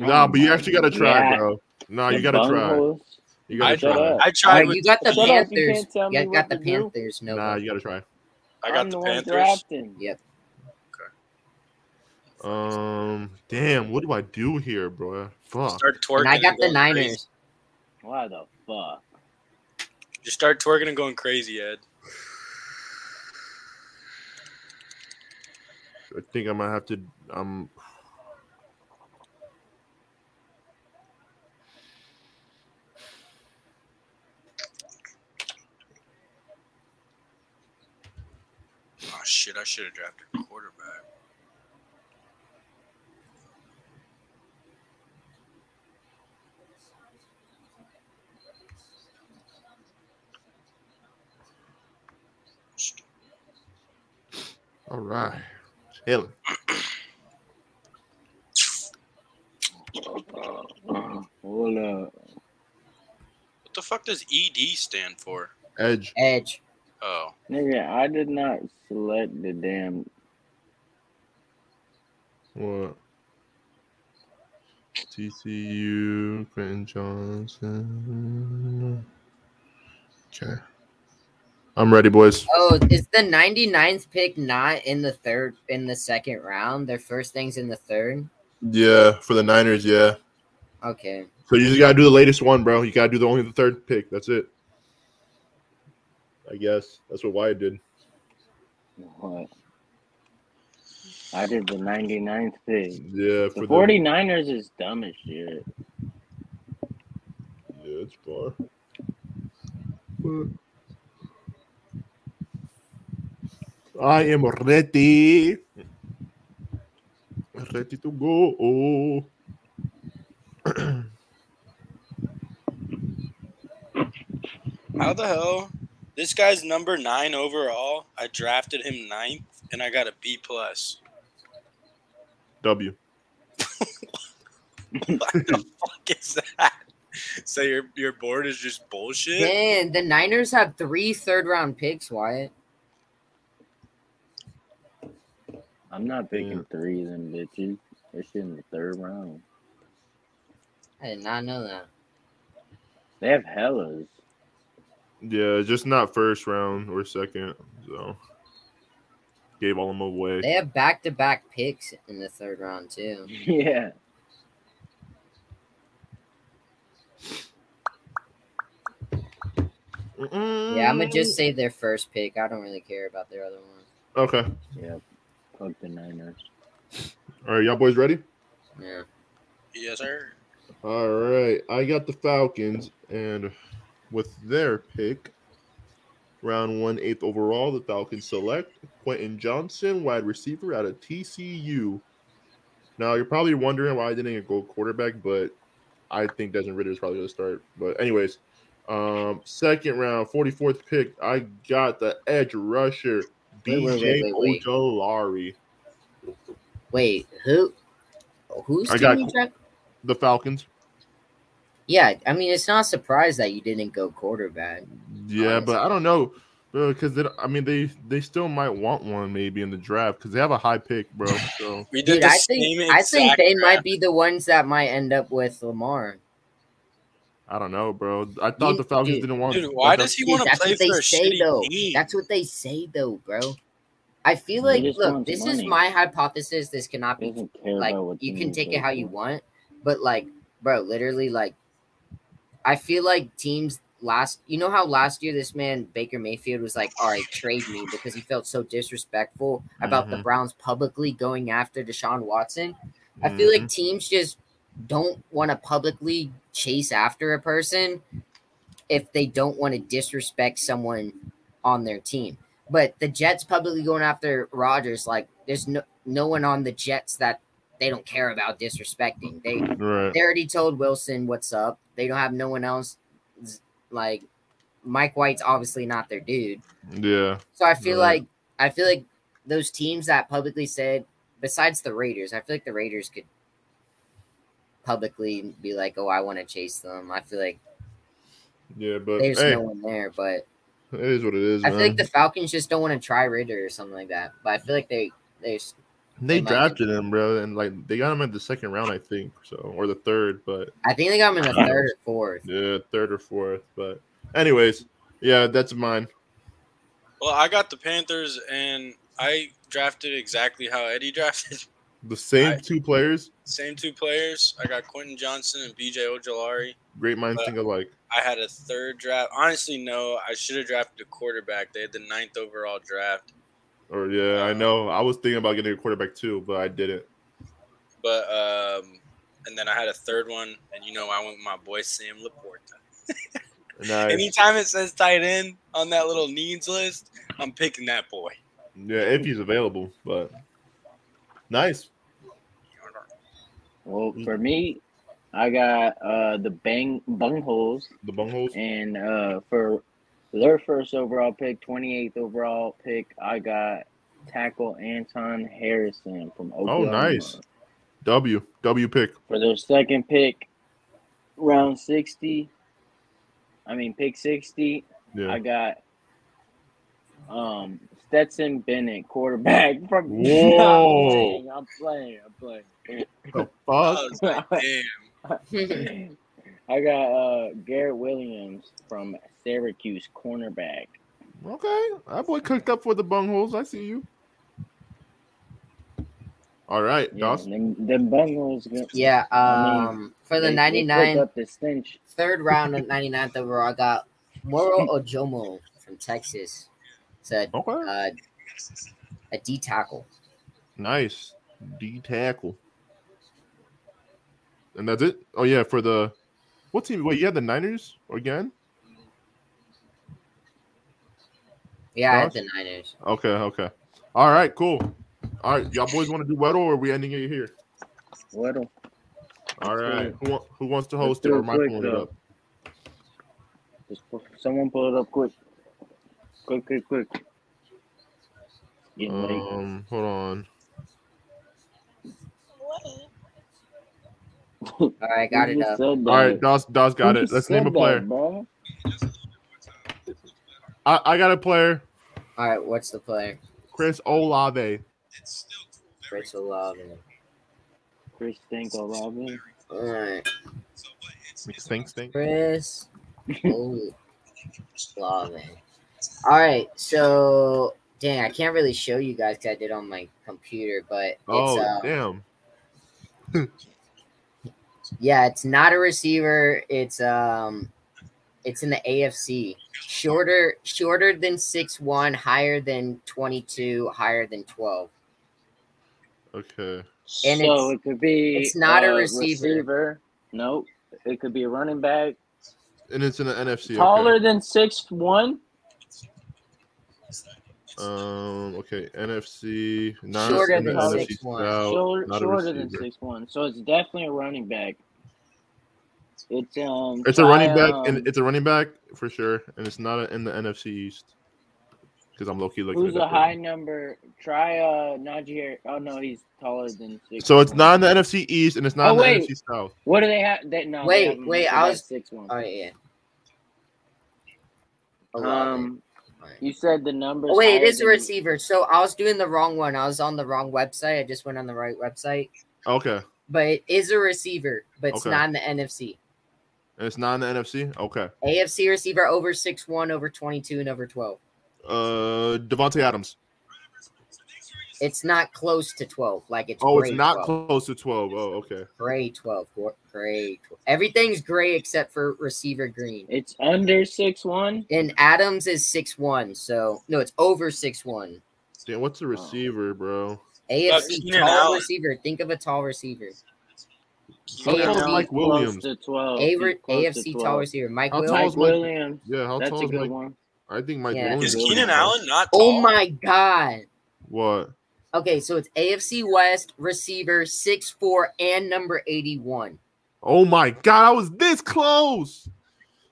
Speaker 3: Oh
Speaker 1: Nah, but you actually gotta try,
Speaker 2: Yeah.
Speaker 1: bro. Nah, you
Speaker 2: The
Speaker 1: gotta try.
Speaker 2: bungholes.
Speaker 1: You gotta
Speaker 4: I-
Speaker 2: Shut
Speaker 1: try.
Speaker 2: up.
Speaker 4: I
Speaker 3: All
Speaker 4: tried.
Speaker 3: right,
Speaker 4: With,
Speaker 3: you got the
Speaker 2: Shut up, you can't
Speaker 3: Panthers.
Speaker 2: tell me
Speaker 3: Yeah, got
Speaker 2: what
Speaker 3: the
Speaker 2: to do.
Speaker 3: Panthers. No,
Speaker 1: Nah,
Speaker 3: vote.
Speaker 1: you gotta try.
Speaker 4: I got
Speaker 2: I'm
Speaker 4: the
Speaker 2: one
Speaker 4: Panthers.
Speaker 2: drafting.
Speaker 3: Yeah.
Speaker 1: Um, damn, what do I do here, bro? Fuck.
Speaker 4: Start twerking.
Speaker 3: and I got
Speaker 4: and
Speaker 3: the
Speaker 4: going
Speaker 3: Niners.
Speaker 4: crazy.
Speaker 2: Why the fuck?
Speaker 4: Just start twerking and going crazy, Ed.
Speaker 1: I think I might have to. Um,
Speaker 4: Oh shit! I should have drafted a quarterback.
Speaker 1: all right, Helen.
Speaker 2: Hold up.
Speaker 4: What the fuck does ED stand for?
Speaker 1: Edge.
Speaker 3: Edge.
Speaker 4: Oh,
Speaker 2: Nigga, I did not select the damn.
Speaker 1: What? TCU, Quentin Johnson. Okay. I'm ready, boys.
Speaker 3: Oh, is the 99th pick not in the third in the second round? Their first thing's in the third.
Speaker 1: Yeah, for the Niners, yeah.
Speaker 3: Okay.
Speaker 1: So you just gotta do the latest one, bro. You gotta do the only the third pick. That's it. I guess that's what Wyatt did.
Speaker 2: What? I did the 99th pick.
Speaker 1: Yeah,
Speaker 2: The
Speaker 1: the-
Speaker 2: 49ers is dumb as shit.
Speaker 1: Yeah, it's far. But- I am ready. Ready to go.
Speaker 4: how the hell? This guy's number nine overall. I drafted him ninth, and I got a B plus.
Speaker 1: W.
Speaker 4: what the fuck (laughs) is that? So your your board is just bullshit.
Speaker 3: Man, the Niners have three third round picks, Wyatt.
Speaker 2: I'm not picking
Speaker 1: Yeah.
Speaker 2: three of them bitches. They're shit in the third round.
Speaker 3: I did not know that.
Speaker 2: They have hellas. (laughs)
Speaker 1: Yeah, just not first round or second. So gave all them away.
Speaker 3: They have back to back picks in the third round too.
Speaker 2: yeah.
Speaker 3: Yeah, I'm gonna just say their first pick. I don't really care about their other one.
Speaker 1: Okay.
Speaker 2: Yeah. Fuck the Niners.
Speaker 1: All right, y'all boys ready?
Speaker 3: Yeah.
Speaker 4: Yes, sir.
Speaker 1: All right. I got the Falcons, and with their pick, round one, eighth overall, the Falcons select Quentin Johnson, wide receiver out of TCU. Now, you're probably wondering why I didn't get gold quarterback, but I think Desmond Ritter is probably going to start. But, anyways, um, second round, 44th pick, I got the edge rusher,
Speaker 3: Wait,
Speaker 1: DJ
Speaker 3: wait, wait, wait, wait.
Speaker 1: Ojolari.
Speaker 3: Wait, who? Who's
Speaker 1: I got-
Speaker 3: team you draft-
Speaker 1: The Falcons.
Speaker 3: Yeah, I mean, it's not a surprise that you didn't go quarterback.
Speaker 1: Yeah,
Speaker 3: Honestly.
Speaker 1: but I don't know because they I mean they they still might want one maybe in the draft because they have a high pick, bro. So
Speaker 4: We did
Speaker 3: Dude,
Speaker 4: the
Speaker 3: I
Speaker 4: same
Speaker 3: think I think
Speaker 4: exact
Speaker 3: they
Speaker 4: draft.
Speaker 3: might be the ones that might end up with Lamar.
Speaker 1: I don't know, bro. I thought
Speaker 3: You-
Speaker 1: the Falcons
Speaker 3: dude.
Speaker 1: didn't want.
Speaker 4: Dude, why
Speaker 1: that-
Speaker 4: does he
Speaker 3: Dude,
Speaker 4: want to
Speaker 3: that's
Speaker 4: play
Speaker 3: what they
Speaker 4: for a
Speaker 3: say
Speaker 4: shitty
Speaker 3: though.
Speaker 4: team?
Speaker 3: That's what they say though, bro. I feel
Speaker 2: They
Speaker 3: like
Speaker 2: just
Speaker 3: look,
Speaker 2: want
Speaker 3: this is
Speaker 2: money.
Speaker 3: my hypothesis. This cannot
Speaker 2: He
Speaker 3: be
Speaker 2: doesn't care
Speaker 3: like
Speaker 2: about what
Speaker 3: you
Speaker 2: team
Speaker 3: can
Speaker 2: he's
Speaker 3: take it how you
Speaker 2: picking.
Speaker 3: want, but like, bro, literally, like, I feel like teams last. You know how last year this man Baker Mayfield was like, "All right, trade me," because he felt so disrespectful about the
Speaker 2: Mm-hmm.
Speaker 1: Mhm.
Speaker 3: Browns publicly going after Deshaun Watson. I feel
Speaker 1: Mm-hmm.
Speaker 3: like teams just don't want to publicly chase after a person if they don't want to disrespect someone on their team. But the Jets publicly going after Rodgers, like there's no no one on the Jets that they don't care about disrespecting. They
Speaker 1: Mhm. right.
Speaker 3: they already told Wilson what's up. They don't have no one else. Like Mike White's obviously not their dude.
Speaker 1: Yeah,
Speaker 3: So I feel
Speaker 1: Right.
Speaker 3: like I feel like those teams that publicly said, besides the Raiders, I feel like the Raiders could publicly be like, "Oh, I want to chase them." I feel like
Speaker 1: yeah, but
Speaker 3: there's
Speaker 1: hey,
Speaker 3: no one there, but
Speaker 1: it is what it is.
Speaker 3: I feel like
Speaker 1: man.
Speaker 3: the Falcons just don't want to try Ritter or something like that. But I feel like they there's
Speaker 1: they
Speaker 3: they might-
Speaker 1: drafted him, bro, and like they got him in the second round, I think, so or the third, but
Speaker 3: I think they got him in the third or fourth.
Speaker 1: yeah, third or fourth. But anyways, yeah, that's mine.
Speaker 4: Well, I got the Panthers, and I drafted exactly how Eddie (laughs) drafted.
Speaker 1: The same
Speaker 4: I-
Speaker 1: two players,
Speaker 4: same two players. I got Quentin Johnson and BJ Ojolari.
Speaker 1: great minds
Speaker 4: Uh,
Speaker 1: think alike.
Speaker 4: I had a third draft. Honestly, no, I should have drafted a quarterback. They had the ninth overall draft,
Speaker 1: Or yeah, I
Speaker 4: uh,
Speaker 1: know. I was thinking about getting a quarterback too, but I didn't.
Speaker 4: but um, and then I had a third one, and you know I went with my boy Sam Laporta.
Speaker 1: Nice.
Speaker 4: Anytime it says tight end on that little needs list, I'm picking that boy.
Speaker 1: Yeah, if he's available, but nice.
Speaker 2: Well, for me, I got uh the bang bungholes
Speaker 1: The bungholes.
Speaker 2: and uh for their first overall pick, 28th overall pick, I got tackle Anton Harrison from Oklahoma.
Speaker 1: Oh, nice. W. W pick.
Speaker 2: For their second pick, round 60, I mean pick 60, I
Speaker 1: Yeah.
Speaker 2: got um Stetson Bennett, quarterback (laughs) from
Speaker 1: Whoa.
Speaker 2: No, I'm playing, I'm playing. I'm
Speaker 1: The
Speaker 3: Oh.
Speaker 4: I
Speaker 1: fuck?
Speaker 4: was
Speaker 3: (laughs)
Speaker 2: playing.
Speaker 4: like, damn.
Speaker 2: (clears throat) I got uh Garrett Williams from Syracuse cornerback.
Speaker 1: Okay. That boy cooked up for the bungholes. I see you. All right,
Speaker 2: Yeah,
Speaker 1: Dawson.
Speaker 2: them, them Bengals. go-
Speaker 3: Yeah,
Speaker 2: I mean,
Speaker 3: um for
Speaker 2: they-
Speaker 3: the
Speaker 2: they
Speaker 3: ninety
Speaker 2: cook
Speaker 3: nine
Speaker 2: up the stench.
Speaker 3: third round of 99th overall, I got
Speaker 2: (laughs)
Speaker 3: Moro Ojomo from Texas. It's a,
Speaker 1: Okay.
Speaker 3: uh, a D tackle.
Speaker 1: Nice. D tackle. And that's it? Oh yeah, for the what team? Wait, you had the Niners again?
Speaker 3: Yeah, I had
Speaker 1: Josh?
Speaker 3: the Niners.
Speaker 1: Okay, okay. All right, cool. All right, y'all boys want to do Weddle or are we ending it here?
Speaker 2: What? a-
Speaker 1: All
Speaker 2: Let's do
Speaker 1: right.
Speaker 2: it.
Speaker 1: Who, wa- who wants to
Speaker 2: Let's
Speaker 1: host it
Speaker 2: do
Speaker 1: or
Speaker 2: it
Speaker 1: am I
Speaker 2: quick,
Speaker 1: pulling it
Speaker 2: though.
Speaker 1: up?
Speaker 2: Just pu- someone pull it up quick. Quick, quick, quick. Getting late.
Speaker 1: Um, hold on.
Speaker 3: All right, got
Speaker 2: Who
Speaker 3: it
Speaker 2: just
Speaker 3: up.
Speaker 2: said
Speaker 1: All right,
Speaker 2: that?
Speaker 1: Dos, Dos got
Speaker 2: Who
Speaker 1: it.
Speaker 2: just
Speaker 1: Let's name a
Speaker 2: said that,
Speaker 1: player.
Speaker 2: bro?
Speaker 1: I, I got a player,
Speaker 3: All right, what's the player?
Speaker 1: Chris Olave.
Speaker 3: Chris Olave.
Speaker 2: Chris Stinko Robin.
Speaker 3: All right,
Speaker 1: Stink, stink.
Speaker 3: Chris
Speaker 1: (laughs)
Speaker 3: Olave. All right, so dang, I can't really show you guys because I did on my computer, but it's
Speaker 1: Oh
Speaker 3: uh,
Speaker 1: damn!
Speaker 3: Yeah, it's not a receiver. It's um it's in the AFC. Shorter shorter than 6'1, higher than 22, higher than 12.
Speaker 1: Okay.
Speaker 3: And
Speaker 2: so
Speaker 3: it's-
Speaker 2: it could be
Speaker 3: it's not a
Speaker 2: uh,
Speaker 3: receiver.
Speaker 2: Nope. It could be a running back.
Speaker 1: And it's in the NFC.
Speaker 2: Taller
Speaker 1: Okay.
Speaker 2: than six one.
Speaker 1: Um. Okay. NFC. Not
Speaker 3: Shorter
Speaker 1: in the
Speaker 3: than
Speaker 1: NFC
Speaker 3: 6'1".
Speaker 1: South,
Speaker 2: shorter
Speaker 1: not a
Speaker 2: shorter than
Speaker 1: receiver.
Speaker 2: six one. So it's definitely a running back. It's um
Speaker 1: It's a running back,
Speaker 2: Ty, um,
Speaker 1: and it's a running back for sure, and it's not in the NFC East because I'm low key looking.
Speaker 2: Who's
Speaker 1: it
Speaker 2: a
Speaker 1: up right
Speaker 2: high number? Try uh Najee. Oh no, he's taller than
Speaker 1: now.
Speaker 2: six.
Speaker 1: So it's not in the NFC East, and it's not
Speaker 2: Oh,
Speaker 1: in the
Speaker 2: wait.
Speaker 1: NFC South.
Speaker 2: What do they have? That no. they
Speaker 3: Wait,
Speaker 2: have him
Speaker 3: wait,
Speaker 2: listed
Speaker 3: I
Speaker 2: at
Speaker 3: was-
Speaker 2: six one.
Speaker 3: All right, yeah. Olave.
Speaker 2: Um,
Speaker 3: All right.
Speaker 2: you said the numbers.
Speaker 3: Oh, wait,
Speaker 2: higher
Speaker 3: it is a
Speaker 2: than-
Speaker 3: receiver. So I was doing the wrong one. I was on the wrong website. I just went on the right website.
Speaker 1: Okay,
Speaker 3: But it is a receiver, but it's
Speaker 1: Okay.
Speaker 3: not in the NFC.
Speaker 1: and it's not in the NFC. Okay.
Speaker 3: AFC receiver over 6'1, over 22, and over 12.
Speaker 1: Uh, Devonte Adams.
Speaker 3: It's not close to 12. Like it's
Speaker 1: Oh, it's
Speaker 3: grade
Speaker 1: not
Speaker 3: 12.
Speaker 1: close to twelve. Oh, okay.
Speaker 3: Gray 12. gr- Gray 12. Everything's gray except for receiver green.
Speaker 2: It's under six one.
Speaker 3: And Adams is six one, so no, it's over six one.
Speaker 1: Damn, what's the
Speaker 3: Oh.
Speaker 1: receiver, bro?
Speaker 3: AFC
Speaker 4: Keenan
Speaker 3: tall
Speaker 4: Allen.
Speaker 3: receiver. Think of a tall receiver.
Speaker 1: How tall is Mike Williams?
Speaker 2: Close to twelve.
Speaker 3: A-
Speaker 2: He's Oh, close to
Speaker 3: AFC
Speaker 2: 12.
Speaker 3: tall receiver. Mike
Speaker 1: How
Speaker 3: Williams.
Speaker 1: tall
Speaker 2: Mike
Speaker 1: is Mike-
Speaker 2: Williams.
Speaker 1: Yeah, how
Speaker 2: That's
Speaker 1: tall
Speaker 2: a
Speaker 1: is
Speaker 2: good
Speaker 1: Mike?
Speaker 2: one.
Speaker 1: I think Mike
Speaker 3: Yeah.
Speaker 1: Williams.
Speaker 4: Is
Speaker 1: is
Speaker 4: Keenan
Speaker 1: tall.
Speaker 4: Allen not tall?
Speaker 3: Oh my god.
Speaker 1: What?
Speaker 3: Okay, so it's AFC West receiver six four and number eighty one.
Speaker 1: Oh my God! I was this close.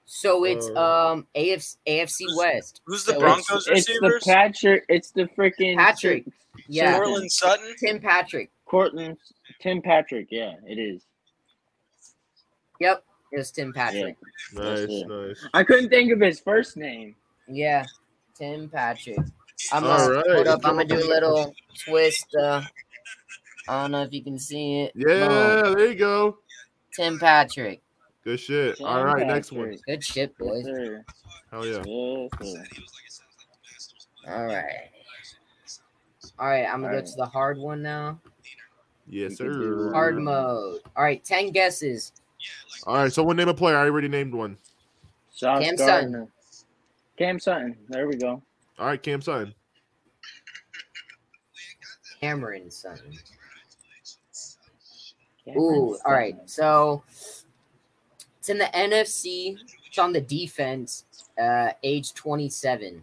Speaker 3: So it's
Speaker 2: Oh.
Speaker 1: Uh,
Speaker 3: um AFC AFC West.
Speaker 4: Who's the
Speaker 3: So
Speaker 2: It's,
Speaker 4: Broncos
Speaker 2: it's the
Speaker 4: receivers?
Speaker 2: Patrick. It's the freaking
Speaker 3: Patrick. Yeah,
Speaker 4: Cortland Sutton.
Speaker 3: Tim Patrick.
Speaker 2: Cortland. Tim Patrick. Yeah, it is.
Speaker 3: Yep, it was Tim Patrick.
Speaker 1: Nice,
Speaker 2: it.
Speaker 1: nice.
Speaker 2: I couldn't think of his first name.
Speaker 3: Yeah, Tim Patrick. I'm
Speaker 1: All
Speaker 3: gonna
Speaker 1: right.
Speaker 3: hold up. I'm gonna do a little twist. Uh, I don't know if you can see it.
Speaker 1: Yeah,
Speaker 3: Boom.
Speaker 1: there you go.
Speaker 3: Tim Patrick.
Speaker 1: Good shit. All
Speaker 2: Tim
Speaker 1: right, next one.
Speaker 2: Patrick.
Speaker 3: Good shit,
Speaker 2: Yes,
Speaker 3: boys.
Speaker 2: sir.
Speaker 1: Hell yeah.
Speaker 2: Yes, sir.
Speaker 3: All right. All right. I'm gonna go
Speaker 2: All right.
Speaker 3: to the hard one now.
Speaker 1: Yes,
Speaker 2: You can do
Speaker 1: sir.
Speaker 3: Hard mode. All right. Ten guesses.
Speaker 1: All right, someone name a player. I already named one.
Speaker 2: Sauce
Speaker 3: Cam
Speaker 2: Gardner. Cam Sutton. There we go.
Speaker 1: All right, Cam Sutton.
Speaker 3: Cameron Sutton.
Speaker 2: Cameron
Speaker 3: Ooh. All right.
Speaker 2: Sutton.
Speaker 3: So it's in the NFC. It's on the defense. Uh, age 27.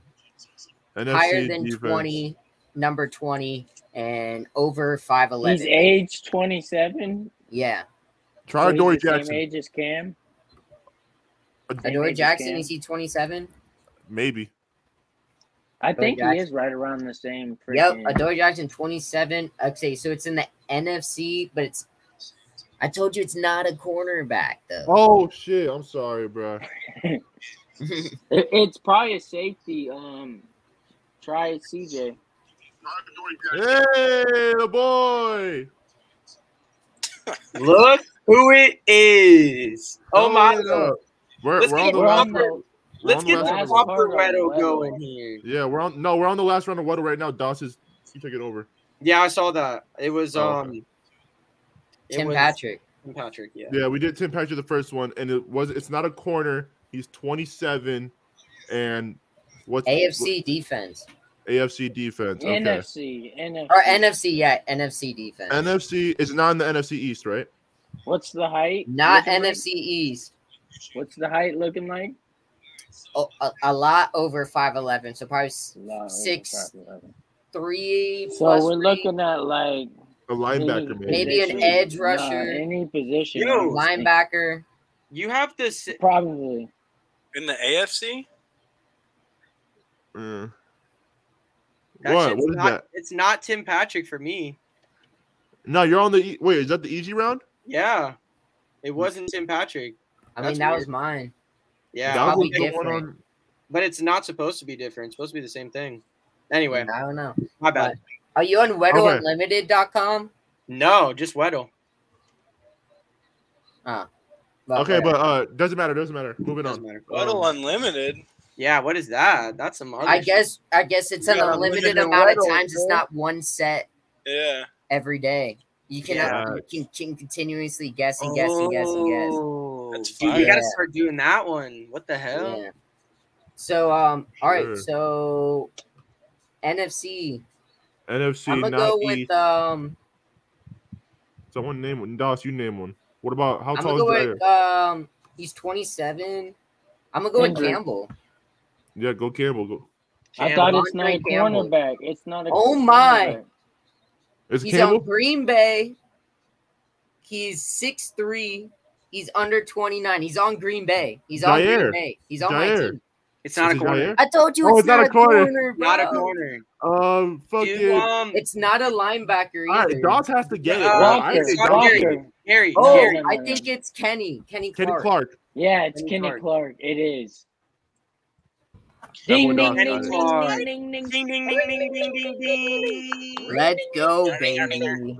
Speaker 1: NFC
Speaker 3: Higher than
Speaker 1: defense.
Speaker 3: 20. Number 20 and over 5'11.
Speaker 2: He's age 27.
Speaker 3: Yeah.
Speaker 1: Try
Speaker 2: so
Speaker 1: Dory
Speaker 2: he's the Same
Speaker 1: Jackson.
Speaker 2: age as Cam. Same age
Speaker 3: Adore
Speaker 2: as
Speaker 3: Jackson,
Speaker 2: Cam.
Speaker 3: is he 27?
Speaker 1: Maybe.
Speaker 2: I think he
Speaker 3: Jackson.
Speaker 2: is right around the same.
Speaker 3: Yep,
Speaker 2: freaking-
Speaker 3: Adore Jackson, 27. Okay, so it's in the NFC, but it's. I told you it's not a cornerback, though.
Speaker 1: Oh shit! I'm sorry,
Speaker 3: (laughs)
Speaker 1: bro.
Speaker 2: It- it's probably a safety. Um, try it, CJ.
Speaker 1: Hey, the boy.
Speaker 6: Look who it is. Oh my
Speaker 1: Hold
Speaker 6: god.
Speaker 1: up. We're,
Speaker 6: Let's
Speaker 1: we're
Speaker 6: get
Speaker 1: on the
Speaker 2: We're
Speaker 1: last.
Speaker 2: on
Speaker 6: proper.
Speaker 1: round-
Speaker 2: the
Speaker 1: we're
Speaker 6: Let's
Speaker 1: on the
Speaker 6: get
Speaker 1: last
Speaker 6: the
Speaker 1: round of-
Speaker 2: Last
Speaker 6: proper
Speaker 2: part of
Speaker 6: Weddle
Speaker 2: Weddle.
Speaker 6: going here.
Speaker 1: Yeah, we're on. No, we're on the last round of Waddle right now. Doss is. You take it over.
Speaker 6: Yeah, I saw that. It was
Speaker 1: Oh,
Speaker 6: um
Speaker 1: okay.
Speaker 6: it
Speaker 3: Tim
Speaker 6: was
Speaker 3: Patrick.
Speaker 6: Tim Patrick, yeah.
Speaker 1: Yeah, we did Tim Patrick the first one, and it was. It's not a corner. He's 27, and what's
Speaker 3: AFC defense.
Speaker 1: AFC defense. Okay.
Speaker 2: NFC, NFC.
Speaker 3: Or NFC, yeah, NFC defense.
Speaker 1: NFC is not in the NFC East, right?
Speaker 2: What's the height?
Speaker 3: Not
Speaker 2: looking
Speaker 3: NFC East.
Speaker 2: Like? What's the height looking like?
Speaker 3: Oh, a, a lot over 5'11, so probably s-
Speaker 2: No,
Speaker 3: Six.
Speaker 2: probably eleven.
Speaker 3: three.
Speaker 2: So
Speaker 3: plus
Speaker 2: we're
Speaker 3: three.
Speaker 2: looking at like
Speaker 1: A linebacker,
Speaker 2: any
Speaker 1: maybe.
Speaker 3: Maybe an
Speaker 2: position.
Speaker 3: edge
Speaker 2: Nah,
Speaker 3: rusher.
Speaker 2: any position.
Speaker 6: Yo.
Speaker 2: honestly.
Speaker 3: linebacker.
Speaker 6: You have this
Speaker 2: Probably.
Speaker 4: In the AFC?
Speaker 1: Yeah.
Speaker 6: that
Speaker 1: Mm. What?
Speaker 6: shit's
Speaker 1: What is
Speaker 6: not,
Speaker 1: that?
Speaker 6: it's not Tim Patrick for me.
Speaker 1: No, you're on the e- wait. Is that the easy round?
Speaker 6: Yeah. It wasn't Tim Patrick.
Speaker 3: I mean,
Speaker 6: That's
Speaker 3: that
Speaker 6: weird.
Speaker 3: was mine.
Speaker 6: Yeah.
Speaker 1: that
Speaker 6: I'll
Speaker 1: was
Speaker 3: probably
Speaker 6: pick-
Speaker 1: the one
Speaker 3: different.
Speaker 1: on.
Speaker 6: but it's not supposed to be different. It's supposed to be the same thing. Anyway,
Speaker 3: I don't know.
Speaker 6: my bad.
Speaker 3: Are you on
Speaker 1: Okay.
Speaker 3: WeddleUnlimited.com?
Speaker 6: No, just Weddle.
Speaker 3: Well,
Speaker 1: okay, but uh, doesn't matter. Doesn't matter. Moving
Speaker 6: Doesn't
Speaker 1: on.
Speaker 6: matter.
Speaker 4: Weddle Unlimited.
Speaker 6: Yeah, what is that? That's some other
Speaker 3: I
Speaker 6: shit.
Speaker 3: guess I guess it's an
Speaker 6: Yeah,
Speaker 3: unlimited
Speaker 6: limited
Speaker 3: amount of
Speaker 7: Weddle,
Speaker 3: times. It's
Speaker 7: bro.
Speaker 3: not one set
Speaker 4: Yeah.
Speaker 3: every day. You can
Speaker 1: Yeah.
Speaker 3: you can, can continuously guess and guess and guess and guess.
Speaker 6: Oh.
Speaker 4: That's
Speaker 6: Dude, we
Speaker 3: fire.
Speaker 6: gotta start doing that one. What the hell?
Speaker 3: Yeah. So um, all right.
Speaker 1: Sure.
Speaker 3: So NFC.
Speaker 1: NFC.
Speaker 3: I'm gonna
Speaker 1: not
Speaker 3: go
Speaker 1: East.
Speaker 3: with um.
Speaker 1: Someone name one. Dos, you name one. What about how
Speaker 3: I'm
Speaker 1: tall
Speaker 3: gonna
Speaker 1: is
Speaker 3: go
Speaker 1: Jair?
Speaker 3: with um. He's 27. I'm gonna go with
Speaker 7: Andrew.
Speaker 3: Campbell.
Speaker 1: Yeah, go Campbell. Go.
Speaker 7: I
Speaker 6: Cam-
Speaker 7: thought it's not a
Speaker 3: Andre Campbell.
Speaker 7: cornerback. It's not a.
Speaker 3: Oh my.
Speaker 7: cornerback.
Speaker 1: Is it
Speaker 3: He's on
Speaker 1: Campbell?
Speaker 3: Green Bay. He's 6'3". He's under 29. He's on Green Bay. He's on
Speaker 1: Jair.
Speaker 3: Green Bay. He's on my
Speaker 1: Jair.
Speaker 3: team.
Speaker 6: it's not a
Speaker 1: Is it Jair?
Speaker 6: corner.
Speaker 3: I told you
Speaker 1: Oh,
Speaker 3: it's,
Speaker 1: it's
Speaker 3: not, a corner. bro.
Speaker 6: Not a corner.
Speaker 1: Um,
Speaker 6: Dude,
Speaker 1: fucking.
Speaker 6: um,
Speaker 3: It's not a linebacker
Speaker 1: All
Speaker 3: either.
Speaker 1: right, Dos has to get it.
Speaker 6: Uh,
Speaker 1: bro. I
Speaker 7: Walker,
Speaker 1: think
Speaker 6: Walker.
Speaker 1: Dos-
Speaker 7: Walker.
Speaker 6: Gary.
Speaker 3: oh,
Speaker 6: Gary.
Speaker 7: no,
Speaker 3: I
Speaker 7: no,
Speaker 3: think it's Kenny. Kenny
Speaker 1: Kenny
Speaker 3: Clark.
Speaker 1: Clark.
Speaker 7: Yeah, it's
Speaker 6: Kenny
Speaker 7: Kenny
Speaker 6: Clark.
Speaker 7: Clark. It is.
Speaker 1: That boy
Speaker 7: Ding ding
Speaker 1: Dos got
Speaker 7: ding ding
Speaker 1: it.
Speaker 6: Clark.
Speaker 7: ding ding
Speaker 4: Ding
Speaker 7: ding.
Speaker 4: ding ding ding ding ding ding.
Speaker 3: Let's go,
Speaker 4: Yarder, yarder,
Speaker 3: baby.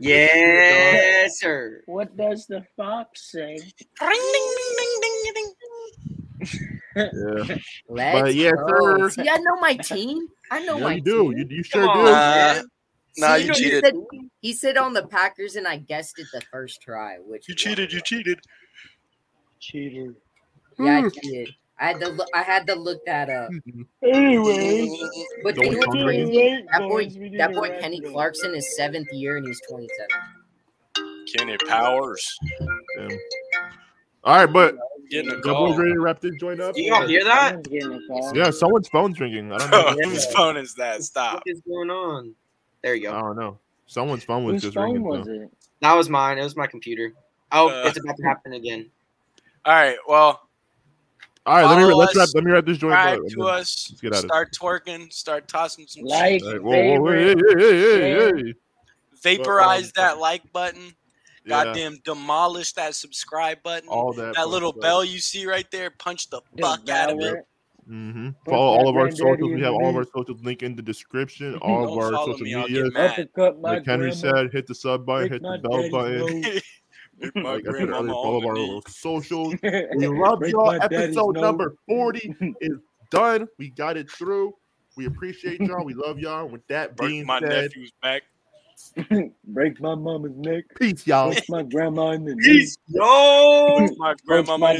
Speaker 6: Yes, sir.
Speaker 7: What does the fox say?
Speaker 4: Ring ding ding ding ding ding.
Speaker 1: Yeah,
Speaker 3: Let's
Speaker 1: But yeah,
Speaker 3: go.
Speaker 1: sir.
Speaker 3: See, I know my team. I know
Speaker 1: yeah
Speaker 3: my
Speaker 1: you do.
Speaker 3: team.
Speaker 1: You, you
Speaker 6: Come
Speaker 1: sure
Speaker 6: on,
Speaker 1: do.
Speaker 6: man.
Speaker 3: See,
Speaker 4: Uh, Nah, you
Speaker 3: he
Speaker 4: cheated.
Speaker 3: Said, he said on the Packers, and I guessed it the first try. Which
Speaker 4: You
Speaker 3: one.
Speaker 4: cheated. You cheated.
Speaker 7: Cheater.
Speaker 3: Yeah, I cheated. I had to. Look, I had to look that up.
Speaker 4: Hmm.
Speaker 7: Anyways,
Speaker 3: But
Speaker 1: Don't
Speaker 3: you know
Speaker 1: tell
Speaker 3: what's
Speaker 1: me.
Speaker 3: crazy?
Speaker 7: Wait,
Speaker 3: That
Speaker 7: boys,
Speaker 3: boy,
Speaker 7: we need
Speaker 3: that
Speaker 7: to
Speaker 3: boy
Speaker 7: wrap
Speaker 3: Kenny
Speaker 7: it up.
Speaker 3: Clarkson is seventh year and he's 27.
Speaker 4: Kenny Powers
Speaker 1: Damn. All right, but
Speaker 4: getting a
Speaker 1: the boys
Speaker 4: call.
Speaker 1: ready to wrap this joint up.
Speaker 6: Uh, Do you all hear that?
Speaker 7: Someone's getting a call.
Speaker 1: Yeah, someone's phone's ringing. I don't know.
Speaker 4: (laughs) Bro, (laughs) Whose phone is that? Stop.
Speaker 6: What is going on? There you
Speaker 1: I
Speaker 6: go.
Speaker 1: don't know. Someone's phone was
Speaker 7: Whose
Speaker 1: just
Speaker 7: phone
Speaker 1: ringing.
Speaker 7: was
Speaker 1: though.
Speaker 7: it?
Speaker 6: That was mine. It was my computer. Oh,
Speaker 4: Uh.
Speaker 6: it's about to happen again.
Speaker 4: All right. Well,
Speaker 1: All right, let me
Speaker 4: Follow
Speaker 1: let's wrap
Speaker 4: us,
Speaker 1: let me wrap this joint up.
Speaker 4: subscribe
Speaker 1: and
Speaker 4: to
Speaker 1: then-
Speaker 4: us.
Speaker 1: let's get outta
Speaker 4: Start twerking. Start tossing some.
Speaker 7: Like,
Speaker 4: shit.
Speaker 1: All right, whoa, whoa, whoa, hey,
Speaker 7: favorite.
Speaker 1: hey, hey, hey,
Speaker 7: favorite.
Speaker 1: hey.
Speaker 4: Vaporize that like button.
Speaker 1: um, Yeah,
Speaker 4: Goddamn, demolish that subscribe button.
Speaker 1: all that.
Speaker 4: that little bell you see right there, punch the fuck out of it.
Speaker 7: Devour.
Speaker 1: Mm-hmm.
Speaker 7: Put
Speaker 1: Follow
Speaker 7: that
Speaker 1: all of our
Speaker 7: granddaddy
Speaker 1: socials.
Speaker 7: in
Speaker 1: We
Speaker 7: the
Speaker 1: have all of our
Speaker 7: lead.
Speaker 1: socials linked in the description. All
Speaker 4: Don't
Speaker 1: of our
Speaker 4: follow
Speaker 1: social
Speaker 4: me, I'll get
Speaker 1: media.
Speaker 4: mad.
Speaker 7: Uppercut my
Speaker 1: Like Henry
Speaker 7: grandma.
Speaker 1: said, hit the sub button,
Speaker 7: Lick
Speaker 1: hit
Speaker 7: my
Speaker 1: the bell
Speaker 7: daddy's
Speaker 1: button.
Speaker 7: nose.
Speaker 4: Hit my
Speaker 1: Like I said
Speaker 4: grandmama
Speaker 1: earlier,
Speaker 4: on
Speaker 1: follow
Speaker 4: the
Speaker 1: our
Speaker 4: knee.
Speaker 1: little
Speaker 7: (laughs)
Speaker 1: socials.
Speaker 6: (laughs)
Speaker 1: We love
Speaker 7: Lick
Speaker 1: y'all.
Speaker 7: my daddy's
Speaker 1: Episode
Speaker 7: nose.
Speaker 1: number
Speaker 7: (laughs)
Speaker 1: 40 is done. We got it through. We appreciate y'all. We love y'all. With that
Speaker 4: Break
Speaker 1: being
Speaker 4: my
Speaker 1: said,
Speaker 4: nephew's back.
Speaker 7: Break my mama's neck.
Speaker 1: peace, y'all.
Speaker 6: (laughs)
Speaker 7: Punch my grandma in the knees.
Speaker 6: Peace, yo.
Speaker 4: Punch my grandmama
Speaker 7: my
Speaker 4: in